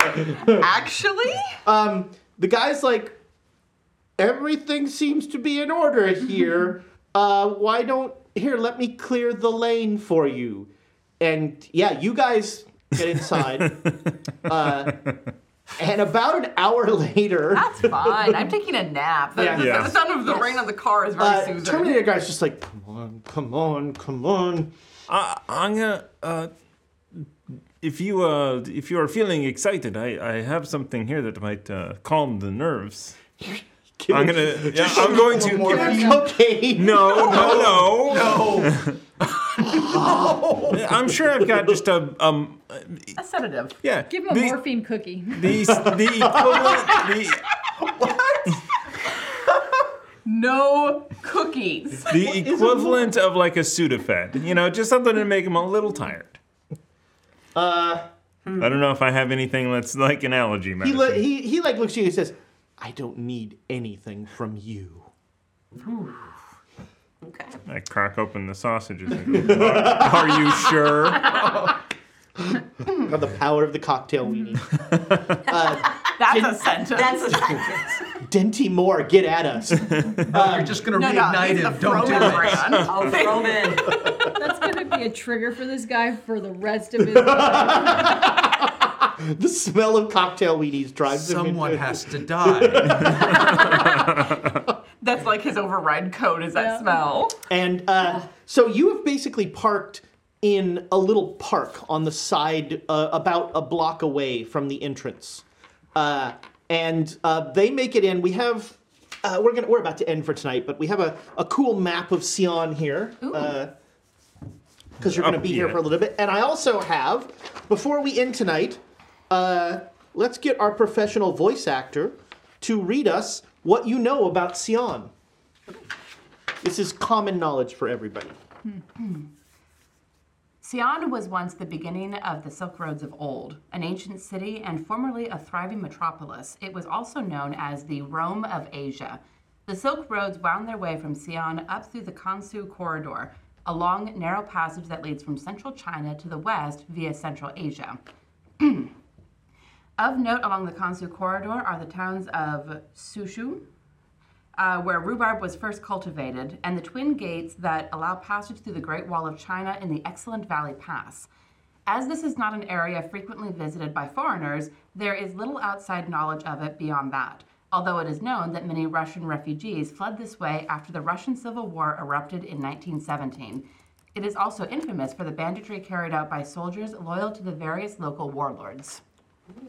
Speaker 8: Actually, um, the guy's like, everything seems to be in order here. Uh, why don't here? Let me clear the lane for you. And yeah, you guys get inside. uh, and about an hour later,
Speaker 6: That's fine. I'm taking a nap. The,
Speaker 8: Yeah.
Speaker 6: the-
Speaker 8: Yeah.
Speaker 6: the sound of the rain on the car is very
Speaker 8: uh,
Speaker 6: soothing.
Speaker 8: Terminator guy's just like, come on, come on, come on.
Speaker 13: I, I'm gonna. Uh, if you uh, if you are feeling excited, I, I have something here that might uh, calm the nerves.
Speaker 8: Give
Speaker 13: I'm
Speaker 8: it-
Speaker 13: gonna. Yeah,
Speaker 8: just
Speaker 13: I'm
Speaker 8: give it
Speaker 13: going
Speaker 8: a
Speaker 13: to.
Speaker 8: little more
Speaker 13: give-
Speaker 8: cocaine.
Speaker 13: No, no, no. I'm sure I've got just a um.
Speaker 6: A sedative.
Speaker 13: Yeah.
Speaker 9: Give him a morphine cookie.
Speaker 13: These the equivalent. The,
Speaker 6: No cookies.
Speaker 13: the equivalent of like a Sudafed. You know, just something to make him a little tired.
Speaker 8: Uh,
Speaker 13: I don't know if I have anything that's like an allergy
Speaker 8: he,
Speaker 13: medicine.
Speaker 8: lo- he, he like looks at you and says, I don't need anything from you.
Speaker 13: I crack open the sausages. And go, are you sure?
Speaker 8: on the power of the cocktail we need.
Speaker 6: That's a sentence. That's a
Speaker 8: Denty Moore, get at us.
Speaker 10: You're just gonna
Speaker 9: No, no,
Speaker 10: reignite
Speaker 9: he's
Speaker 10: him.
Speaker 9: a
Speaker 10: Don't do it.
Speaker 9: frozen brand.
Speaker 10: I'll throw
Speaker 9: in. That's gonna be a trigger for this guy for the rest of his life.
Speaker 8: the smell of cocktail weenies drives him
Speaker 10: Someone
Speaker 8: into-
Speaker 10: has to die.
Speaker 6: That's like his override code is that smell.
Speaker 8: And uh, so you have basically parked in a little park on the side, uh, about a block away from the entrance. Uh, and uh, they make it in. We have. Uh, we're gonna we're about to end for tonight, but we have a, a cool map of Sion here because you're gonna
Speaker 13: Oh,
Speaker 8: be here
Speaker 13: yeah.
Speaker 8: for a little bit. And I also have before we end tonight, uh, let's get our professional voice actor to read us what you know about Sion. This is common knowledge for everybody.
Speaker 6: Sion was once the beginning of the Silk Roads of old, an ancient city and formerly a thriving metropolis. It was also known as the Rome of Asia. The Silk Roads wound their way from Sion up through the Kansu Corridor, a long, narrow passage that leads from central China to the west via Central Asia. Of note along the Kansu corridor are the towns of Sushu, uh, where rhubarb was first cultivated, and the twin gates that allow passage through the Great Wall of China in the excellent Valley Pass. As this is not an area frequently visited by foreigners, there is little outside knowledge of it beyond that, although it is known that many Russian refugees fled this way after the Russian Civil War erupted in 1917. It is also infamous for the banditry carried out by soldiers loyal to the various local warlords.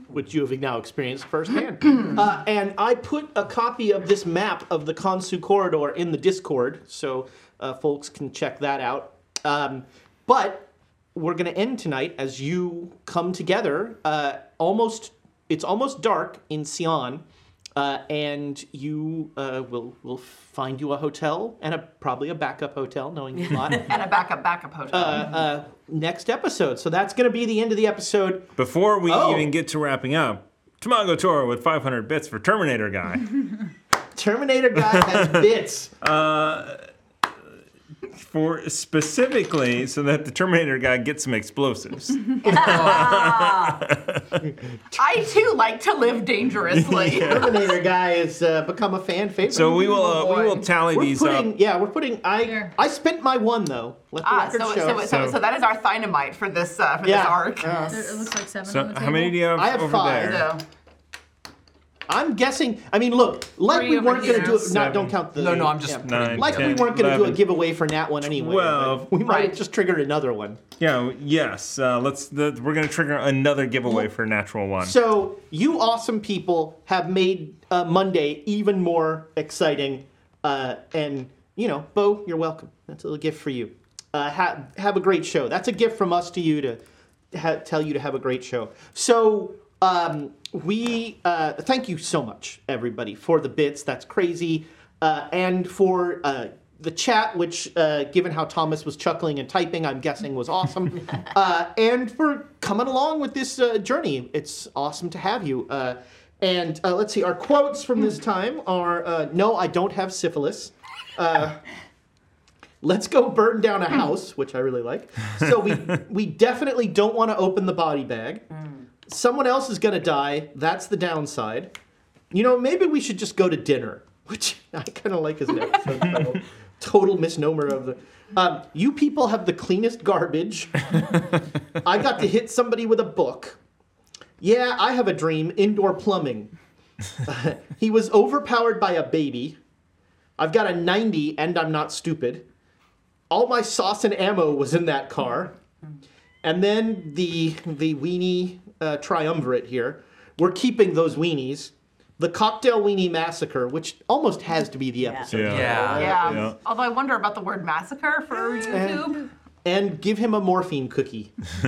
Speaker 8: which you have now experienced firsthand. uh, and I put a copy of this map of the Kansu corridor in the Discord, so uh, folks can check that out. Um, but we're going to end tonight as you come together. Uh, almost, it's almost dark in Sion. Uh, and you uh, will will find you a hotel and a probably a backup hotel, knowing you lot.
Speaker 6: and a backup backup hotel.
Speaker 8: Uh, uh, next episode. So that's going to be the end of the episode.
Speaker 13: Before we
Speaker 8: Oh.
Speaker 13: even get to wrapping up, Tamago Toro with 500 bits for Terminator Guy.
Speaker 8: Terminator guy has bits.
Speaker 13: Uh, for specifically so that the Terminator guy gets some explosives.
Speaker 6: I too like to live dangerously.
Speaker 8: Terminator guy has uh, become a fan favorite.
Speaker 13: So we will uh, we will tally
Speaker 8: Oh, We're
Speaker 13: these
Speaker 8: putting,
Speaker 13: up.
Speaker 8: Yeah, we're putting. I I spent my one though. Let the
Speaker 6: Ah, so,
Speaker 8: record
Speaker 6: so,
Speaker 8: show.
Speaker 6: so, so, that is our dynamite for this uh, for
Speaker 8: Yeah.
Speaker 6: this arc.
Speaker 8: Yeah.
Speaker 9: There- it looks like seven.
Speaker 13: So
Speaker 9: on the
Speaker 13: how many
Speaker 9: table.
Speaker 13: do you have,
Speaker 8: I have
Speaker 13: over
Speaker 8: five.
Speaker 13: there?
Speaker 8: I'm guessing. I mean, look, like
Speaker 6: Three
Speaker 8: we
Speaker 6: over
Speaker 8: weren't going to
Speaker 6: here.
Speaker 8: do it. No,
Speaker 13: Seven.
Speaker 8: don't count the.
Speaker 13: No, no, I'm just putting Nine,
Speaker 8: like we
Speaker 13: ten,
Speaker 8: weren't going to do a
Speaker 13: eleven.
Speaker 8: giveaway for that one anyway. Well, we might have just triggered another one.
Speaker 13: Yeah. Yes. Uh, let's. The, we're gonna trigger another giveaway for natural one.
Speaker 8: So you awesome people have made uh, Monday even more exciting, uh, and you know, Bo, you're welcome. That's a little gift for you. Uh, have have a great show. That's a gift from us to you to ha- tell you to have a great show. So um, we uh, thank you so much, everybody, for the bits. That's crazy, uh, and for. Uh, the chat, which, uh, given how Thomas was chuckling and typing, I'm guessing was awesome, uh, and for coming along with this uh, journey. It's awesome to have you. Uh, and uh, let's see, our quotes from this time are uh, No, I don't have syphilis. Uh, Let's go burn down a house, which I really like. So we we definitely don't want to open the body bag. Someone else is gonna die. That's the downside. You know, maybe we should just go to dinner, which I kind of like as an episode title. Total misnomer of the. Um, you people have the cleanest garbage. I got to hit somebody with a book. Yeah, I have a dream. Indoor plumbing. he was overpowered by a baby. I've got a 90 and I'm not stupid. All my sauce and ammo was in that car. And then the the weenie uh, triumvirate here. We're keeping those weenies. The cocktail weenie massacre, which almost has to be the episode.
Speaker 13: Yeah.
Speaker 6: Yeah.
Speaker 13: Yeah. Yeah.
Speaker 6: Although I wonder about the word massacre for YouTube.
Speaker 8: And give him a morphine cookie.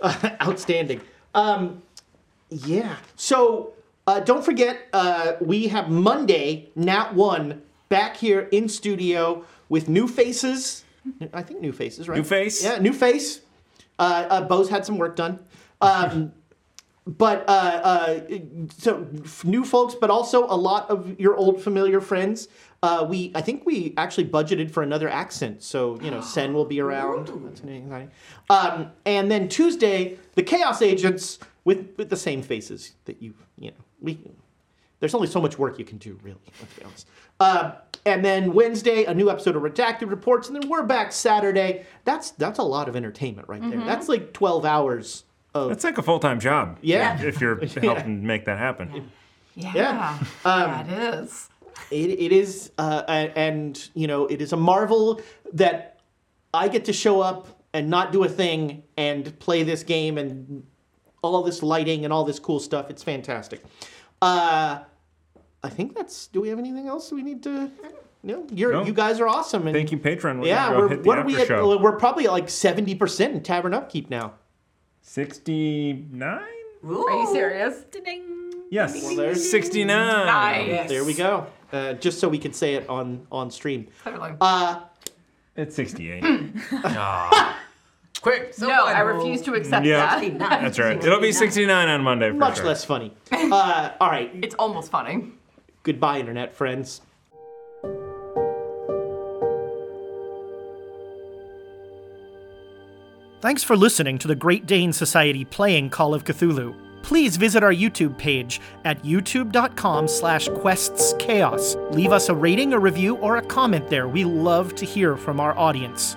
Speaker 8: Uh, outstanding. Um, yeah. So uh, don't forget, uh, we have Monday, Nat 1, back here in studio with new faces. I think new faces, right?
Speaker 13: New face?
Speaker 8: Yeah, new face. Uh, uh, Bo's had some work done. Um, but uh, uh, so f- new folks, but also a lot of your old familiar friends. Uh, we I think we actually budgeted for another accent, so you know Sen will be around. That's gonna be exciting. Um, and then Tuesday, the Chaos Agents with, with the same faces that you you know we. There's only so much work you can do, really. Let's be honest. Uh, and then Wednesday, a new episode of Redacted Reports, and then we're back Saturday. That's that's a lot of entertainment right there.
Speaker 14: Mhm.
Speaker 8: That's like 12 hours of
Speaker 4: That's like a full time job.
Speaker 8: Yeah.
Speaker 4: If you're helping
Speaker 8: Yeah.
Speaker 4: make that happen.
Speaker 6: Yeah.
Speaker 8: Um,
Speaker 6: it is.
Speaker 8: It, it is, uh, a- and you know, it is a marvel that I get to show up and not do a thing and play this game and all this lighting and all this cool stuff. It's fantastic. Uh, I think that's. Do we have anything else we need to? No, you're,
Speaker 4: No.
Speaker 8: you guys are awesome. And
Speaker 4: Thank you, patron. We're
Speaker 8: yeah,
Speaker 4: gonna go
Speaker 8: we're,
Speaker 4: hit the
Speaker 8: what are we
Speaker 4: after
Speaker 8: at?
Speaker 4: show.
Speaker 8: We're probably at like seventy percent in tavern upkeep now.
Speaker 4: Sixty nine.
Speaker 6: Are you serious?
Speaker 4: Yes.
Speaker 8: Well, there's
Speaker 4: 69.
Speaker 6: Nice.
Speaker 8: There we go. Uh, just so we could say it on on stream.
Speaker 6: Clearly.
Speaker 8: Uh,
Speaker 4: it's Ah, 68.
Speaker 6: Quick. No, I refuse to accept that.
Speaker 4: That's right. It'll be 69 on Monday for
Speaker 8: Much
Speaker 4: sure.
Speaker 8: less funny. Uh, all right.
Speaker 6: It's almost funny.
Speaker 8: Goodbye, internet friends.
Speaker 15: Thanks for listening to the Great Dane Society playing Call of Cthulhu. Please visit our YouTube page at youtube.com slash questschaos. Leave us a rating, a review, or a comment there. We love to hear from our audience.